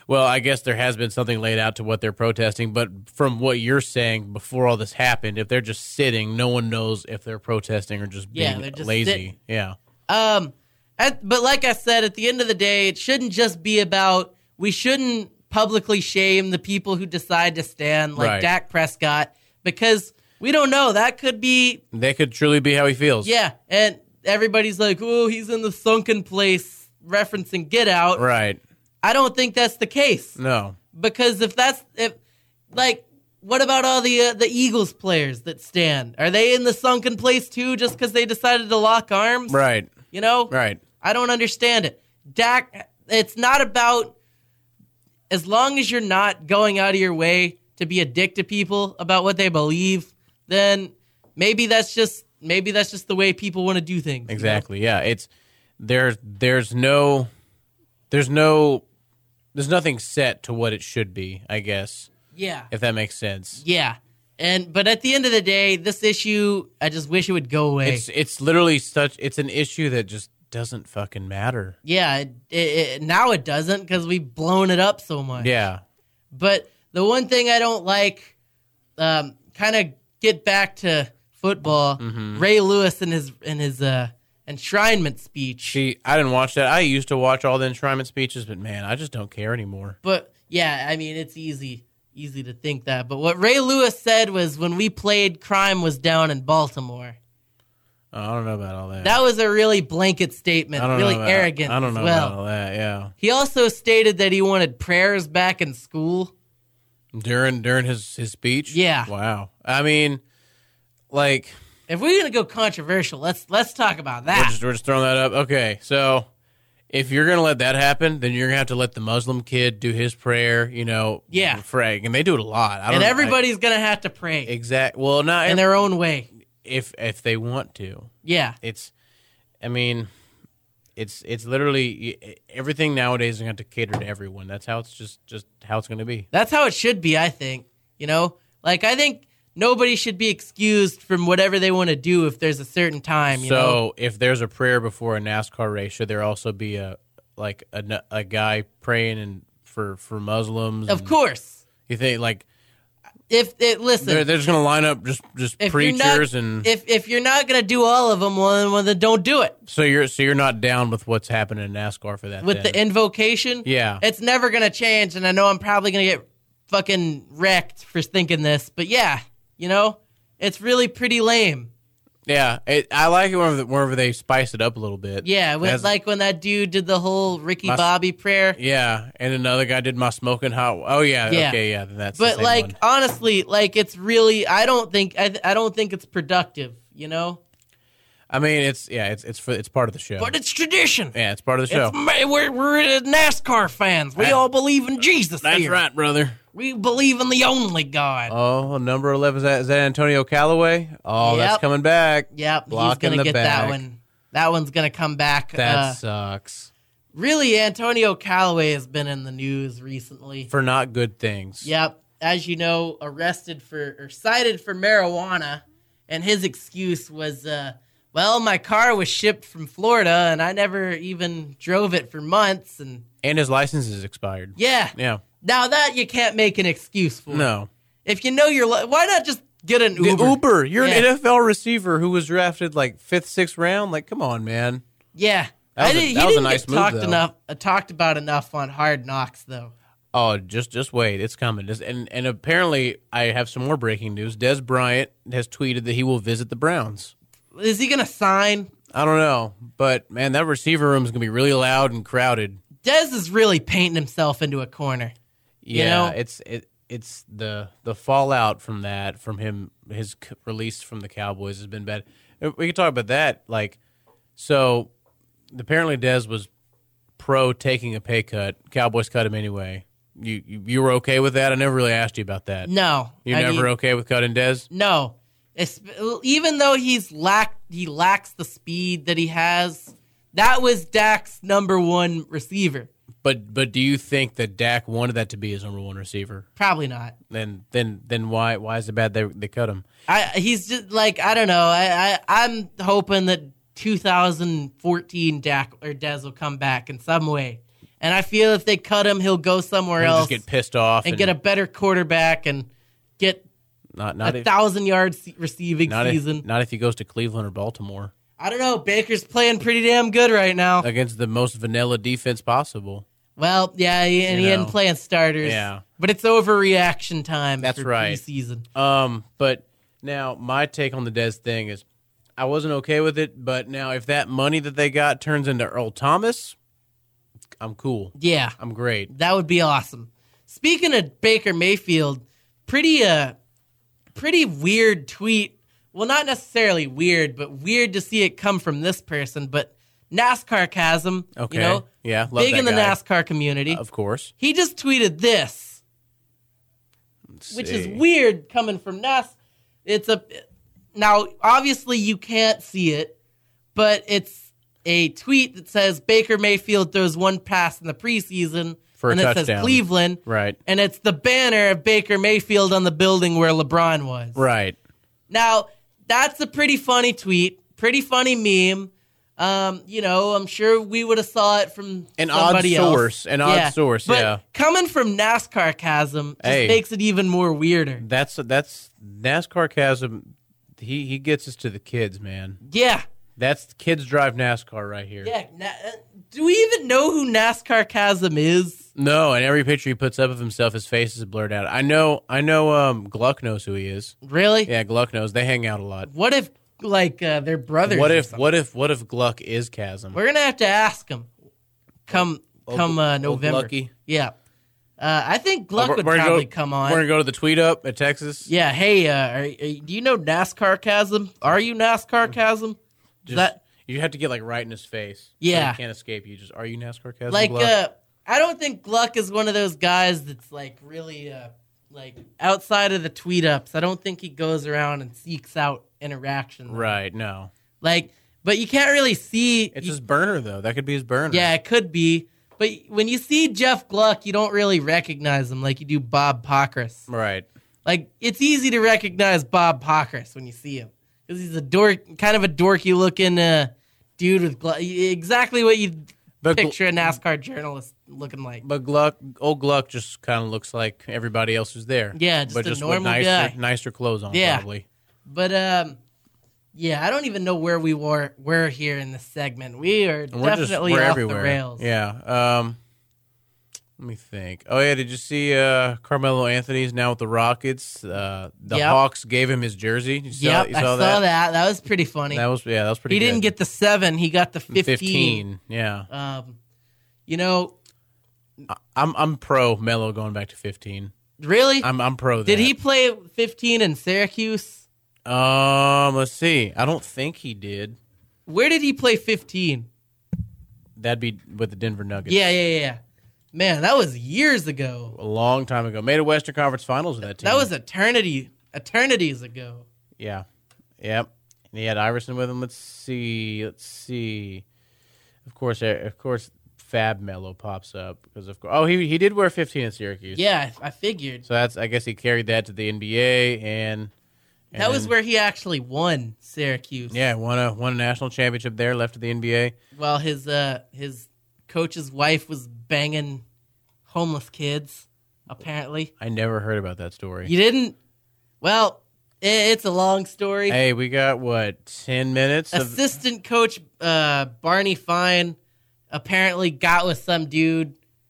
[SPEAKER 4] Well, I guess there has been something laid out to what they're protesting, but from what you're saying before all this happened, if they're just sitting, no one knows if they're protesting or just
[SPEAKER 3] Yeah,
[SPEAKER 4] being
[SPEAKER 3] they're just
[SPEAKER 4] lazy.
[SPEAKER 3] sitting.
[SPEAKER 4] Yeah.
[SPEAKER 3] Um, at, but like I said, at the end of the day, it shouldn't just be about. We shouldn't publicly shame the people who decide to stand, like
[SPEAKER 4] Right.
[SPEAKER 3] Dak Prescott, because we don't know. That could be
[SPEAKER 4] That could truly be how he feels.
[SPEAKER 3] yeah. And everybody's like, "Oh, he's in the sunken place," referencing Get Out.
[SPEAKER 4] Right.
[SPEAKER 3] I don't think that's the case
[SPEAKER 4] No.
[SPEAKER 3] because if that's if like. What about all the uh, the Eagles players that stand? Are they in the sunken place too, just because they decided to lock arms?
[SPEAKER 4] Right.
[SPEAKER 3] You know,
[SPEAKER 4] Right.
[SPEAKER 3] I don't understand it. Dak, it's not about as long as you're not going out of your way to be a dick to people about what they believe, then maybe that's just maybe that's just the way people want to do things. you know?
[SPEAKER 4] Exactly. Yeah. It's there's there's no there's no there's nothing set to what it should be, I guess,
[SPEAKER 3] Yeah.
[SPEAKER 4] if that makes sense.
[SPEAKER 3] Yeah. And but at the end of the day, this issue, I just wish it would go away.
[SPEAKER 4] It's it's literally such it's an issue that just doesn't fucking matter.
[SPEAKER 3] yeah, it, it, it, now it doesn't because we've blown it up so much.
[SPEAKER 4] Yeah.
[SPEAKER 3] But the one thing I don't like, um, kind of get back to football.
[SPEAKER 4] Mm-hmm.
[SPEAKER 3] Ray Lewis and his and his uh, enshrinement speech.
[SPEAKER 4] She I didn't watch that. I used to watch all the enshrinement speeches, but man, I just don't care anymore.
[SPEAKER 3] but yeah, I mean it's easy easy to think that. But what Ray Lewis said was when we played, crime was down in Baltimore.
[SPEAKER 4] I don't know about all that.
[SPEAKER 3] That was a really blanket
[SPEAKER 4] I
[SPEAKER 3] statement,
[SPEAKER 4] don't know
[SPEAKER 3] really
[SPEAKER 4] about-
[SPEAKER 3] arrogant.
[SPEAKER 4] I don't know
[SPEAKER 3] as well.
[SPEAKER 4] about all that. Yeah.
[SPEAKER 3] He also stated that he wanted prayers back in school.
[SPEAKER 4] During during his his speech?
[SPEAKER 3] Yeah.
[SPEAKER 4] Wow. I mean, like
[SPEAKER 3] If we're gonna go controversial, let's let's talk about
[SPEAKER 4] We're
[SPEAKER 3] that.
[SPEAKER 4] just, we're just throwing that up. Okay, so if you're gonna let that happen, then you're gonna have to let the Muslim kid do his prayer. You know,
[SPEAKER 3] Yeah.
[SPEAKER 4] frag, and they do it a lot. I don't
[SPEAKER 3] And
[SPEAKER 4] know,
[SPEAKER 3] everybody's gonna have to pray
[SPEAKER 4] I, exact. Well, not
[SPEAKER 3] in
[SPEAKER 4] ev-
[SPEAKER 3] their own way.
[SPEAKER 4] if if they want to.
[SPEAKER 3] Yeah.
[SPEAKER 4] It's, I mean, it's it's literally y- everything nowadays is gonna have to cater to everyone. That's how it's just just how it's gonna be.
[SPEAKER 3] That's how it should be, I think. You know? Like I think nobody should be excused from whatever they want to do if there's a certain time, you
[SPEAKER 4] so
[SPEAKER 3] know.
[SPEAKER 4] if there's a prayer before a NASCAR race, should there also be a like a, n- a guy praying and for for Muslims?
[SPEAKER 3] Of
[SPEAKER 4] and-
[SPEAKER 3] course.
[SPEAKER 4] You think like
[SPEAKER 3] If it listen,
[SPEAKER 4] They're, they're just gonna line up just just
[SPEAKER 3] if
[SPEAKER 4] preachers
[SPEAKER 3] you're not,
[SPEAKER 4] and
[SPEAKER 3] if if you're not going to do all of them, well, then- then don't do it.
[SPEAKER 4] so you're so you're not down with what's happening in NASCAR for that
[SPEAKER 3] With
[SPEAKER 4] then.
[SPEAKER 3] the invocation,
[SPEAKER 4] Yeah.
[SPEAKER 3] It's never going to change and I know I'm probably going to get fucking wrecked for thinking this, but yeah, you know, it's really pretty lame.
[SPEAKER 4] yeah it, I like it whenever, whenever they spice it up a little bit
[SPEAKER 3] Yeah, when,
[SPEAKER 4] That's-
[SPEAKER 3] like when that dude did the whole Ricky
[SPEAKER 4] My-
[SPEAKER 3] Bobby prayer.
[SPEAKER 4] yeah and another guy did my smoking hot oh yeah,
[SPEAKER 3] Yeah.
[SPEAKER 4] okay yeah then that's the
[SPEAKER 3] but
[SPEAKER 4] same
[SPEAKER 3] like
[SPEAKER 4] one.
[SPEAKER 3] honestly like it's really i don't think I, I don't think it's productive you know
[SPEAKER 4] I mean it's yeah it's it's for, it's part of the show
[SPEAKER 3] but it's tradition
[SPEAKER 4] yeah it's part of the show
[SPEAKER 3] It's ma- we're, we're nascar fans we
[SPEAKER 4] Yeah.
[SPEAKER 3] all believe in jesus
[SPEAKER 4] that's
[SPEAKER 3] here.
[SPEAKER 4] right brother
[SPEAKER 3] we believe in the only god
[SPEAKER 4] oh number eleven is that, is that Antonio Callaway oh
[SPEAKER 3] Yep.
[SPEAKER 4] that's coming back
[SPEAKER 3] yep he's
[SPEAKER 4] blocking
[SPEAKER 3] gonna
[SPEAKER 4] the
[SPEAKER 3] get that
[SPEAKER 4] back.
[SPEAKER 3] one that one's gonna come back
[SPEAKER 4] that
[SPEAKER 3] uh,
[SPEAKER 4] sucks
[SPEAKER 3] really antonio callaway has been in the news recently
[SPEAKER 4] for not good things
[SPEAKER 3] Yep. As you know, arrested for or cited for marijuana. And his excuse was, uh, well, my car was shipped from Florida and I never even drove it for months. And
[SPEAKER 4] and his license is expired
[SPEAKER 3] yeah,
[SPEAKER 4] yeah
[SPEAKER 3] now that you can't make an excuse for.
[SPEAKER 4] no.
[SPEAKER 3] If you know your, li- why not just get an
[SPEAKER 4] Get
[SPEAKER 3] Uber?
[SPEAKER 4] Uber. You're
[SPEAKER 3] Yeah.
[SPEAKER 4] an NFL receiver who was drafted like fifth, sixth round. Like, come on, man.
[SPEAKER 3] Yeah.
[SPEAKER 4] That was a-
[SPEAKER 3] he
[SPEAKER 4] that was a
[SPEAKER 3] didn't
[SPEAKER 4] nice
[SPEAKER 3] get
[SPEAKER 4] move,
[SPEAKER 3] talked
[SPEAKER 4] though.
[SPEAKER 3] enough, uh, talked about enough on Hard Knocks, though.
[SPEAKER 4] Oh, just just wait. It's coming. Just- and and apparently, I have some more breaking news. Des Bryant has tweeted that he will visit the Browns.
[SPEAKER 3] Is he gonna sign?
[SPEAKER 4] I don't know, but man, that receiver room is gonna be really loud and crowded.
[SPEAKER 3] Dez is really painting himself into a corner. You
[SPEAKER 4] Yeah,
[SPEAKER 3] know-
[SPEAKER 4] it's it it's the the fallout from that from him his c- release from the Cowboys has been bad. Uh, We can talk about that. Like, so apparently Dez was pro taking a pay cut. Cowboys cut him anyway. You you, you were okay with that? I never really asked you about that.
[SPEAKER 3] No,
[SPEAKER 4] you
[SPEAKER 3] I
[SPEAKER 4] never
[SPEAKER 3] mean-
[SPEAKER 4] okay with cutting Dez?
[SPEAKER 3] No. Es- Even though he's lack he lacks the speed that he has, that was Dak's number one receiver.
[SPEAKER 4] But but do you think that Dak wanted that to be his number one receiver?
[SPEAKER 3] Probably not.
[SPEAKER 4] Then then then why why is it bad they they cut him?
[SPEAKER 3] I he's just like I don't know. I, I I'm hoping that 2014 Dak or Dez will come back in some way, and I feel if they cut him, he'll go somewhere
[SPEAKER 4] He'll
[SPEAKER 3] else
[SPEAKER 4] just get pissed off
[SPEAKER 3] and get a better quarterback and get
[SPEAKER 4] not not
[SPEAKER 3] a
[SPEAKER 4] if,
[SPEAKER 3] thousand yard se- receiving
[SPEAKER 4] not if,
[SPEAKER 3] season.
[SPEAKER 4] not if he goes to Cleveland or Baltimore
[SPEAKER 3] I don't know. Baker's playing pretty damn good right now.
[SPEAKER 4] against the most vanilla defense possible.
[SPEAKER 3] Well, yeah, he- and he
[SPEAKER 4] You
[SPEAKER 3] isn't
[SPEAKER 4] know.
[SPEAKER 3] playing starters.
[SPEAKER 4] Yeah.
[SPEAKER 3] but it's overreaction time.
[SPEAKER 4] That's
[SPEAKER 3] for
[SPEAKER 4] right.
[SPEAKER 3] Preseason.
[SPEAKER 4] Um, but now my take on the Dez thing is, I wasn't okay with it. But now if that money that they got turns into Earl Thomas, I'm cool.
[SPEAKER 3] Yeah,
[SPEAKER 4] I'm great.
[SPEAKER 3] That would be awesome. Speaking of Baker Mayfield, pretty uh pretty weird tweet. Well, not necessarily weird, but weird to see it come from this person, but NASCAR chasm,
[SPEAKER 4] Okay.
[SPEAKER 3] you know.
[SPEAKER 4] Yeah, love
[SPEAKER 3] Big
[SPEAKER 4] that
[SPEAKER 3] in the
[SPEAKER 4] guy.
[SPEAKER 3] NASCAR community.
[SPEAKER 4] Of course.
[SPEAKER 3] he just tweeted this,
[SPEAKER 4] Let's
[SPEAKER 3] which is
[SPEAKER 4] see.
[SPEAKER 3] weird coming from NAS. It's a Now, obviously you can't see it, but it's a tweet that says Baker Mayfield throws one pass in the preseason
[SPEAKER 4] For a
[SPEAKER 3] and it says
[SPEAKER 4] touchdown.
[SPEAKER 3] Cleveland
[SPEAKER 4] Right.
[SPEAKER 3] and it's the banner of Baker Mayfield on the building where LeBron was.
[SPEAKER 4] Right.
[SPEAKER 3] Now, that's a pretty funny tweet, pretty funny meme. Um, you know, I'm sure we would have saw it from
[SPEAKER 4] An odd
[SPEAKER 3] somebody else.
[SPEAKER 4] source, an odd source,
[SPEAKER 3] But
[SPEAKER 4] yeah.
[SPEAKER 3] Coming from NASCAR chasm just
[SPEAKER 4] Hey.
[SPEAKER 3] makes it even more weirder.
[SPEAKER 4] That's that's NASCAR chasm. He he gets us to the kids, man.
[SPEAKER 3] Yeah,
[SPEAKER 4] That's the kids drive NASCAR right here.
[SPEAKER 3] yeah. Na- uh, do we even know who NASCAR chasm is?
[SPEAKER 4] No, and every picture he puts up of himself, his face is blurred out. I know. I know. Um, Gluck knows who he is.
[SPEAKER 3] Really?
[SPEAKER 4] Yeah, Gluck knows. They hang out a lot.
[SPEAKER 3] What if like uh, they're brothers?
[SPEAKER 4] What
[SPEAKER 3] or
[SPEAKER 4] if?
[SPEAKER 3] something?
[SPEAKER 4] What if? What if Gluck is Chasm?
[SPEAKER 3] We're gonna have to ask him. Come
[SPEAKER 4] Old-
[SPEAKER 3] come uh,
[SPEAKER 4] old
[SPEAKER 3] November.
[SPEAKER 4] Glucky.
[SPEAKER 3] Yeah. Uh, I think Gluck
[SPEAKER 4] We're-
[SPEAKER 3] would
[SPEAKER 4] we're gonna
[SPEAKER 3] probably
[SPEAKER 4] go,
[SPEAKER 3] come
[SPEAKER 4] We're gonna
[SPEAKER 3] on.
[SPEAKER 4] go to the tweet up at Texas.
[SPEAKER 3] Yeah. Hey, uh, are, are- do you know NASCAR chasm? Are you NASCAR chasm?
[SPEAKER 4] Just-
[SPEAKER 3] that-
[SPEAKER 4] you have to get like right in his face.
[SPEAKER 3] Yeah.
[SPEAKER 4] so he can't escape you. Just are you NASCAR Chasm?
[SPEAKER 3] Like,
[SPEAKER 4] Gluck?
[SPEAKER 3] uh, I don't think Gluck is one of those guys that's like really uh, like outside of the tweet ups. I don't think he goes around and seeks out interaction.
[SPEAKER 4] right? No,
[SPEAKER 3] Like, but you can't really see.
[SPEAKER 4] it's
[SPEAKER 3] you-
[SPEAKER 4] his burner though. That could be his burner.
[SPEAKER 3] Yeah, it could be. But when you see Jeff Gluck, you don't really recognize him like you do Bob Pockris.
[SPEAKER 4] Right.
[SPEAKER 3] Like it's easy to recognize Bob Pockris when you see him because he's a dork, kind of a dorky looking uh, dude with glu- exactly what you
[SPEAKER 4] But Gl-
[SPEAKER 3] picture a NASCAR journalist looking like.
[SPEAKER 4] But Gluck, old Gluck, just kind of looks like everybody else who's there.
[SPEAKER 3] Yeah, just
[SPEAKER 4] but
[SPEAKER 3] a
[SPEAKER 4] just with
[SPEAKER 3] normal
[SPEAKER 4] nicer,
[SPEAKER 3] guy.
[SPEAKER 4] nicer clothes on.
[SPEAKER 3] Yeah.
[SPEAKER 4] probably.
[SPEAKER 3] But um, yeah, I don't even know where we were. We're here in this segment. We are
[SPEAKER 4] And
[SPEAKER 3] definitely off the rails.
[SPEAKER 4] Yeah. Um, let me think. Oh yeah, did you see uh, Carmelo Anthony's now with the Rockets? Uh, the
[SPEAKER 3] Yep.
[SPEAKER 4] Hawks gave him his jersey. You saw,
[SPEAKER 3] Yep,
[SPEAKER 4] you
[SPEAKER 3] I saw that. that. was pretty funny.
[SPEAKER 4] That was yeah, that was pretty.
[SPEAKER 3] he didn't
[SPEAKER 4] good.
[SPEAKER 3] get the seven. He got the fifteen.
[SPEAKER 4] Yeah,
[SPEAKER 3] Um, you know,
[SPEAKER 4] I'm I'm pro Melo going back to fifteen.
[SPEAKER 3] really?
[SPEAKER 4] I'm I'm pro. That.
[SPEAKER 3] Did he play 15 in Syracuse?
[SPEAKER 4] Um, let's see. I don't think he did.
[SPEAKER 3] Where did he play 15?
[SPEAKER 4] That'd be with the Denver Nuggets.
[SPEAKER 3] Yeah, yeah, yeah, yeah. Man, that was years ago.
[SPEAKER 4] a long time ago. Made a Western Conference Finals with that team.
[SPEAKER 3] That was eternity, eternities ago.
[SPEAKER 4] Yeah. Yep. And he had Iverson with him. Let's see. Let's see. Of course, eh, of course, Fab Mello pops up because of course. Oh, he he did wear 15 at Syracuse.
[SPEAKER 3] Yeah, I I figured.
[SPEAKER 4] So that's I guess he carried that to the NBA and, and
[SPEAKER 3] That was
[SPEAKER 4] then-
[SPEAKER 3] where he actually won Syracuse.
[SPEAKER 4] yeah won a won a national championship there. Left to the NBA.
[SPEAKER 3] While his uh his coach's wife was banging homeless kids, apparently.
[SPEAKER 4] I never heard about that story.
[SPEAKER 3] You didn't Well, i- it's a long story.
[SPEAKER 4] Hey, we got what ten minutes of
[SPEAKER 3] assistant coach uh, Barney Fine apparently got with some dude,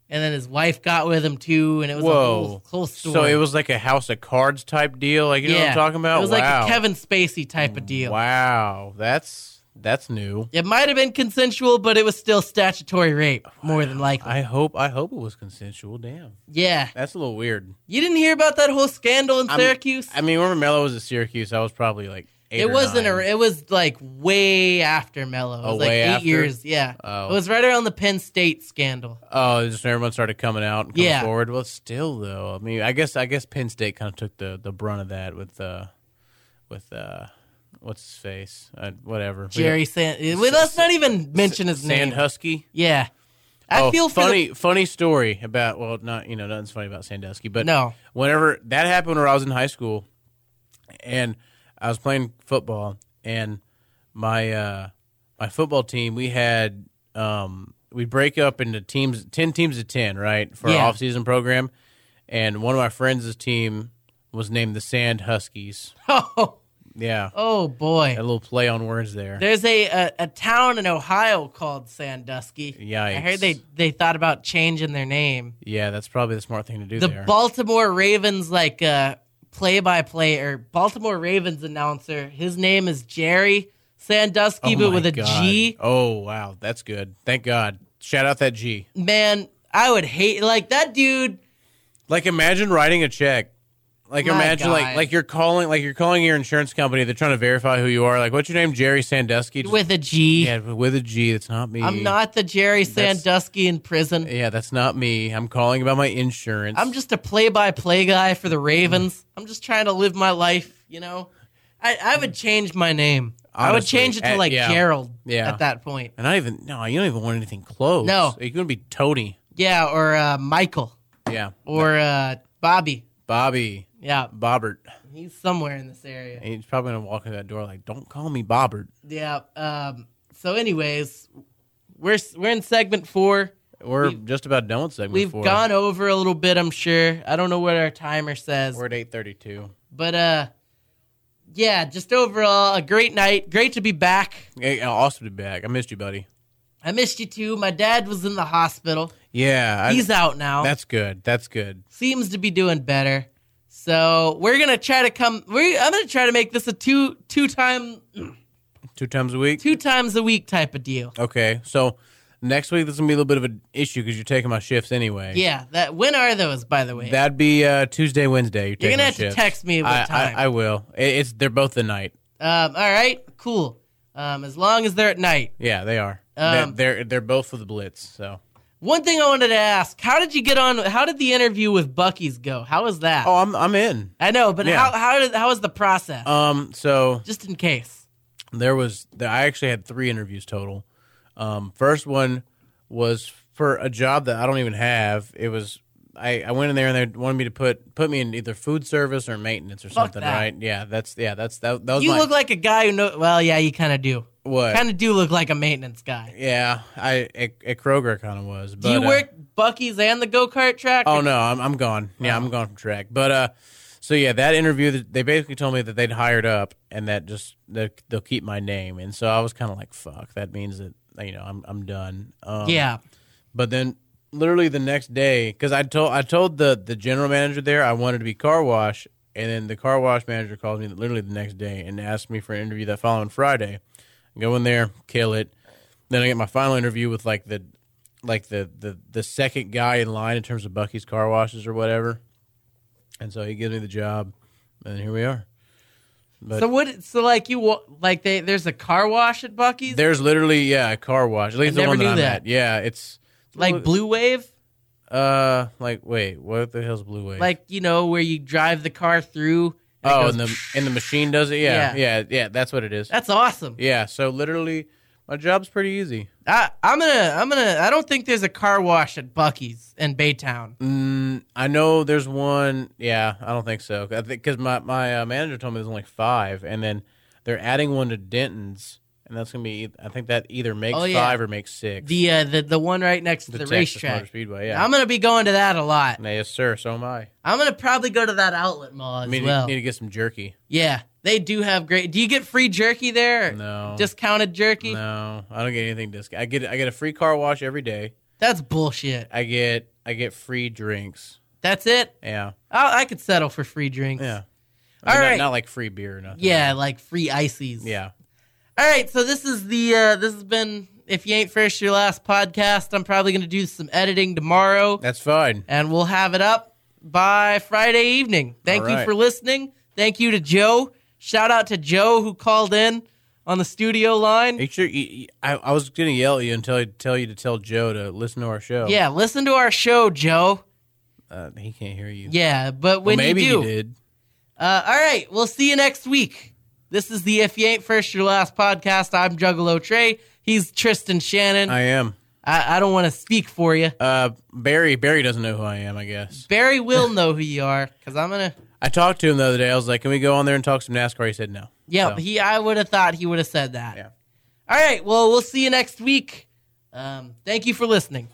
[SPEAKER 3] and then his wife got with him too, and it was a whole,
[SPEAKER 4] whoa.
[SPEAKER 3] whole story.
[SPEAKER 4] So it was like a House of Cards type deal. Like you know what I'm talking about?
[SPEAKER 3] It was
[SPEAKER 4] wow.
[SPEAKER 3] like a Kevin Spacey type of deal.
[SPEAKER 4] Wow, that's that's new.
[SPEAKER 3] It might have been consensual, but it was still statutory rape, more than likely.
[SPEAKER 4] I hope I hope it was consensual. Damn,
[SPEAKER 3] yeah,
[SPEAKER 4] that's a little weird.
[SPEAKER 3] you didn't hear about that whole scandal in
[SPEAKER 4] I'm-
[SPEAKER 3] Syracuse.
[SPEAKER 4] I mean, when Mello was at Syracuse, I was probably like eight.
[SPEAKER 3] it
[SPEAKER 4] or
[SPEAKER 3] wasn't
[SPEAKER 4] nine.
[SPEAKER 3] a. It was like way after Mello. It was
[SPEAKER 4] Oh,
[SPEAKER 3] like
[SPEAKER 4] way
[SPEAKER 3] eight
[SPEAKER 4] after?
[SPEAKER 3] years. Yeah,
[SPEAKER 4] Oh.
[SPEAKER 3] it was right around the Penn State scandal.
[SPEAKER 4] Oh, just when everyone started coming out and coming
[SPEAKER 3] Yeah.
[SPEAKER 4] forward. Well, still though, I mean, I guess I guess Penn State kind of took the the brunt of that with uh with uh, what's his face, uh, whatever We
[SPEAKER 3] Jerry Sand. Well, let's not even mention
[SPEAKER 4] don't-
[SPEAKER 3] his name.
[SPEAKER 4] Sand Husky.
[SPEAKER 3] Yeah, I
[SPEAKER 4] Oh,
[SPEAKER 3] feel for the-
[SPEAKER 4] funny. Funny story about well, not you know nothing's funny about Sandusky, but
[SPEAKER 3] No.
[SPEAKER 4] whenever that happened when I was in high school, and I was playing football, and my uh, my football team we had um, we break up into teams ten teams of ten right for
[SPEAKER 3] Yeah.
[SPEAKER 4] our off season program, and one of my friends' team was named the Sand Huskies.
[SPEAKER 3] Oh,
[SPEAKER 4] Yeah,
[SPEAKER 3] oh boy.
[SPEAKER 4] a little play on words there.
[SPEAKER 3] There's a, a a town in Ohio called Sandusky. I
[SPEAKER 4] Yikes.
[SPEAKER 3] heard they they thought about changing their name.
[SPEAKER 4] yeah, that's probably the smart thing to do
[SPEAKER 3] The
[SPEAKER 4] there.
[SPEAKER 3] Baltimore Ravens like uh play by play or Baltimore Ravens announcer. His name is Jerry Sandusky,
[SPEAKER 4] Oh
[SPEAKER 3] but
[SPEAKER 4] my
[SPEAKER 3] with a G.
[SPEAKER 4] God. Oh wow, that's good. Thank God. Shout out that G.
[SPEAKER 3] Man, I would hate like that dude.
[SPEAKER 4] Like imagine writing a check. Like
[SPEAKER 3] My
[SPEAKER 4] imagine
[SPEAKER 3] God.
[SPEAKER 4] like like you're calling like you're calling your insurance company. They're trying to verify who you are. Like what's your name, Jerry Sandusky? Just-
[SPEAKER 3] With a G.
[SPEAKER 4] yeah, with a G. That's not me.
[SPEAKER 3] I'm not the Jerry
[SPEAKER 4] That's-
[SPEAKER 3] Sandusky in prison.
[SPEAKER 4] Yeah, that's not me. I'm calling about my insurance.
[SPEAKER 3] I'm just a play-by-play guy for the Ravens. I'm just trying to live my life, you know. I, I would change my name. I would
[SPEAKER 4] Honestly,
[SPEAKER 3] change it to
[SPEAKER 4] at-
[SPEAKER 3] like
[SPEAKER 4] yeah.
[SPEAKER 3] Gerald
[SPEAKER 4] Yeah.
[SPEAKER 3] at that point.
[SPEAKER 4] and I even no, you don't even want anything close.
[SPEAKER 3] No.
[SPEAKER 4] you're gonna be Tony.
[SPEAKER 3] Yeah, or uh, Michael
[SPEAKER 4] Yeah,
[SPEAKER 3] or uh, Bobby.
[SPEAKER 4] Bobby
[SPEAKER 3] Yeah,
[SPEAKER 4] Bobbert.
[SPEAKER 3] he's somewhere in this area.
[SPEAKER 4] And he's probably gonna walk in that door like, "Don't call me Bobbert."
[SPEAKER 3] Yeah. Um, so, anyways, we're s- we're in segment four.
[SPEAKER 4] We're
[SPEAKER 3] We've-
[SPEAKER 4] just about done with segment
[SPEAKER 3] We've
[SPEAKER 4] four.
[SPEAKER 3] gone over a little bit, I'm sure. I don't know what our timer says,
[SPEAKER 4] We're at eight thirty-two.
[SPEAKER 3] but uh, yeah, just overall a great night. Great to be back.
[SPEAKER 4] Hey, awesome to be back. I missed you, buddy.
[SPEAKER 3] I missed you too. My dad was in the hospital.
[SPEAKER 4] Yeah, I-
[SPEAKER 3] He's out now.
[SPEAKER 4] That's good. That's good.
[SPEAKER 3] Seems to be doing better. So we're gonna try to come. We I'm gonna try to make this a two two time
[SPEAKER 4] Two times a week.
[SPEAKER 3] two times a week type of deal.
[SPEAKER 4] Okay, so next week this is gonna be a little bit of an issue because you're taking my shifts anyway.
[SPEAKER 3] Yeah. That when are those? By the way,
[SPEAKER 4] That'd be uh, Tuesday, Wednesday. You're,
[SPEAKER 3] you're
[SPEAKER 4] taking
[SPEAKER 3] gonna
[SPEAKER 4] my
[SPEAKER 3] have to
[SPEAKER 4] shifts.
[SPEAKER 3] text me what
[SPEAKER 4] I,
[SPEAKER 3] time.
[SPEAKER 4] I, I will. It, it's they're both the night.
[SPEAKER 3] um, all right. Cool. Um, as long as they're at night.
[SPEAKER 4] Yeah, they are.
[SPEAKER 3] Um,
[SPEAKER 4] they're, they're they're both for the blitz. So.
[SPEAKER 3] One thing I wanted to ask: How did you get on? How did the interview with Bucky's go? How was that?
[SPEAKER 4] Oh, I'm I'm in.
[SPEAKER 3] I know, but
[SPEAKER 4] yeah.
[SPEAKER 3] how how did how was the process?
[SPEAKER 4] Um, so
[SPEAKER 3] Just in case.
[SPEAKER 4] there was the, I actually had three interviews total. Um, first one was for a job that I don't even have. It was I, I went in there and they wanted me to put put me in either food service or maintenance or something,
[SPEAKER 3] that.
[SPEAKER 4] right? Yeah, that's yeah, that's that, that was
[SPEAKER 3] You
[SPEAKER 4] my,
[SPEAKER 3] look like a guy who know. Well, yeah, you kind of do.
[SPEAKER 4] what?
[SPEAKER 3] Kind of do look like a maintenance guy.
[SPEAKER 4] yeah, I at, at Kroger kind of was. But,
[SPEAKER 3] Do you
[SPEAKER 4] uh,
[SPEAKER 3] work Bucky's and the go kart track?
[SPEAKER 4] Oh no, I'm I'm gone. Yeah,
[SPEAKER 3] Oh.
[SPEAKER 4] I'm gone from track. But uh, so yeah, that interview th- they basically told me that they'd hired up and that just they they'll keep my name, and so I was kind of like, fuck, that means that you know I'm I'm done. Um,
[SPEAKER 3] Yeah.
[SPEAKER 4] But then literally the next day, because I told I told the the general manager there I wanted to be car wash, and then the car wash manager called me literally the next day and asked me for an interview that following Friday. Go in there, kill it. Then I get my final interview with like the like the the the second guy in line in terms of Bucky's car washes or whatever. And so he gives me the job, and here we are. but-
[SPEAKER 3] so what? So like you wa- like they there's a car wash at Bucky's
[SPEAKER 4] There's literally yeah a car wash. At least the
[SPEAKER 3] never
[SPEAKER 4] one that
[SPEAKER 3] knew
[SPEAKER 4] I'm
[SPEAKER 3] that.
[SPEAKER 4] at. Yeah, it's
[SPEAKER 3] like Blue Wave
[SPEAKER 4] uh like wait what the hell's blue wave
[SPEAKER 3] like you know where you drive the car through. it
[SPEAKER 4] Oh,
[SPEAKER 3] goes,
[SPEAKER 4] and the and the machine does it. Yeah, yeah, yeah. that's what it is.
[SPEAKER 3] that's awesome.
[SPEAKER 4] yeah. So literally, my job's pretty easy.
[SPEAKER 3] I, I'm gonna I'm gonna I don't think there's a car wash at Bucky's in Baytown.
[SPEAKER 4] Mm, I know there's one. Yeah, I don't think so. I think because my my uh, manager told me there's only five, and then they're adding one to Denton's, and that's gonna be. e, I think that either makes
[SPEAKER 3] Oh, yeah.
[SPEAKER 4] five or makes six.
[SPEAKER 3] The uh, the the one right next to the,
[SPEAKER 4] Texas Motor
[SPEAKER 3] racetrack.
[SPEAKER 4] Speedway. Yeah.
[SPEAKER 3] I'm gonna be going to that a lot.
[SPEAKER 4] Nah, yes, sir. So am I.
[SPEAKER 3] I'm gonna probably go to that outlet mall
[SPEAKER 4] I
[SPEAKER 3] as
[SPEAKER 4] mean,
[SPEAKER 3] well.
[SPEAKER 4] need to get some jerky.
[SPEAKER 3] Yeah, they do have great. Do you get free jerky there? or
[SPEAKER 4] No.
[SPEAKER 3] discounted jerky.
[SPEAKER 4] No, I don't get anything discount. I get I get a free car wash every day.
[SPEAKER 3] That's bullshit.
[SPEAKER 4] I get I get free drinks.
[SPEAKER 3] That's it.
[SPEAKER 4] Yeah,
[SPEAKER 3] I, I could settle for free drinks.
[SPEAKER 4] yeah.
[SPEAKER 3] All
[SPEAKER 4] not,
[SPEAKER 3] right.
[SPEAKER 4] not like free beer or nothing.
[SPEAKER 3] Yeah, like free ices.
[SPEAKER 4] Yeah.
[SPEAKER 3] All right. So this is the uh, this has been if you ain't first your last podcast. I'm probably gonna do some editing tomorrow,
[SPEAKER 4] That's fine.
[SPEAKER 3] and we'll have it up by Friday evening. Thank
[SPEAKER 4] All
[SPEAKER 3] you
[SPEAKER 4] right.
[SPEAKER 3] for listening. Thank you to Joe. Shout out to Joe who called in on the studio line.
[SPEAKER 4] Make sure you, you- I, I was gonna yell at you until I tell you to tell Joe to listen to our show.
[SPEAKER 3] Yeah, listen to our show, Joe.
[SPEAKER 4] uh, he can't hear you.
[SPEAKER 3] Yeah, but
[SPEAKER 4] well,
[SPEAKER 3] when
[SPEAKER 4] maybe
[SPEAKER 3] you do,
[SPEAKER 4] he did.
[SPEAKER 3] Uh, all right, we'll see you next week. This is the If You Ain't First Your Last podcast. I'm Juggalo Trey. He's Tristan Shannon. I,
[SPEAKER 4] I am.
[SPEAKER 3] I, don't want to speak for you.
[SPEAKER 4] Uh, Barry. Barry doesn't know who I am. I guess
[SPEAKER 3] Barry will know who you are because I'm gonna.
[SPEAKER 4] I talked to him the other day. I was like, "Can we go on there and talk some NASCAR?" He said, "No."
[SPEAKER 3] Yeah,
[SPEAKER 4] So,
[SPEAKER 3] he. I would have thought he would have said that.
[SPEAKER 4] Yeah.
[SPEAKER 3] All right. Well, we'll see you next week. Um, thank you for listening.